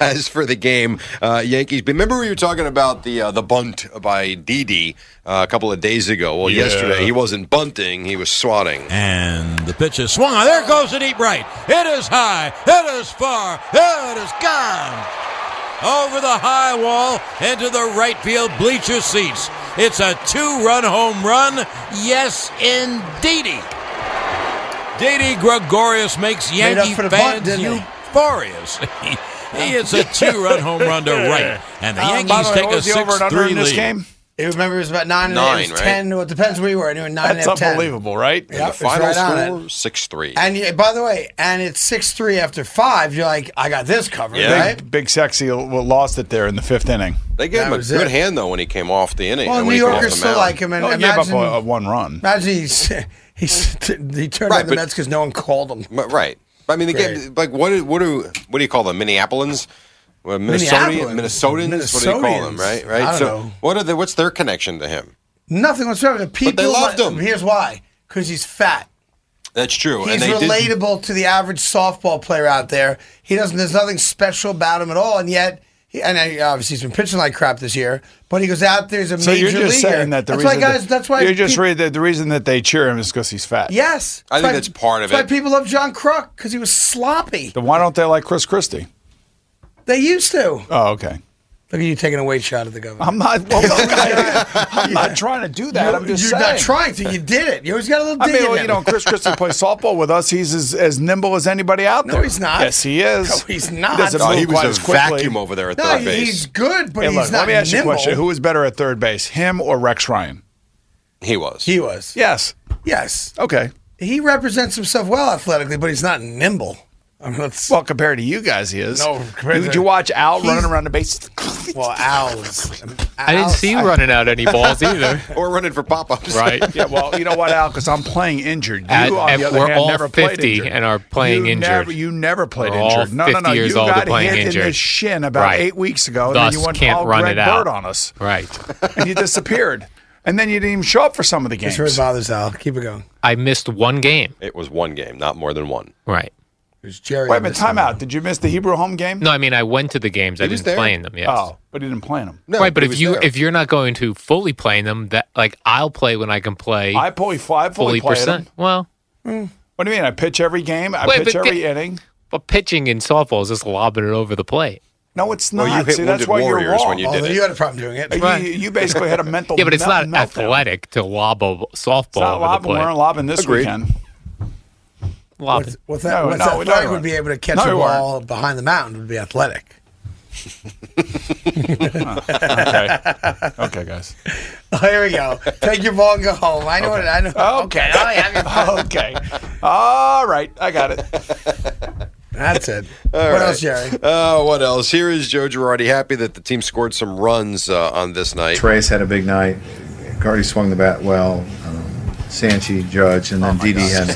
[SPEAKER 4] As for the game, uh, Yankees. Remember we were talking about the uh, the bunt by Didi uh, a couple of days ago. Well,
[SPEAKER 7] Yeah.
[SPEAKER 4] yesterday he wasn't bunting; he was swatting.
[SPEAKER 7] And the pitch is swung on. There goes the deep right. It is high. It is far. It is gone. Over the high wall into the right field bleacher seats. It's a two run home run. Yes, indeedy. Didi Gregorius makes
[SPEAKER 1] Made up
[SPEAKER 7] Yankee
[SPEAKER 1] for the bunt,
[SPEAKER 7] fans
[SPEAKER 1] didn't he?
[SPEAKER 7] euphorious. He, he hits a two run home run to right. And the
[SPEAKER 1] Um,
[SPEAKER 7] Yankees
[SPEAKER 1] by the way,
[SPEAKER 7] take
[SPEAKER 1] what
[SPEAKER 7] a
[SPEAKER 1] was the over
[SPEAKER 7] 6
[SPEAKER 1] and under
[SPEAKER 7] 3
[SPEAKER 1] in this
[SPEAKER 7] lead.
[SPEAKER 1] game? It remember it was about nine and
[SPEAKER 4] Nine,
[SPEAKER 1] it was
[SPEAKER 4] right?
[SPEAKER 1] ten. Well, it depends where you were. Anyway, nine and it
[SPEAKER 4] That's
[SPEAKER 1] was
[SPEAKER 4] unbelievable, right?
[SPEAKER 1] Ten. Yep,
[SPEAKER 4] the
[SPEAKER 1] it's
[SPEAKER 4] final
[SPEAKER 1] right on it.
[SPEAKER 4] score six three.
[SPEAKER 1] And yeah, by the way, and it's six three after five. You're like, I got this covered, right?
[SPEAKER 2] Big, big sexy l- lost it there in the fifth inning.
[SPEAKER 4] They gave
[SPEAKER 1] That
[SPEAKER 4] him a
[SPEAKER 1] was
[SPEAKER 4] good
[SPEAKER 1] it.
[SPEAKER 4] hand though when he came off the inning.
[SPEAKER 1] Well,
[SPEAKER 4] and
[SPEAKER 1] New
[SPEAKER 4] when he came off
[SPEAKER 1] Yorkers
[SPEAKER 4] the
[SPEAKER 1] still
[SPEAKER 4] mound.
[SPEAKER 1] like him, and
[SPEAKER 2] Oh, he gave up
[SPEAKER 1] imagine,
[SPEAKER 2] a, a one run.
[SPEAKER 1] imagine he's, he's he turned
[SPEAKER 4] Right,
[SPEAKER 1] on the
[SPEAKER 4] but-
[SPEAKER 1] Mets because no one called him.
[SPEAKER 4] But- right. I mean, they gave, like what? do- What do what do you call them? Minneapolins. Well, Minnesotian,
[SPEAKER 1] Minneapolins.
[SPEAKER 4] Minnesotans, What do you call them?
[SPEAKER 1] Minnesotans.
[SPEAKER 4] Right, right.
[SPEAKER 1] I don't
[SPEAKER 4] so,
[SPEAKER 1] know.
[SPEAKER 4] what are the? What's their connection to him?
[SPEAKER 1] Nothing whatsoever. The people
[SPEAKER 4] loved him.
[SPEAKER 1] Here's why: because he's fat.
[SPEAKER 4] That's true.
[SPEAKER 1] He's
[SPEAKER 4] they did-
[SPEAKER 1] relatable to the average softball player out there. He doesn't. There's nothing special about him at all, and yet. He, and I, obviously he's been pitching like crap this year, but he goes out there as a
[SPEAKER 2] So
[SPEAKER 1] major
[SPEAKER 2] you're just
[SPEAKER 1] leaguer.
[SPEAKER 2] saying that the
[SPEAKER 1] that's
[SPEAKER 2] reason
[SPEAKER 1] why guys.
[SPEAKER 2] that,
[SPEAKER 1] that's why
[SPEAKER 2] you're just
[SPEAKER 1] people-
[SPEAKER 2] read that the reason that they cheer him is because he's fat.
[SPEAKER 1] Yes,
[SPEAKER 2] I
[SPEAKER 1] That's
[SPEAKER 2] think
[SPEAKER 1] why-
[SPEAKER 2] that's part of
[SPEAKER 1] that's
[SPEAKER 2] it.
[SPEAKER 1] Why people love John Kruk because he was sloppy.
[SPEAKER 2] Then why don't they like Chris Christie?
[SPEAKER 1] They used to.
[SPEAKER 2] Oh, okay.
[SPEAKER 1] Look at you taking a weight shot at the governor.
[SPEAKER 2] I'm not. Well, I, am not trying to do that.
[SPEAKER 1] You-
[SPEAKER 2] I'm just
[SPEAKER 1] you're
[SPEAKER 2] saying.
[SPEAKER 1] not trying to. You did it. You always got a little.
[SPEAKER 2] I
[SPEAKER 1] dig
[SPEAKER 2] mean,
[SPEAKER 1] in
[SPEAKER 2] well,
[SPEAKER 1] him.
[SPEAKER 2] you know, Chris Christie plays softball with us. He's as, as nimble as anybody out
[SPEAKER 1] No,
[SPEAKER 2] there.
[SPEAKER 1] he's not.
[SPEAKER 2] Yes, he is.
[SPEAKER 1] No, he's not.
[SPEAKER 2] doesn't
[SPEAKER 1] No,
[SPEAKER 4] Oh,
[SPEAKER 2] move
[SPEAKER 1] he was
[SPEAKER 2] quite
[SPEAKER 1] a
[SPEAKER 2] as quickly.
[SPEAKER 4] vacuum over there at
[SPEAKER 1] No,
[SPEAKER 4] third
[SPEAKER 1] he-
[SPEAKER 4] base.
[SPEAKER 1] he's good, but
[SPEAKER 2] Hey,
[SPEAKER 1] he's
[SPEAKER 2] look,
[SPEAKER 1] not
[SPEAKER 2] let me ask you
[SPEAKER 1] nimble.
[SPEAKER 2] a question: Who was better at third base, him or Rex Ryan?
[SPEAKER 4] He was.
[SPEAKER 1] He was.
[SPEAKER 2] Yes.
[SPEAKER 1] Yes.
[SPEAKER 2] Okay.
[SPEAKER 1] He represents himself well athletically, but he's not nimble. I mean, let's,
[SPEAKER 2] well, compared to you guys, he is.
[SPEAKER 1] No, compared
[SPEAKER 2] you,
[SPEAKER 1] to-
[SPEAKER 2] did you watch Al
[SPEAKER 1] He's-
[SPEAKER 2] running around the base?
[SPEAKER 1] Well, Al's.
[SPEAKER 5] I didn't see you running out any balls either.
[SPEAKER 4] or running for pop ups.
[SPEAKER 5] Right.
[SPEAKER 2] yeah. Well, you know what, Al? Because I'm playing injured. You,
[SPEAKER 5] At-
[SPEAKER 2] on
[SPEAKER 5] at-
[SPEAKER 2] the other
[SPEAKER 5] we're
[SPEAKER 2] hand,
[SPEAKER 5] all
[SPEAKER 2] never played
[SPEAKER 5] 50
[SPEAKER 2] injured.
[SPEAKER 5] and are playing
[SPEAKER 2] you
[SPEAKER 5] injured.
[SPEAKER 2] Never, you never played
[SPEAKER 5] We're all
[SPEAKER 2] injured. No, no, no.
[SPEAKER 5] 50 years
[SPEAKER 2] you
[SPEAKER 5] old and
[SPEAKER 2] got
[SPEAKER 5] playing
[SPEAKER 2] hit in the
[SPEAKER 5] injured.
[SPEAKER 2] shin about
[SPEAKER 5] Right.
[SPEAKER 2] eight weeks ago, and
[SPEAKER 5] Thus
[SPEAKER 2] then you went
[SPEAKER 5] can't
[SPEAKER 2] all
[SPEAKER 5] run
[SPEAKER 2] Greg
[SPEAKER 5] it out.
[SPEAKER 2] Bird on us,
[SPEAKER 5] Right.
[SPEAKER 2] and you disappeared. And then you didn't even show up for some of the games.
[SPEAKER 1] This really bothers Al. Keep it going.
[SPEAKER 5] I missed one game.
[SPEAKER 4] It was one game, not more than one.
[SPEAKER 5] Right.
[SPEAKER 1] There's Jerry.
[SPEAKER 2] Wait a
[SPEAKER 1] on
[SPEAKER 2] minute,
[SPEAKER 1] this one.
[SPEAKER 2] timeout. Did you miss the Hebrew home game?
[SPEAKER 5] No, I mean I went to the games. I
[SPEAKER 2] He was
[SPEAKER 5] didn't
[SPEAKER 2] there.
[SPEAKER 5] play in them. Yes.
[SPEAKER 2] Oh, but he didn't play in them.
[SPEAKER 5] right, but if you if you're not going to fully play in them, that like I'll play when I can play.
[SPEAKER 2] I play five,
[SPEAKER 5] fully
[SPEAKER 2] fully play them.
[SPEAKER 5] percent. Well,
[SPEAKER 2] What do you mean? I pitch every game. I
[SPEAKER 5] Wait,
[SPEAKER 2] pitch
[SPEAKER 5] but
[SPEAKER 2] every
[SPEAKER 5] get-
[SPEAKER 2] inning.
[SPEAKER 5] but pitching in softball is just lobbing it over the plate.
[SPEAKER 2] No, it's not.
[SPEAKER 4] Well, you hit
[SPEAKER 2] See, that's
[SPEAKER 4] Wounded
[SPEAKER 2] why you're
[SPEAKER 4] Warriors
[SPEAKER 2] wrong.
[SPEAKER 4] when you did
[SPEAKER 1] Although
[SPEAKER 4] it.
[SPEAKER 1] you had a problem doing it.
[SPEAKER 2] You- You, basically had a mental.
[SPEAKER 5] Yeah, but it's not
[SPEAKER 2] melt- meltdown.
[SPEAKER 5] athletic to lob a softball
[SPEAKER 2] It's not
[SPEAKER 5] over
[SPEAKER 2] lobbing.
[SPEAKER 5] the
[SPEAKER 2] We
[SPEAKER 5] plate.
[SPEAKER 2] weren't lobbing this
[SPEAKER 4] Agreed.
[SPEAKER 2] weekend.
[SPEAKER 5] Lobbing.
[SPEAKER 1] What's that?
[SPEAKER 2] No,
[SPEAKER 1] what's
[SPEAKER 2] no,
[SPEAKER 1] that?
[SPEAKER 2] we
[SPEAKER 1] Frank
[SPEAKER 2] don't.
[SPEAKER 1] would be able to catch
[SPEAKER 2] No,
[SPEAKER 1] a
[SPEAKER 2] we weren't.
[SPEAKER 1] ball behind the mound would be athletic.
[SPEAKER 2] okay. okay, guys.
[SPEAKER 1] Oh, here we go. Take your ball and go home. I know what I know.
[SPEAKER 2] Okay.
[SPEAKER 1] Oh, yeah, I'm-
[SPEAKER 2] okay. All right. I got it.
[SPEAKER 1] That's it.
[SPEAKER 4] All
[SPEAKER 1] what
[SPEAKER 4] right.
[SPEAKER 1] else, Jerry?
[SPEAKER 4] Uh, what else? Here is Joe Girardi happy that the team scored some runs uh, on this night.
[SPEAKER 15] Trace had a big night. Cardi swung the bat well. Um, Sanchi, Judge,
[SPEAKER 17] Oh
[SPEAKER 15] and then Didi had a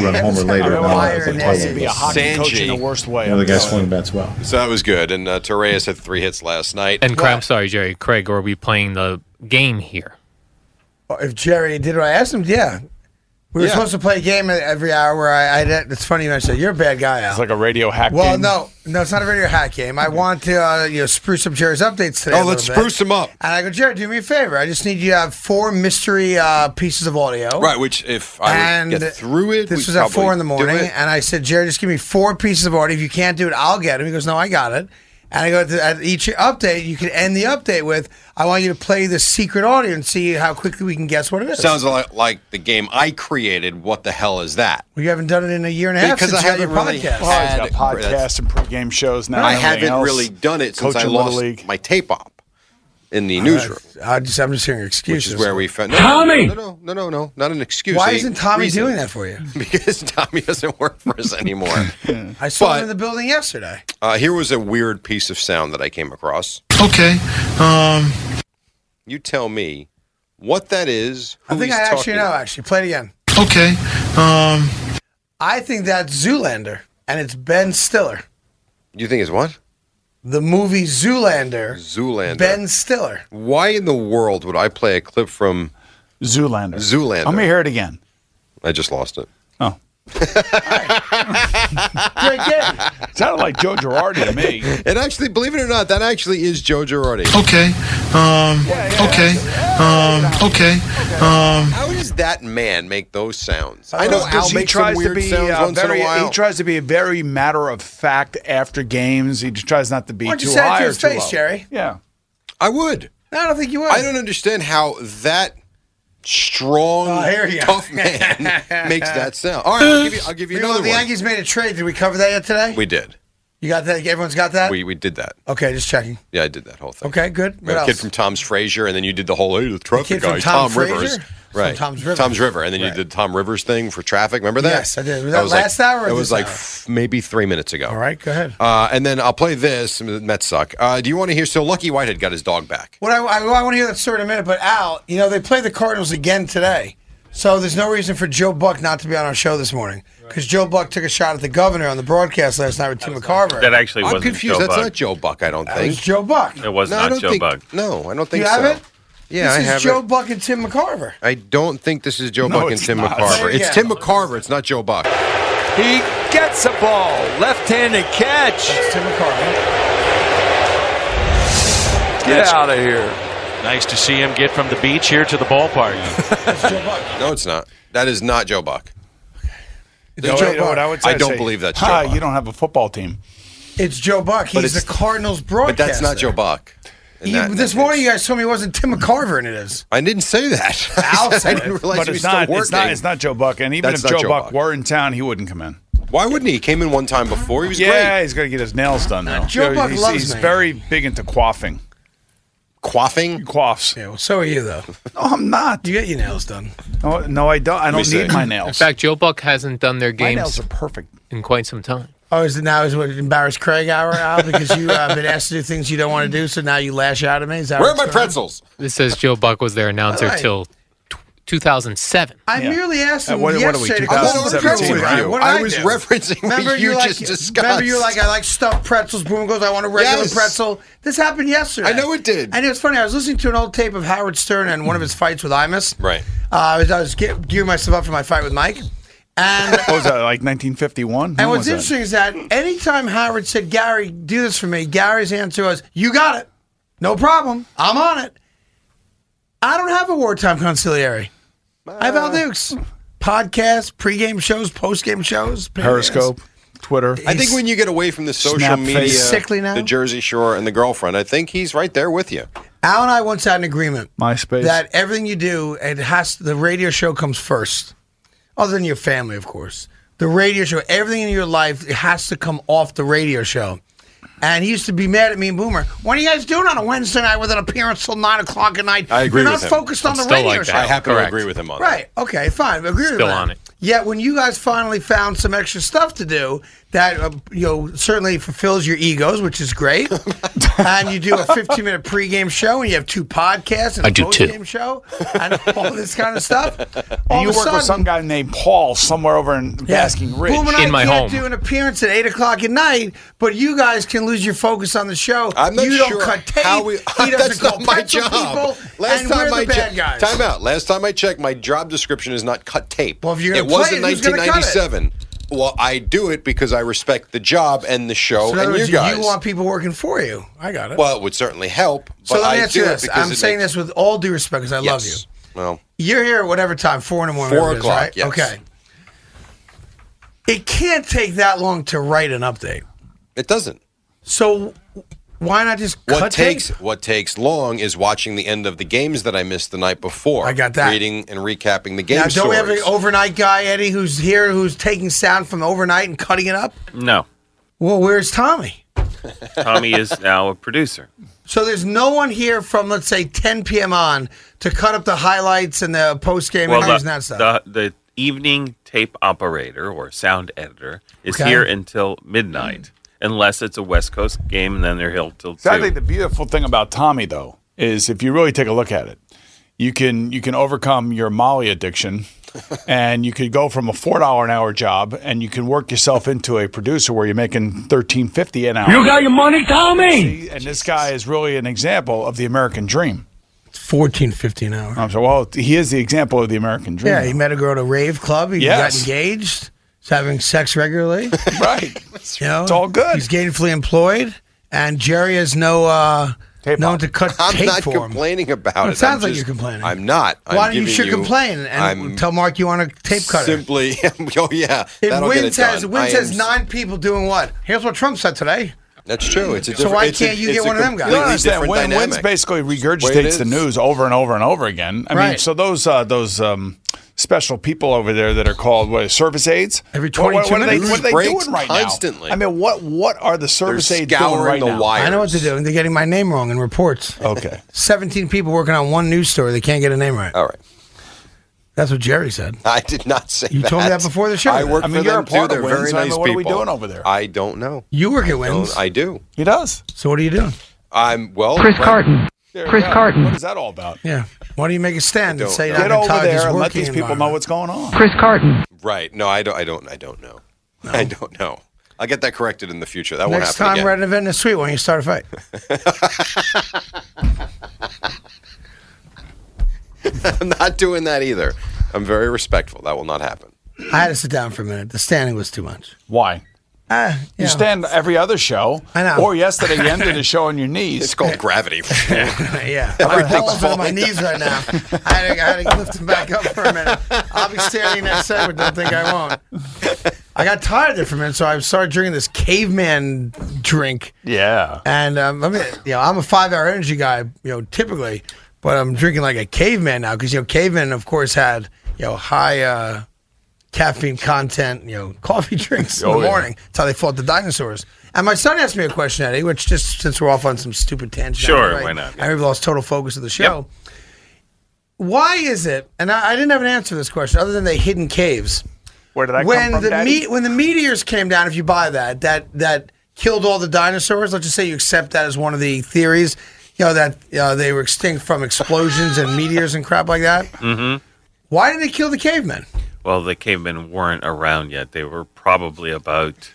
[SPEAKER 15] two-run homer later. That
[SPEAKER 2] I mean,
[SPEAKER 15] was
[SPEAKER 2] why
[SPEAKER 15] a
[SPEAKER 2] there
[SPEAKER 15] total
[SPEAKER 2] has to
[SPEAKER 15] of
[SPEAKER 2] be a
[SPEAKER 15] six.
[SPEAKER 2] hockey coach
[SPEAKER 4] Sanji.
[SPEAKER 2] in the worst way.
[SPEAKER 15] The other guy
[SPEAKER 2] I'm
[SPEAKER 15] swung bats well.
[SPEAKER 4] So that was good. And uh, Torres had three hits last night.
[SPEAKER 5] And Craig, I'm sorry, Jerry. Craig, are we playing the game here?
[SPEAKER 1] If Jerry did what I asked him, yeah. We were supposed to play a game every hour where I, I had- it's funny you mentioned that. you're a bad guy, Al.
[SPEAKER 2] It's like a radio hack.
[SPEAKER 1] Well,
[SPEAKER 2] game.
[SPEAKER 1] no, no, it's not a radio hack game. I want to uh, you know spruce up Jerry's updates today.
[SPEAKER 4] Oh,
[SPEAKER 1] a
[SPEAKER 4] let's
[SPEAKER 1] little bit.
[SPEAKER 4] spruce 'em up.
[SPEAKER 1] And I go, Jerry, do me a favor. I just need you to have four mystery uh, pieces of audio.
[SPEAKER 4] Right, which if I
[SPEAKER 1] and
[SPEAKER 4] would get through it,
[SPEAKER 1] This
[SPEAKER 4] we'd
[SPEAKER 1] was at four
[SPEAKER 4] probably
[SPEAKER 1] in the
[SPEAKER 4] do
[SPEAKER 1] morning,
[SPEAKER 4] it.
[SPEAKER 1] and I said, Jerry, just give me four pieces of audio. If you can't do it, I'll get them. He goes, No, I got it. And I go to, at each update, you can end the update with, I want you to play the secret audio and see how quickly we can guess what it is.
[SPEAKER 4] Sounds like, like the game I created. What the hell is that?
[SPEAKER 1] Well, you haven't done it in a year and a half
[SPEAKER 4] Because
[SPEAKER 1] since
[SPEAKER 4] I
[SPEAKER 1] you had your
[SPEAKER 4] haven't really
[SPEAKER 1] podcast.
[SPEAKER 2] Oh, he's got
[SPEAKER 4] had- that's-
[SPEAKER 2] podcasts and pregame shows now.
[SPEAKER 4] I
[SPEAKER 2] and everything
[SPEAKER 4] haven't
[SPEAKER 2] else.
[SPEAKER 4] really done it since
[SPEAKER 2] Coach
[SPEAKER 4] I
[SPEAKER 2] in Little
[SPEAKER 4] lost
[SPEAKER 2] League.
[SPEAKER 4] my tape op in
[SPEAKER 1] Uh,
[SPEAKER 4] the newsroom,
[SPEAKER 1] I just, I'm just hearing
[SPEAKER 4] which
[SPEAKER 1] excuses.
[SPEAKER 4] is where we found no,
[SPEAKER 1] Tommy!
[SPEAKER 4] No, no, no, no, no, not an excuse.
[SPEAKER 1] Why
[SPEAKER 4] a
[SPEAKER 1] isn't Tommy
[SPEAKER 4] reason.
[SPEAKER 1] doing that for you?
[SPEAKER 4] Because Tommy doesn't work for us anymore.
[SPEAKER 1] I saw
[SPEAKER 4] But-
[SPEAKER 1] him in the building yesterday.
[SPEAKER 4] Uh, here was a weird piece of sound that I came across.
[SPEAKER 8] Okay. Um,
[SPEAKER 4] You tell me what that is.
[SPEAKER 1] I
[SPEAKER 4] who
[SPEAKER 1] think
[SPEAKER 4] he's
[SPEAKER 1] I actually
[SPEAKER 4] talking
[SPEAKER 1] know.
[SPEAKER 4] about.
[SPEAKER 1] Actually, play it again.
[SPEAKER 8] okay. Um,
[SPEAKER 1] I think that's Zoolander, and it's Ben Stiller.
[SPEAKER 4] You think it's what?
[SPEAKER 1] The movie Zoolander.
[SPEAKER 4] Zoolander.
[SPEAKER 1] Ben Stiller.
[SPEAKER 4] Why in the world would I play a clip from
[SPEAKER 2] Zoolander?
[SPEAKER 4] Zoolander.
[SPEAKER 2] I'm gonna hear it again.
[SPEAKER 4] I just lost it.
[SPEAKER 2] Oh.
[SPEAKER 1] Great game.
[SPEAKER 2] Sounded like Joe Girardi to me.
[SPEAKER 4] And actually, believe it or not, that actually is Joe Girardi.
[SPEAKER 8] okay. Um, okay. Um, okay. Um,
[SPEAKER 4] How does that man make those sounds?
[SPEAKER 2] I
[SPEAKER 4] I know Al
[SPEAKER 2] because he
[SPEAKER 4] makes some
[SPEAKER 2] tries to
[SPEAKER 4] weird
[SPEAKER 2] be
[SPEAKER 4] sounds
[SPEAKER 2] uh,
[SPEAKER 4] once
[SPEAKER 2] very.
[SPEAKER 4] in a while.
[SPEAKER 2] He tries to be very matter of fact after games. He just tries not to be
[SPEAKER 1] Why don't you
[SPEAKER 2] too
[SPEAKER 1] say it
[SPEAKER 2] high
[SPEAKER 1] to
[SPEAKER 2] or
[SPEAKER 1] his
[SPEAKER 2] too
[SPEAKER 1] face,
[SPEAKER 2] low.
[SPEAKER 1] Jerry?
[SPEAKER 2] Yeah,
[SPEAKER 4] I would.
[SPEAKER 1] No, I don't think you would.
[SPEAKER 4] I don't understand how that strong,
[SPEAKER 1] Oh, here you go.
[SPEAKER 4] tough man makes that sound. All right, I'll give you, I'll give you
[SPEAKER 1] Meanwhile,
[SPEAKER 4] another
[SPEAKER 1] the
[SPEAKER 4] one.
[SPEAKER 1] Yankees made a trade. Did we cover that yet today?
[SPEAKER 4] We did.
[SPEAKER 1] you got that? Everyone's got that?
[SPEAKER 4] We we did that.
[SPEAKER 1] okay, just checking.
[SPEAKER 4] Yeah, I did that whole thing.
[SPEAKER 1] Okay, good.
[SPEAKER 4] We
[SPEAKER 1] What
[SPEAKER 4] had a
[SPEAKER 1] else?
[SPEAKER 4] kid from Tom's Fraser, and then you did the whole hey, the traffic
[SPEAKER 1] kid from
[SPEAKER 4] guy,
[SPEAKER 1] Tom
[SPEAKER 4] Tom,
[SPEAKER 1] Fraser?
[SPEAKER 4] Rivers.
[SPEAKER 1] From
[SPEAKER 4] Right,
[SPEAKER 1] Tom's River.
[SPEAKER 4] Tom's River, and then
[SPEAKER 1] Right.
[SPEAKER 4] you did Tom Rivers thing for traffic. Remember that?
[SPEAKER 1] Yes, I did. Was that last
[SPEAKER 4] like,
[SPEAKER 1] hour or
[SPEAKER 4] It was
[SPEAKER 1] this
[SPEAKER 4] like
[SPEAKER 1] hour?
[SPEAKER 4] f- maybe three minutes ago.
[SPEAKER 1] All right, go ahead.
[SPEAKER 4] Uh, and then I'll play this. Mets suck. Uh, do you want to hear? So Lucky Whitehead got his dog back.
[SPEAKER 1] What I, I, well, I want to hear that story in a minute, but Al, you know, they play the Cardinals again today. So there's no reason for Joe Buck not to be on our show this morning because Joe Buck took a shot at the governor on the broadcast last night with Tim McCarver.
[SPEAKER 3] That actually
[SPEAKER 4] I'm
[SPEAKER 3] wasn't
[SPEAKER 4] confused.
[SPEAKER 3] Joe
[SPEAKER 4] That's
[SPEAKER 3] Buck.
[SPEAKER 4] not Joe Buck. I don't
[SPEAKER 1] That
[SPEAKER 4] think.
[SPEAKER 1] was Joe Buck.
[SPEAKER 3] It was
[SPEAKER 4] No, I
[SPEAKER 3] not
[SPEAKER 4] don't
[SPEAKER 3] Joe
[SPEAKER 4] think-
[SPEAKER 3] Bug.
[SPEAKER 4] No, I don't think
[SPEAKER 1] You have
[SPEAKER 4] so.
[SPEAKER 1] it?
[SPEAKER 4] Yeah,
[SPEAKER 1] this
[SPEAKER 4] I
[SPEAKER 1] is
[SPEAKER 4] have
[SPEAKER 1] Joe
[SPEAKER 4] it.
[SPEAKER 1] Buck and Tim McCarver.
[SPEAKER 4] I don't think this is Joe
[SPEAKER 2] No,
[SPEAKER 4] Buck and
[SPEAKER 2] it's
[SPEAKER 4] Tim
[SPEAKER 2] not.
[SPEAKER 4] McCarver.
[SPEAKER 1] Say it
[SPEAKER 4] It's
[SPEAKER 1] again.
[SPEAKER 4] Tim McCarver. It's not Joe Buck.
[SPEAKER 11] He gets the ball. Left-handed catch.
[SPEAKER 1] That's Tim McCarver.
[SPEAKER 11] Get out of here.
[SPEAKER 12] Nice to see him get from the beach here to the ballpark.
[SPEAKER 1] That's Joe Buck.
[SPEAKER 4] No, it's not. That is not Joe Buck.
[SPEAKER 1] It's
[SPEAKER 2] No,
[SPEAKER 1] Joe
[SPEAKER 2] you know
[SPEAKER 1] Buck.
[SPEAKER 2] what I would say,
[SPEAKER 4] I don't
[SPEAKER 2] say,
[SPEAKER 4] believe that's
[SPEAKER 2] "Ha,
[SPEAKER 4] Joe Buck."
[SPEAKER 2] You don't have a football team.
[SPEAKER 1] It's Joe Buck. He's
[SPEAKER 4] it's-
[SPEAKER 1] the Cardinals
[SPEAKER 4] But
[SPEAKER 1] broadcaster.
[SPEAKER 4] that's not Joe Buck. in
[SPEAKER 1] You-
[SPEAKER 4] that- in
[SPEAKER 1] this
[SPEAKER 4] that
[SPEAKER 1] morning,
[SPEAKER 4] case.
[SPEAKER 1] you guys told me it wasn't Tim McCarver, and it is.
[SPEAKER 4] I didn't say that.
[SPEAKER 1] Al
[SPEAKER 4] I, said I
[SPEAKER 1] said it.
[SPEAKER 4] didn't realize
[SPEAKER 2] But
[SPEAKER 4] he was
[SPEAKER 2] it's not,
[SPEAKER 4] still working.
[SPEAKER 2] it's not. It's not Joe Buck. And even
[SPEAKER 4] That's
[SPEAKER 2] if
[SPEAKER 4] not
[SPEAKER 2] Joe,
[SPEAKER 4] Joe
[SPEAKER 2] Buck,
[SPEAKER 4] Buck.
[SPEAKER 2] were in town, he wouldn't come in.
[SPEAKER 4] Why wouldn't he? He came in one time before. He was
[SPEAKER 2] yeah,
[SPEAKER 4] great.
[SPEAKER 2] he's going to get his nails done now.
[SPEAKER 1] Joe Buck
[SPEAKER 2] he's,
[SPEAKER 1] loves
[SPEAKER 2] He's
[SPEAKER 1] me.
[SPEAKER 2] very big into quaffing. He
[SPEAKER 4] Quaffing.
[SPEAKER 2] quaffs.
[SPEAKER 1] Yeah, well, so are you though.
[SPEAKER 2] No, I'm not.
[SPEAKER 1] You get your nails done.
[SPEAKER 2] No, no I don't. I don't
[SPEAKER 4] me
[SPEAKER 2] need
[SPEAKER 4] see.
[SPEAKER 2] my
[SPEAKER 5] In
[SPEAKER 2] nails.
[SPEAKER 5] fact, Joe Buck hasn't done their
[SPEAKER 2] my nails
[SPEAKER 5] games
[SPEAKER 2] are perfect.
[SPEAKER 5] in quite some time.
[SPEAKER 1] Oh, is it now is what embarrassed Craig hour Al because you uh, been asked to do things you don't want to do, so now you lash out at me. Is that
[SPEAKER 4] Where are
[SPEAKER 1] what's
[SPEAKER 4] my
[SPEAKER 1] going on?
[SPEAKER 4] pretzels?
[SPEAKER 5] This says Joe Buck was their announcer
[SPEAKER 1] Alright.
[SPEAKER 5] till t- 2007.
[SPEAKER 1] I
[SPEAKER 2] Yeah.
[SPEAKER 1] merely asked
[SPEAKER 2] Uh,
[SPEAKER 1] him
[SPEAKER 2] what- what are we,
[SPEAKER 1] yesterday. to
[SPEAKER 4] I'm
[SPEAKER 1] call
[SPEAKER 4] not
[SPEAKER 2] 2017,
[SPEAKER 1] the
[SPEAKER 4] arguing
[SPEAKER 1] pretzels,
[SPEAKER 4] with
[SPEAKER 2] right?
[SPEAKER 4] you.
[SPEAKER 1] What did
[SPEAKER 4] I was
[SPEAKER 1] do?
[SPEAKER 4] referencing what you,
[SPEAKER 1] were like-
[SPEAKER 4] just discussed.
[SPEAKER 1] Remember, you were like, I like stuffed pretzels. Boom goes, I want a regular
[SPEAKER 4] Yes.
[SPEAKER 1] pretzel. This happened yesterday.
[SPEAKER 4] I know it did.
[SPEAKER 1] And it was funny. I was listening to an old tape of Howard Stern and one of his fights with Imus.
[SPEAKER 4] Right.
[SPEAKER 1] Uh, I was, I was ge- gearing myself up for my fight with Mike. And
[SPEAKER 2] What was that, like 1951?
[SPEAKER 1] And
[SPEAKER 2] When
[SPEAKER 1] what's
[SPEAKER 2] was that?
[SPEAKER 1] interesting is that anytime Howard said, Gary, do this for me, Gary's answer was, You got it. No problem. I'm on it. I don't have a wartime conciliary. I have Al Dukes. Podcasts, pregame shows, postgame shows,
[SPEAKER 2] Periscope, Twitter.
[SPEAKER 4] I think when you get away from the social
[SPEAKER 2] Snap face.
[SPEAKER 4] media,
[SPEAKER 1] Sickly now?
[SPEAKER 4] the Jersey Shore, and the girlfriend, I think he's right there with you.
[SPEAKER 1] Al and I once had an agreement
[SPEAKER 2] MySpace.
[SPEAKER 1] that everything you do, it has the radio show comes first, other than your family, of course. The radio show, everything in your life, it has to come off the radio show. And he used to be mad at me and Boomer. What are you guys doing on a Wednesday night with an appearance till nine o'clock at night?
[SPEAKER 4] I agree
[SPEAKER 1] You're
[SPEAKER 4] with
[SPEAKER 1] not
[SPEAKER 4] him.
[SPEAKER 1] focused on the
[SPEAKER 5] still
[SPEAKER 1] radio
[SPEAKER 5] like
[SPEAKER 1] show.
[SPEAKER 5] that.
[SPEAKER 4] I happen
[SPEAKER 5] correct.
[SPEAKER 4] to agree with him on
[SPEAKER 1] Oh, Right. Okay. Fine. Agree with
[SPEAKER 5] Still
[SPEAKER 1] that.
[SPEAKER 5] on it.
[SPEAKER 1] Yet when you guys finally found some extra stuff to do that uh, you know certainly fulfills your egos, which is great, and you do a 15 minute pregame show and you have two podcasts and a
[SPEAKER 5] I do too.
[SPEAKER 1] postgame show and all this kind of stuff.
[SPEAKER 2] And
[SPEAKER 1] All
[SPEAKER 2] you
[SPEAKER 1] of a
[SPEAKER 2] work
[SPEAKER 1] sudden,
[SPEAKER 2] with some guy named Paul somewhere over in
[SPEAKER 1] yeah,
[SPEAKER 2] Basking Ridge.
[SPEAKER 1] Boom and I
[SPEAKER 5] In my
[SPEAKER 1] can't
[SPEAKER 5] home.
[SPEAKER 1] do an appearance at eight o'clock at night, but you guys can lose your focus on the show.
[SPEAKER 4] I'm not
[SPEAKER 1] you don't
[SPEAKER 4] sure
[SPEAKER 1] cut tape.
[SPEAKER 4] how we-
[SPEAKER 1] he doesn't
[SPEAKER 4] That's
[SPEAKER 1] call
[SPEAKER 4] not my
[SPEAKER 1] pretzel
[SPEAKER 4] job.
[SPEAKER 1] people.
[SPEAKER 4] Last
[SPEAKER 1] and
[SPEAKER 4] time
[SPEAKER 1] we're
[SPEAKER 4] I
[SPEAKER 1] the bad
[SPEAKER 4] che-
[SPEAKER 1] guys.
[SPEAKER 4] Time out. Last time I checked, my job description is not cut tape. Well, if
[SPEAKER 1] you're
[SPEAKER 4] it
[SPEAKER 1] gonna
[SPEAKER 4] was
[SPEAKER 1] play
[SPEAKER 4] in
[SPEAKER 1] it, who's gonna cut it?
[SPEAKER 4] 1997. Well, I do it because I respect the job and the show
[SPEAKER 1] So in other
[SPEAKER 4] and
[SPEAKER 1] words,
[SPEAKER 4] you guys.
[SPEAKER 1] you want people working for you. I got it.
[SPEAKER 4] well, it would certainly help. But
[SPEAKER 1] so let me
[SPEAKER 4] I
[SPEAKER 1] ask
[SPEAKER 4] do
[SPEAKER 1] you
[SPEAKER 4] it
[SPEAKER 1] this.
[SPEAKER 4] because
[SPEAKER 1] I'm
[SPEAKER 4] it
[SPEAKER 1] saying
[SPEAKER 4] makes-
[SPEAKER 1] this with all due respect because I love you.
[SPEAKER 4] Yes. Well,
[SPEAKER 1] You're here at whatever time, four in the morning.
[SPEAKER 4] Four
[SPEAKER 1] whatever it is,
[SPEAKER 4] o'clock,
[SPEAKER 1] right?
[SPEAKER 4] yes.
[SPEAKER 1] Okay. It can't take that long to write an update.
[SPEAKER 4] It doesn't.
[SPEAKER 1] So why not just
[SPEAKER 4] What
[SPEAKER 1] cut
[SPEAKER 4] takes
[SPEAKER 1] tape?
[SPEAKER 4] what takes long is watching the end of the games that I missed the night before. I got
[SPEAKER 1] that.
[SPEAKER 4] Reading and recapping the game
[SPEAKER 1] Now, don't we have an
[SPEAKER 4] stories.
[SPEAKER 1] overnight guy, Eddie, who's here, who's taking sound from overnight and cutting it up?
[SPEAKER 3] No.
[SPEAKER 1] Well, where's Tommy?
[SPEAKER 3] Tommy is now a producer.
[SPEAKER 1] So there's no one here from let's say 10 p.m. on to cut up the highlights and the post game and news and that stuff.
[SPEAKER 3] the, the evening tape operator or sound editor is
[SPEAKER 1] Okay.
[SPEAKER 3] here until midnight, unless it's a West Coast game, and then they're here till
[SPEAKER 2] See, I
[SPEAKER 3] two.
[SPEAKER 2] think the beautiful thing about Tommy though is if you really take a look at it, you can you can overcome your Molly addiction, and you could go from a four dollar an hour job, and you can work yourself into a producer where you're making thirteen fifty an hour.
[SPEAKER 1] your money, Tommy?
[SPEAKER 2] and this guy is really an example of the American dream.
[SPEAKER 1] It's fourteen fifteen hour.
[SPEAKER 2] I'm sorry. Well, he is the example of the American dream.
[SPEAKER 1] Yeah, he met a girl at a rave club. He
[SPEAKER 2] Yes.
[SPEAKER 1] got engaged. He's having sex regularly.
[SPEAKER 2] right.
[SPEAKER 1] You know,
[SPEAKER 2] It's all good.
[SPEAKER 1] He's gainfully employed, and Jerry is no uh, known to cut
[SPEAKER 4] I'm
[SPEAKER 1] tape
[SPEAKER 4] not
[SPEAKER 1] for him.
[SPEAKER 4] complaining about
[SPEAKER 1] Well,
[SPEAKER 4] it.
[SPEAKER 1] it sounds
[SPEAKER 4] I'm
[SPEAKER 1] like you're complaining.
[SPEAKER 4] I'm not. I'm
[SPEAKER 1] Why don't you
[SPEAKER 4] giving
[SPEAKER 1] should complain and
[SPEAKER 4] I'm
[SPEAKER 1] tell Mark you want a tape cutter?
[SPEAKER 4] Simply, oh yeah.
[SPEAKER 1] If
[SPEAKER 4] that'll get
[SPEAKER 1] Wins
[SPEAKER 4] it
[SPEAKER 1] has
[SPEAKER 4] done.
[SPEAKER 1] Wins
[SPEAKER 4] I am
[SPEAKER 1] has nine people doing what? Here's what Trump said today.
[SPEAKER 4] That's true. It's a
[SPEAKER 1] So
[SPEAKER 4] different.
[SPEAKER 1] why
[SPEAKER 4] it's a-
[SPEAKER 1] can't you
[SPEAKER 4] it's
[SPEAKER 1] get
[SPEAKER 4] a
[SPEAKER 1] one of them guys?
[SPEAKER 4] completely
[SPEAKER 1] You
[SPEAKER 2] understand,
[SPEAKER 4] different
[SPEAKER 2] Win-
[SPEAKER 4] dynamic.
[SPEAKER 2] Wins basically
[SPEAKER 4] Way it is.
[SPEAKER 2] regurgitates the news over and over and over again. I mean,
[SPEAKER 4] Right.
[SPEAKER 2] so those uh, those um, special people over there that are called what service aides?
[SPEAKER 1] Every
[SPEAKER 2] What- what,
[SPEAKER 1] 22
[SPEAKER 2] what, are they,
[SPEAKER 1] minutes.
[SPEAKER 2] what are they
[SPEAKER 1] Breaks
[SPEAKER 2] doing right
[SPEAKER 4] constantly.
[SPEAKER 2] now? I mean, what what are the service aides doing right now?
[SPEAKER 1] I know what they're doing. They're getting my name wrong in reports.
[SPEAKER 2] Okay.
[SPEAKER 1] 17 people working on one news story. They can't get a name right.
[SPEAKER 4] All right.
[SPEAKER 1] That's what Jerry said.
[SPEAKER 4] I did not say
[SPEAKER 1] You
[SPEAKER 4] that.
[SPEAKER 1] told me that before the show.
[SPEAKER 4] I work
[SPEAKER 1] I mean,
[SPEAKER 4] for
[SPEAKER 1] you're
[SPEAKER 4] them
[SPEAKER 1] a part
[SPEAKER 4] too.
[SPEAKER 1] of
[SPEAKER 4] They're very
[SPEAKER 1] Wins. I mean,
[SPEAKER 4] nice
[SPEAKER 1] what are we
[SPEAKER 4] people.
[SPEAKER 1] doing over there?
[SPEAKER 4] I don't know.
[SPEAKER 1] You work at
[SPEAKER 4] I don't-
[SPEAKER 1] Wins.
[SPEAKER 4] I do.
[SPEAKER 2] He does.
[SPEAKER 1] So what are you doing?
[SPEAKER 4] I'm well.
[SPEAKER 1] Chris
[SPEAKER 4] right-
[SPEAKER 1] Carton.
[SPEAKER 2] There
[SPEAKER 1] Chris
[SPEAKER 2] you go.
[SPEAKER 1] Carton.
[SPEAKER 2] What is that all about?
[SPEAKER 1] Yeah. Why do you make a stand and
[SPEAKER 4] don't
[SPEAKER 1] say
[SPEAKER 4] know.
[SPEAKER 1] that
[SPEAKER 2] Get
[SPEAKER 1] I'm
[SPEAKER 2] over
[SPEAKER 1] tired of this
[SPEAKER 2] there and let
[SPEAKER 1] working
[SPEAKER 2] these people know
[SPEAKER 1] environment?
[SPEAKER 2] what's going on.
[SPEAKER 1] Chris Carton.
[SPEAKER 4] Right. No, I don't. I don't. I don't know. I don't know. I'll get that corrected in the future. That
[SPEAKER 1] Next time
[SPEAKER 4] won't happen
[SPEAKER 1] we're at an event in the suite, why don't you start a fight?
[SPEAKER 4] again. I'm not doing that either. I'm very respectful. That will not happen.
[SPEAKER 1] I had to sit down for a minute. The standing was too much.
[SPEAKER 2] Why?
[SPEAKER 1] Ah,
[SPEAKER 2] You stand every other show.
[SPEAKER 1] I know.
[SPEAKER 2] Or yesterday, you ended a show on your knees.
[SPEAKER 4] It's called gravity.
[SPEAKER 1] yeah. I'm hell over on my knees right now. I had, to, I had to lift them back up for a minute. I'll be standing next segment. Don't think I won't. I got tired of it for a minute, so I started drinking this caveman drink.
[SPEAKER 2] Yeah.
[SPEAKER 1] And um, I mean, you know, I'm a five-hour energy guy, you know, typically, but I'm drinking like a caveman now because you know, cavemen, of course, had you know high uh, caffeine content, you know, coffee drinks in
[SPEAKER 2] Oh,
[SPEAKER 1] the
[SPEAKER 2] yeah.
[SPEAKER 1] morning. That's how they fought the dinosaurs. And my son asked me a question, Eddie, which just since we're off on some stupid tangent,
[SPEAKER 3] Sure,
[SPEAKER 1] right?
[SPEAKER 3] why not?
[SPEAKER 1] I we've lost total focus of the show. Why is it? And I, I didn't have an answer to this question other than they hidden caves.
[SPEAKER 2] Where did that
[SPEAKER 1] when
[SPEAKER 2] come from,
[SPEAKER 1] the
[SPEAKER 2] Daddy?
[SPEAKER 1] when the meteors came down, if you buy that, that that killed all the dinosaurs. Let's just say you accept that as one of the theories. You know that uh, they were extinct from explosions and meteors and crap like that.
[SPEAKER 3] hmm
[SPEAKER 1] Why did they kill the cavemen?
[SPEAKER 3] Well, the cavemen weren't around yet. They were probably about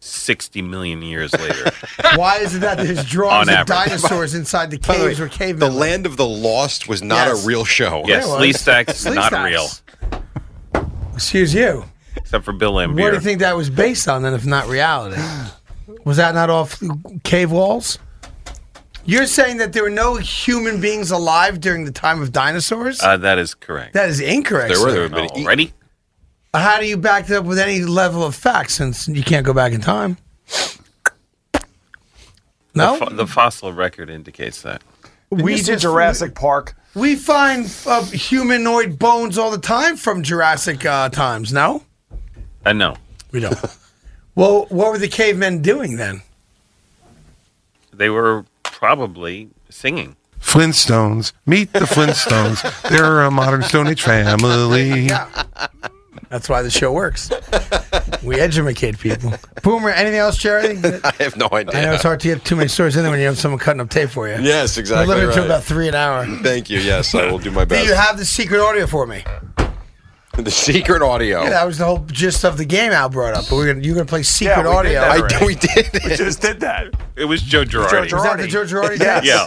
[SPEAKER 3] 60 million years later.
[SPEAKER 1] Why is it that there's drawings
[SPEAKER 3] On
[SPEAKER 1] of
[SPEAKER 3] average.
[SPEAKER 1] dinosaurs inside the
[SPEAKER 4] By the way,
[SPEAKER 1] caves or cavemen?
[SPEAKER 4] The
[SPEAKER 1] lived?
[SPEAKER 4] Land of the Lost was not
[SPEAKER 1] Yes.
[SPEAKER 4] a real show.
[SPEAKER 3] yes,
[SPEAKER 1] well,
[SPEAKER 3] Lee Stacks
[SPEAKER 1] Lee
[SPEAKER 3] not
[SPEAKER 1] Stacks.
[SPEAKER 3] real,
[SPEAKER 1] Excuse you.
[SPEAKER 3] except for Bill
[SPEAKER 1] What do you
[SPEAKER 3] Lambier.
[SPEAKER 1] think that was based on then, if not reality? Was that not off cave walls? You're saying that there were no human beings alive during the time of dinosaurs?
[SPEAKER 3] Uh, that is correct.
[SPEAKER 1] that is incorrect.
[SPEAKER 4] There were-
[SPEAKER 1] sir.
[SPEAKER 4] there were-
[SPEAKER 3] Already?
[SPEAKER 1] How do you back that up with any level of fact since you can't go back in time? No? Oh.
[SPEAKER 3] The, fo- the fossil record indicates that.
[SPEAKER 1] We
[SPEAKER 2] we did
[SPEAKER 1] just-
[SPEAKER 2] Jurassic Park.
[SPEAKER 1] We find uh, humanoid bones all the time from Jurassic uh, times, no?
[SPEAKER 3] Uh, no,
[SPEAKER 1] We don't. well, what were the cavemen doing then?
[SPEAKER 3] they were probably singing.
[SPEAKER 16] Flintstones. Meet the Flintstones. They're a modern Stone Age family.
[SPEAKER 1] That's why the show works. we educate people. Boomer, anything else, Jerry? I
[SPEAKER 4] I have no idea.
[SPEAKER 1] know it's hard to get too many stories in there when you have someone cutting up tape for you.
[SPEAKER 4] Yes, exactly
[SPEAKER 1] We're limited
[SPEAKER 4] right.
[SPEAKER 1] to about three an hour.
[SPEAKER 4] Thank you. Yes, I will do my
[SPEAKER 1] Do
[SPEAKER 4] best. Oh.
[SPEAKER 1] you have the secret audio for me?
[SPEAKER 4] The secret audio.
[SPEAKER 1] Yeah, that was the whole gist of the game Al brought up. We're gonna, you're going to play secret
[SPEAKER 2] we did
[SPEAKER 1] audio.
[SPEAKER 2] that I- already. we
[SPEAKER 4] did.
[SPEAKER 2] We just did that.
[SPEAKER 3] It was Joe Girardi.
[SPEAKER 1] Is that the Joe Girardi?
[SPEAKER 3] Yeah.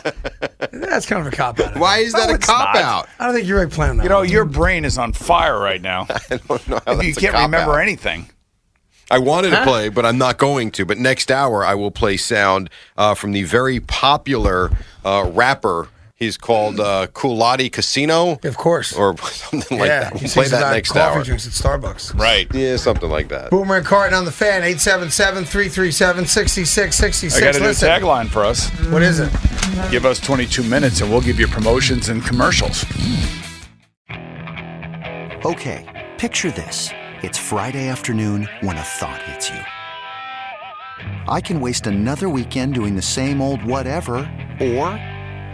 [SPEAKER 1] That's kind of a cop out.
[SPEAKER 4] Why is that a cop out?
[SPEAKER 1] I don't think you're right playing that.
[SPEAKER 2] You know, your brain is on fire right now.
[SPEAKER 4] I don't know. How
[SPEAKER 2] If
[SPEAKER 4] that's
[SPEAKER 2] you
[SPEAKER 4] a
[SPEAKER 2] can't
[SPEAKER 4] cop
[SPEAKER 2] remember
[SPEAKER 4] out.
[SPEAKER 2] anything.
[SPEAKER 4] I wanted
[SPEAKER 2] Huh?
[SPEAKER 4] to play, but I'm not going to. But next hour, I will play sound uh, from the very popular uh, rapper. He's called uh, Kulati Casino.
[SPEAKER 1] Of course.
[SPEAKER 4] Or something like
[SPEAKER 1] yeah,
[SPEAKER 4] that.
[SPEAKER 1] he
[SPEAKER 4] We'll play
[SPEAKER 1] sings
[SPEAKER 4] that
[SPEAKER 1] about
[SPEAKER 4] next
[SPEAKER 1] coffee
[SPEAKER 4] hour.
[SPEAKER 1] drinks at Starbucks.
[SPEAKER 4] Right. Yeah, something like that.
[SPEAKER 1] Boomer and Carton on the fan, 877 337
[SPEAKER 2] I got
[SPEAKER 1] 6666.
[SPEAKER 2] a new
[SPEAKER 1] Listen,
[SPEAKER 2] tagline for us.
[SPEAKER 1] what is it?
[SPEAKER 2] Give us 22 minutes and we'll give you promotions and commercials.
[SPEAKER 17] Okay, picture this. It's Friday afternoon when a thought hits you. I can waste another weekend doing the same old whatever, or